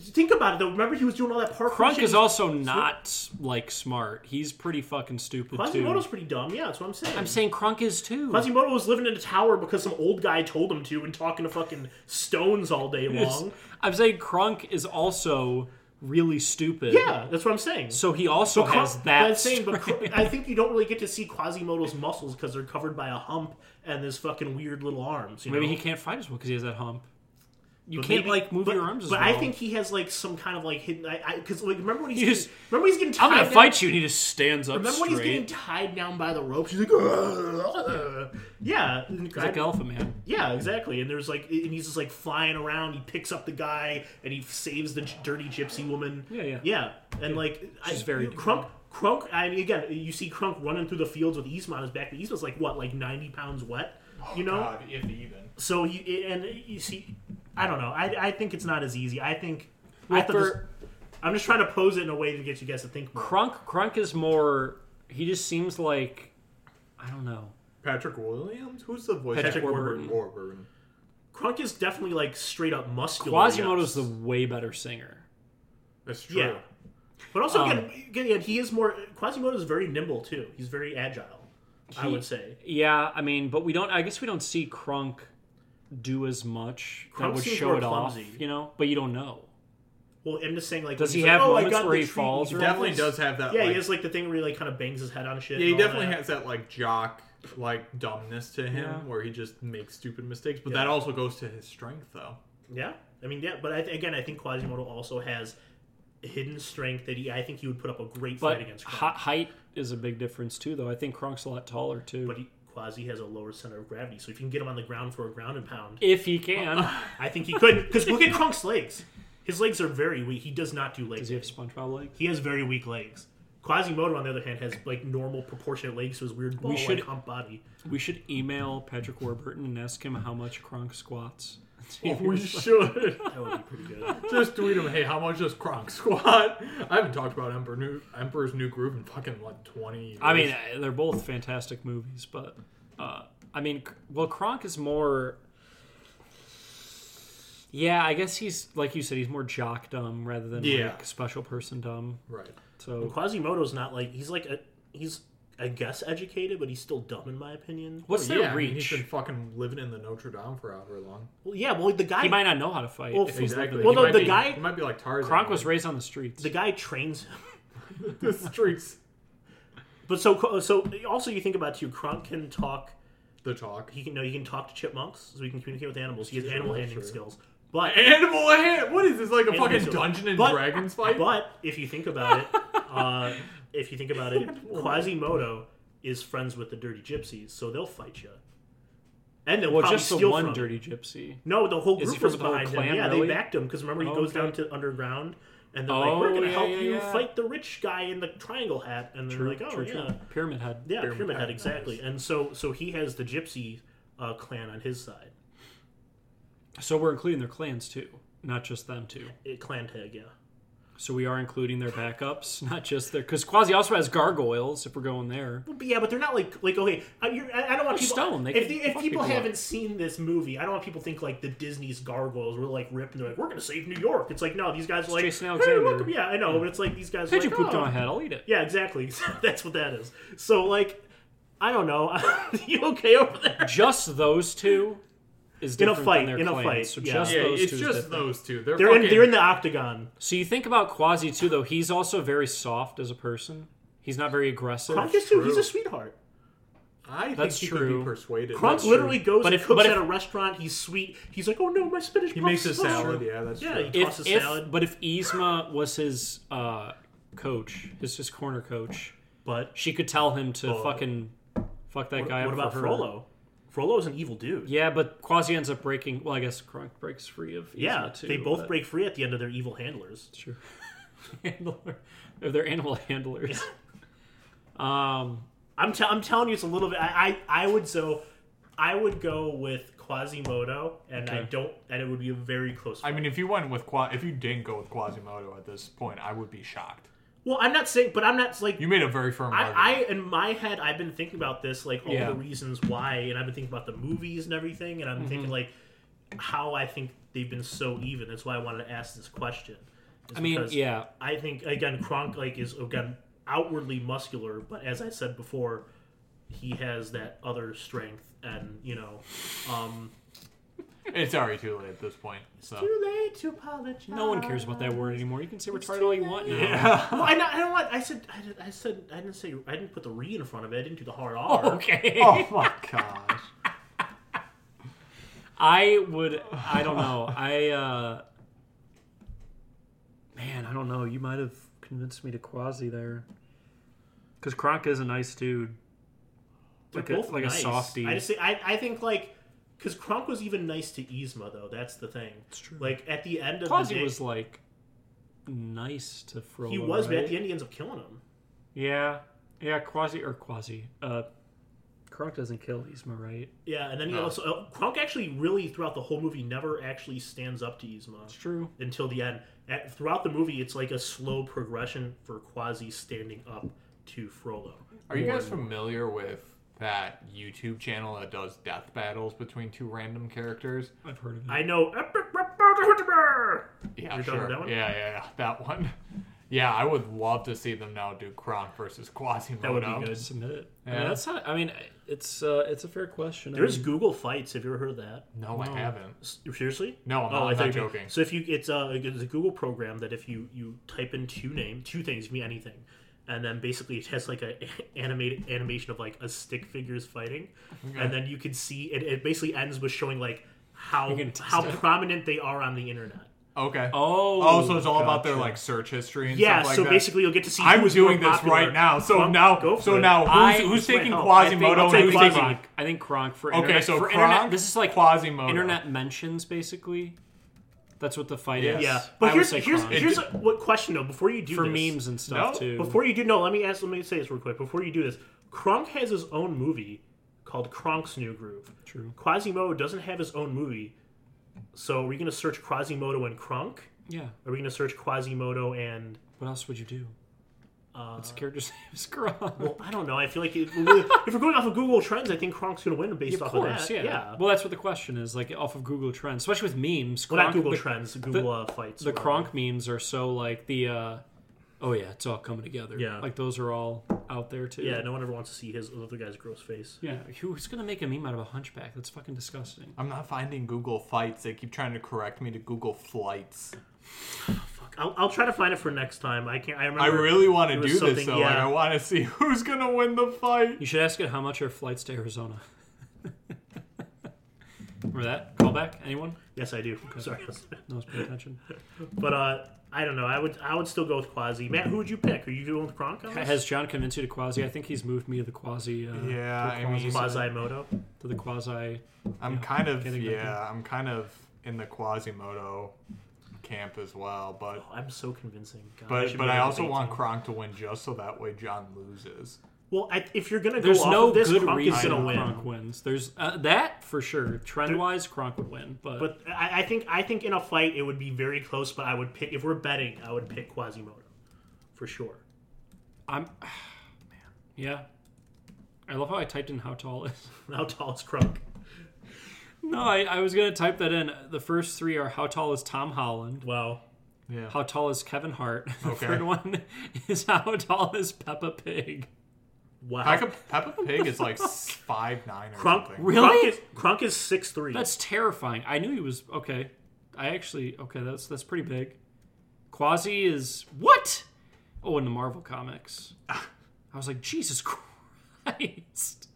A: think about it though. Remember he was doing all that parkour
D: Crunk
A: shit?
D: is also not like smart. He's pretty fucking stupid
A: Quasimodo's
D: too.
A: pretty dumb. Yeah, that's what I'm saying.
D: I'm saying Crunk is too.
A: Quasimodo was living in a tower because some old guy told him to and talking to fucking stones all day long.
D: I'm saying Crunk is also really stupid.
A: Yeah, that's what I'm saying.
D: So he also
A: Cro-
D: has that.
A: I'm saying, but Cro-
D: strength.
A: I think you don't really get to see Quasimodo's muscles because they're covered by a hump and his fucking weird little arms. You
D: (laughs) Maybe
A: know?
D: he can't fight as well because he has that hump. You
A: But
D: can't
A: maybe-
D: like move
A: but-
D: your arms as
A: But
D: well.
A: I think he has like some kind of like hidden. I because like remember when he's
D: You
A: getting,
D: just-
A: remember when he's getting. Tied
D: I'm gonna
A: down-
D: fight you, and he just stands up
A: Remember when
D: straight.
A: he's getting tied down by the ropes? He's like, "Ugh." yeah,
D: He's like Alpha Man.
A: Yeah, exactly. And there's like, and he's just like flying around. He picks up the guy and he saves the g- dirty gypsy woman.
D: Yeah, yeah.
A: yeah. And like,
D: She's
A: I,
D: very
A: you- Crunk. Crunk. I mean, again, you see Crunk running through the fields with Yzma on his back. But Yzma's like what, like ninety pounds wet, you know?
C: God, Uh, if even.
A: So you and you see, I don't know. I, I think it's not as easy. I think. I
D: Well,
A: thought
D: for-
A: this- I'm just trying to pose it in a way to get you guys to think more.
D: Crunk Crunk is more. He just seems like I don't know.
C: Patrick Williams? Who's the voice?
D: Patrick
C: actor?
D: Warburton.
C: Warburton.
A: Crunk is definitely like straight up muscular.
D: Quasimodo's
A: yes.
D: the way better singer.
C: That's true.
A: Yeah. But also,
D: Um,
A: again, again, he is more. Quasimodo is very nimble too. He's very agile. I
D: He-
A: would say.
D: Yeah, I mean, but we don't. I guess we don't see Crunk do as much that
A: Crunk
D: would
A: seems
D: show
A: more
D: it
A: clumsy.
D: off, you know. But you don't know.
A: Well, I'm just saying, like,
D: Does
A: when
D: he
A: he's
D: have
A: like, "Oh, I
D: moments
A: got
D: where
A: the
D: he
A: treat,"
D: falls
A: he
D: or-
C: Definitely does have that.
A: Yeah,
C: like,
A: he has like the thing where he like kind of bangs his head on shit. and
C: Yeah, he
A: all
C: definitely
A: that.
C: has that like jock like dumbness to him
D: Yeah.
C: where he just makes stupid mistakes. But that also goes to his strength though.
A: Yeah, I mean, yeah, but I th- again, I think Quasimodo also has hidden strength that he. I think he would put up a great
D: But
A: fight against Crunk.
D: hi- height is a big difference too, though. I think Crunk's a lot taller too.
A: But he, Quasi has a lower center of gravity, so if you can get him on the ground for a ground and pound,
D: if he can,
A: I think he could. Because look at Crunk's legs. His legs are very weak. He does not do legs.
D: does he have SpongeBob legs?
A: He has very weak legs. Quasimodo, on the other hand, has like normal proportionate legs to his weird ball-like
D: should-
A: hump body.
D: We should email Patrick Warburton and ask him how much
A: (laughs)
D: Crunk squats.
C: we should
A: That would be pretty good.
C: just tweet him. Hey, how much does Kronk (laughs) squat? I haven't talked about Emperor New, Emperor's New Groove in fucking like twenty. Years.
D: I mean, uh, they're both fantastic movies, but uh, I mean, C- well, Kronk is more. Yeah, I guess he's like you said, he's more jock dumb rather than
C: Yeah.
D: like special person dumb.
C: right.
D: So
A: Quasimodo's not like he's like a he's I guess educated, but he's still dumb in my opinion.
D: what's
C: Well,
D: their
C: yeah, I mean,
D: reach?
C: he's been fucking living in the Notre Dame for however long.
A: Well, yeah, well the guy
D: he might not know how to fight.
A: Well,
D: if he's lived
C: Exactly.
D: in-
A: Well,
C: He
A: no,
C: might
A: the
C: be-
A: guy-
C: he might be like Tarzan.
D: Kronk was raised on the streets.
A: the guy trains him.
C: (laughs) the streets.
A: But so so also you think about too, Kronk can talk.
C: The talk.
A: He can know he can talk to chipmunks, so he can communicate with animals. He has animal handling
C: sure.
A: skills. But
C: Animal hand. What is this? Like a
A: Animal
C: fucking
A: handling-
C: Dungeon and
A: but-
C: Dragons fight?
A: But if you think about it, uh, if you think about
C: (laughs)
A: it, Quasimodo is friends with the dirty gypsies, so they'll fight you. And they'll
D: well,
A: probably
D: just the
A: steal
D: one
A: from you.
D: dirty gypsy.
A: No, the whole
D: Is he
A: group
D: from
A: was
D: the whole
A: behind
D: clan,
A: him. Yeah,
D: really?
A: they backed him because remember he
D: Oh,
A: goes down
D: okay.
A: to underground, and they're like, "We're
D: Oh,
A: gonna
D: yeah,
A: help
D: yeah,
A: you
D: yeah.
A: fight the rich guy in the triangle hat," and they're like, "Oh
D: True,
A: yeah,
D: true. Pyramid Head.
A: yeah, pyramid,
C: Pyramid
A: head
C: Head,
A: exactly." And so, so he has the gypsy uh, clan on his side,
D: So we're including their clans too, not just them too.
A: Eh, clan tag, yeah.
D: So we are including their backups, (laughs) not just their. Because Quasi also has gargoyles. If we're going there.
A: But yeah, but they're not like like okay. I, you're, I I don't want people.
D: stone, they
A: if
D: can
A: they- if
D: fuck
A: people
D: people up.
A: haven't seen this movie, I don't want people to think like the Disney's gargoyles were like ripped and they're like we're gonna save New York. It's like no, these guys are like
D: Jason
A: "Hey,
D: Alexander."
A: welcome." Yeah, I know, but it's like these guys. Are
D: Pigeon
A: like,
D: pooped
A: "Oh."
D: on my head. I'll eat it.
A: Yeah, exactly. (laughs) That's what that is. (laughs) So like, I don't know. you okay over there?
D: Just those two. is
A: In a
D: different
A: fight,
D: than their
A: in a
D: clans.
A: fight,
D: So
A: yeah.
D: just
C: Yeah,
D: those
C: it's
D: two is
C: just
D: different.
C: those two. They're,
A: They're in,
C: fucking,
A: they're in the octagon.
D: So you think about Quasi too, though. He's also very soft as a person. He's not very aggressive.
A: Crunk is too. He's
C: true.
A: a sweetheart.
C: I think
D: That's
C: he could
D: true.
C: be persuaded.
A: Crunk
C: That's true.
A: literally goes
D: But
A: and
D: if-
A: cooks
D: but
A: at
D: if-
A: a restaurant. He's sweet. He's like, oh no, my spinach.
C: He makes a
A: puffs, oh."
C: salad. Yeah, that's
A: Yeah,
C: true.
A: he tosses
D: If, if-
A: salad,
D: but if Yzma was his uh, coach, his his corner coach,
A: but
D: she could tell him to
A: Oh.
D: fucking fuck that guy
A: what
D: up
A: about
D: for her.
A: Frollo? Frollo's an evil dude.
D: Yeah, but Quasi ends up breaking. Well, I guess Krunk breaks free of. Yzma
A: Yeah,
D: too,
A: they both
D: but-
A: break free at the end of their evil handlers.
D: Sure. (laughs) Handler. Or they're animal handlers. um,
A: I'm, t- I'm telling you, it's a little bit. I, I, I would so, I would go with Quasimodo, and I
D: Okay.
A: don't, and it would be a very close.
C: I mean, if you went with Qua- if you didn't go with Quasimodo at this point, I would be shocked.
A: well, I'm not saying, but I'm not like
C: You made a very firm argument.
A: I, I in my head I've been thinking about this like all
D: Yeah.
A: the reasons why and I've been thinking about the movies and everything and I'm
D: Mm-hmm.
A: thinking like how I think they've been so even. That's why I wanted to ask this question. is
D: I mean,
A: because
D: yeah.
A: I think again Kronk like is again outwardly muscular, but as I said before, he has that other strength and you know um
C: it's already too late at this point. So
A: too late to apologize.
D: No one cares about that word anymore. You can say retarded all you want now.
A: Well, I, I don't want. I said. I, did, I said. I didn't say. I didn't put the re in front of it. I didn't do the hard R.
D: Okay.
C: (laughs) oh my gosh.
D: I would. I don't know. I. uh Man, I don't know. You might have convinced me to Quasi there. Because Kronk is a nice dude.
A: They're
D: Like a- like a softie.
A: I just say, I, I think like because Kronk was even nice to Yzma though. That's the thing. It's
D: true.
A: Like at the end of the
D: Quasi
A: day,
D: was like nice to Frollo.
A: he was, but
D: right?
A: at the end he ends up killing him.
D: Yeah, yeah, quasi or quasi. Uh, Kronk doesn't kill Yzma, right?
A: Yeah, and then he
C: Oh.
A: also uh, Kronk actually really throughout the whole movie never actually stands up to Yzma
D: true.
A: until the end. At, throughout the movie, it's like a slow progression for Quasi standing up to Frollo.
C: Are you guys familiar with that YouTube channel that does death battles between two random characters?
D: I've heard of it.
A: I know. Epic
C: Yeah,
A: You're talking
C: sure.
A: about that one?
C: Yeah, yeah, yeah, that one. Yeah, I would love to see them now do Kronk versus Quasimodo.
A: That would be good.
D: Submit it. I
C: Yeah.
D: mean, that's not. I mean, it's uh, it's a fair question. I
A: There's
C: Hmm.
D: mean,
A: Google fights. Have you ever heard of that?
C: No,
D: Oh.
C: I haven't.
A: S- Seriously? Oh,
C: No, I'm not- I'm
A: thought
C: not
A: you meant-
C: joking.
A: So if you, it's a, it's a Google program that if you you type in two name, two things, it can be anything, and then basically it has like a (laughs) animated animation of like a stick figures fighting, and then you can see it. It basically ends with showing like how
D: can test
A: how
D: it.
A: prominent they are on the internet.
C: Okay.
D: Oh,
C: Oh, so it's all about their
D: gotcha.
C: like search history and
A: Yeah.
C: stuff like
A: so
C: that.
A: basically, you'll get to see.
C: I'm
A: who's
C: doing
A: more
C: this
A: popular.
C: right now. So
A: Well, go
C: now,
A: for
C: so
A: it.
C: now,
D: I-
C: who's, who's
A: wait,
C: taking
A: no, I
C: Quasimodo
A: think-
C: and
A: I'll
C: who's
A: take
C: taking?
A: Quasimodo.
D: Kronk. I think Kronk for
C: Okay,
D: internet,
C: so
D: for
C: Kronk,
D: internet. This is like
C: Quasimodo.
D: internet mentions, basically. That's what the fight
C: Yeah.
D: is.
A: Yeah.
D: But
A: But
D: I
A: here's
D: would say
A: here's
D: Kronk.
A: here's a, what question though. Before you do
D: for
A: this,
D: memes and stuff
C: No?
D: too.
A: Before you do, no, let me ask. Let me say this real quick. Before you do this, Kronk has his own movie called Kronk's New Groove.
D: True.
A: Quasimodo doesn't have his own movie, so are we gonna search Quasimodo and Kronk?
D: yeah.
A: Are we gonna search Quasimodo and?
D: What else would you do? Uh, What's the character's (laughs) name? Is Kronk.
A: Well, I don't know. I feel like it, if we're going off of Google Trends, I think Kronk's gonna win based
D: of
A: off
D: course,
A: of that.
D: yeah. Well, that's what the question is, like off of Google Trends, especially with memes.
A: well, not
D: Kronk-
A: Google
D: the-
A: Trends. Google uh, fights.
D: The Kronk memes are so like the, uh, oh yeah, it's all coming together.
A: Yeah.
D: like those are all out there too.
A: Yeah, no one ever wants to see his other guy's gross face.
D: yeah. Who's gonna make a meme out of a hunchback? That's fucking disgusting.
C: I'm not finding Google fights. They keep trying to correct me to Google flights.
A: Fuck. I'll, I'll try to find it for next time. I can't. I remember.
C: I Oh, really want
A: it
C: to
A: was
C: do
A: something-
C: this though. Like,
A: yeah.
C: I want to see (laughs) who's gonna win the fight.
D: You should ask it how much are flights to Arizona. (laughs) Remember that callback? Anyone?
A: Yes, I do. (laughs) Sorry.
D: No one's paying attention.
A: But uh, I don't know. I would I would still go with Quasi. Matt, who would you pick? Are you going with Kronk? on this?
D: Has John convinced you to quasi? I think he's moved me to the quasi. Uh,
C: Yeah,
D: to the
C: I mean-
D: quasi,
A: Quasimodo.
D: to the quasi.
C: I'm kind of
D: getting back
C: yeah. I'm kind of in the Quasimodo camp as well, but
A: Oh, I'm so convincing. God,
C: but
A: should
C: but
A: be on
C: I
A: the
C: also
A: debate
C: want
A: team.
C: Kronk to win just so that way John loses.
A: Well, I, if you're gonna
D: There's
A: go
D: no
A: off of this,
D: good
A: Kronk is
D: reason
A: gonna win.
D: Kronk wins. There's uh, that for sure. Trend wise, Kronk would win, but,
A: But I, I think I think in a fight it would be very close. But I would pick if we're betting, I would pick Quasimodo for sure.
D: I'm, (sighs) man, yeah. I love how I typed in how tall is. (laughs)
A: How tall is Kronk?
D: No, I, I was gonna type that in. The first three are how tall is Tom Holland,
A: Wow.
C: Yeah.
D: how tall is Kevin Hart. (laughs) The
C: Okay.
D: third one is how tall is Peppa Pig.
A: Wow.
C: Peppa, Peppa Pig is like (laughs) five nine or
A: Crunk,
C: something.
D: Really?
A: Crunk is, Crunk is six three.
D: That's terrifying. I knew he was okay. I actually okay. That's that's pretty big. Quasi is what? Oh, in the Marvel comics,
A: Ah.
D: I was like, Jesus (laughs) Christ,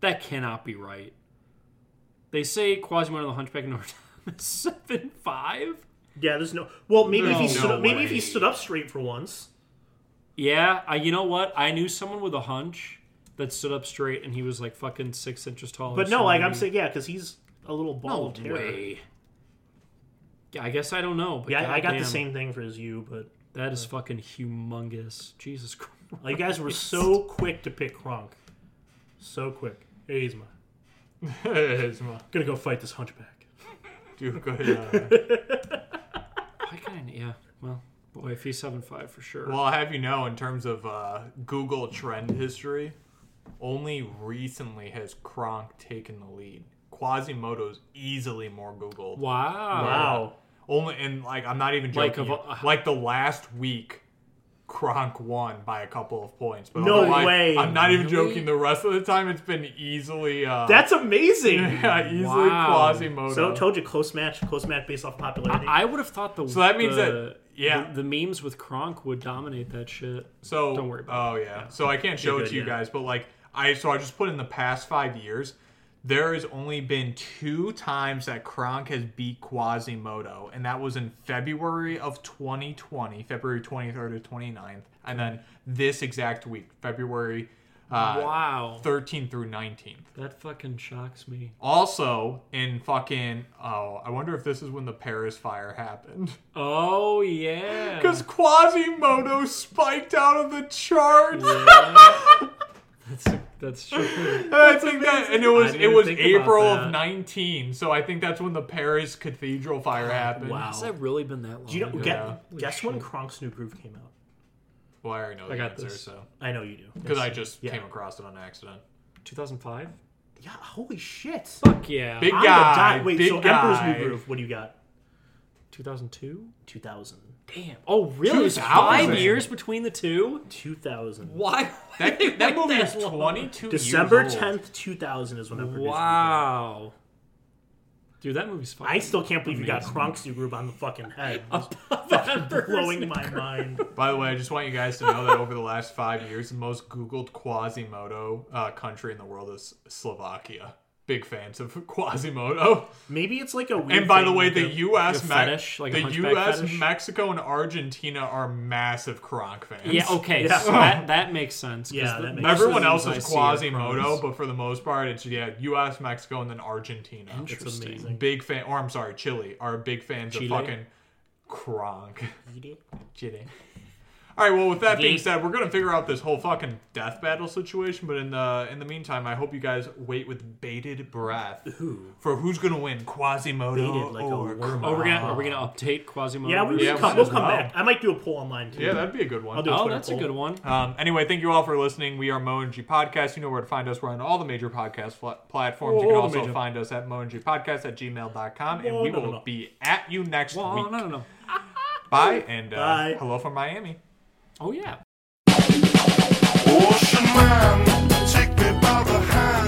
D: that cannot be right. They say Quasimodo the Hunchback of Notre Dame is seven five.
A: yeah, there's no. Well, maybe if
D: No
A: he stood up, maybe if
C: way.
A: he stood up straight for once.
D: Yeah, I, you know what? I knew someone with a hunch that stood up straight, and he was like fucking six inches tall. or
A: But no, like I'm
D: something.
A: saying, yeah, because he's a little ball of
D: no
A: terror.
D: way. Yeah, I guess I don't know. But
A: Yeah, I- I got the
D: goddamn.
A: same thing for as you, but
D: That is fucking humongous. Jesus Christ.
A: like, you
D: (laughs)
A: guys were so quick to pick Kronk, so quick. Hey, he's my
C: It's (laughs) my-
A: gonna go fight this hunchback.
C: Do a good.
D: Why can't I? Yeah. Well, boy, if he's seven five for sure.
C: Uh, well, I'll have you know, in terms of uh, Google trend history, only recently has Kronk taken the lead. Quasimodo's easily more Googled.
D: wow.
A: Wow.
C: Only and like I'm not even
D: Like
C: joking.
D: of
C: you.
D: all-
C: like the last week, Kronk won by a couple of points. But
A: No
C: otherwise-
A: way.
C: I'm not even
D: Really?
C: joking. The rest of the time, it's been easily. Uh,
A: That's
D: (laughs)
A: amazing.
C: yeah, (laughs) easily
D: Wow.
C: Quasimodo.
A: So told you close match, close match based off popularity.
D: I would have thought the
C: So that means that-
D: the-
C: yeah.
D: the, the memes with Kronk would dominate that shit.
C: So
D: Don't worry about
C: Oh yeah. So I can't
A: You're
C: show it
A: good,
C: to you
A: yeah.
C: guys, but like I so I just put in the past five years, there has only been two times that Kronk has beat Quasimodo, and that was in February of 2020, February 23rd to 29th, and then this exact week, February uh,
D: wow.
C: 13th through 19th.
D: that fucking shocks me.
C: Also in fucking oh, I wonder if this is when the Paris fire happened.
D: Oh yeah.
C: Because Quasimodo spiked out of the charts.
D: that's that's true.
C: I think that, and it was
D: didn't
C: it
D: even
C: was
D: think about
C: April of
D: that.
C: nineteen, so I think that's when the Paris Cathedral fire happened.
A: wow.
D: Has that really been that long?
A: Do you know?
D: ago?
A: Guess,
D: Holy
A: guess when
D: shit.
A: Kronk's new groove came out?
C: Well, I already know the
D: I got
C: answer,
D: this.
C: so
A: I know you do.
C: because I just
A: Yeah.
C: came across it on accident.
D: 2005?
A: Yeah. Holy shit.
D: Fuck yeah.
C: Big
A: I'm
C: guy,
A: gonna die. Wait.
C: big
A: so
C: guy.
A: Emperor's New Groove. What do you got?
D: 2002?
A: 2000.
D: Damn. Oh, really? It was
C: 2000.
D: Five years between the two?
A: 2000.
D: Why?
C: That, that
D: would they wait
C: movie is
D: long?
C: twenty two.
A: December
C: years old.
A: 10th, 2000 is when I produced. New Groove.
D: Wow. Dude, that movie's fucking.
A: (laughs) I still can't believe you got Kronk's new groove on the fucking
C: (laughs)
A: head. It's
D: Emperor's (laughs)
A: blowing my mind.
C: By the way, I just want you guys to know that over the last five years, the most Googled Quasimodo uh, country in the world is Slovakia. Big fans of Quasimodo.
A: Maybe it's like a. Weird
C: And by the
A: thing
C: way,
A: with
C: the U.S., Me-
D: a fetish, like a
C: the
D: hunchback
C: U.S.,
D: fetish?
C: Mexico, and Argentina are massive Kronk fans.
D: Yeah, oh, okay.
A: Yeah.
D: So that, that makes sense. 'cause
A: Yeah,
D: the-
A: that makes
D: most of
C: Everyone
D: the
C: else
D: ones
C: is
D: I see are from-
C: Quasimodo, but for the most part, it's yeah, U.S., Mexico, and then Argentina.
A: It's
D: Interesting.
A: amazing.
C: Big fan, or I'm sorry, Chile are big fans
D: Chile?
C: of fucking Kronk. (laughs)
A: Eat it.
C: Chile. All right. Well, with that being
D: Yeet.
C: said, we're gonna figure out this whole fucking death battle situation. But in the in the meantime, I hope you guys wait with bated breath for who's gonna win, Quasimodo
A: Baited like a
C: or
A: worm.
D: Oh,
C: Kronk.
D: we're gonna, are we going to update Quasimodo?
A: Yeah, we
C: Yeah,
A: will come,
C: might
A: we'll
C: as
A: come
C: well.
A: back. I might do a poll online too.
C: Yeah, that'd be a good one.
A: I'll do
D: Oh,
A: Twitter
D: that's a
A: poll.
D: good one.
C: Um, anyway, thank you all for listening. We are Mo and G Podcast. You know where to find us. We're on all the major podcast fl- platforms. you
D: All
C: can
D: the
C: also
D: major-
C: find us at moandgpodcast at gmail.com. And
A: Whoa,
C: we
A: no,
C: will
A: no, no.
C: be at you next
D: Well,
C: week.
D: no, no, no.
C: Bye, and uh,
A: Bye.
C: hello from Miami.
D: Oh, yeah.
B: Ocean man, take me by the hand.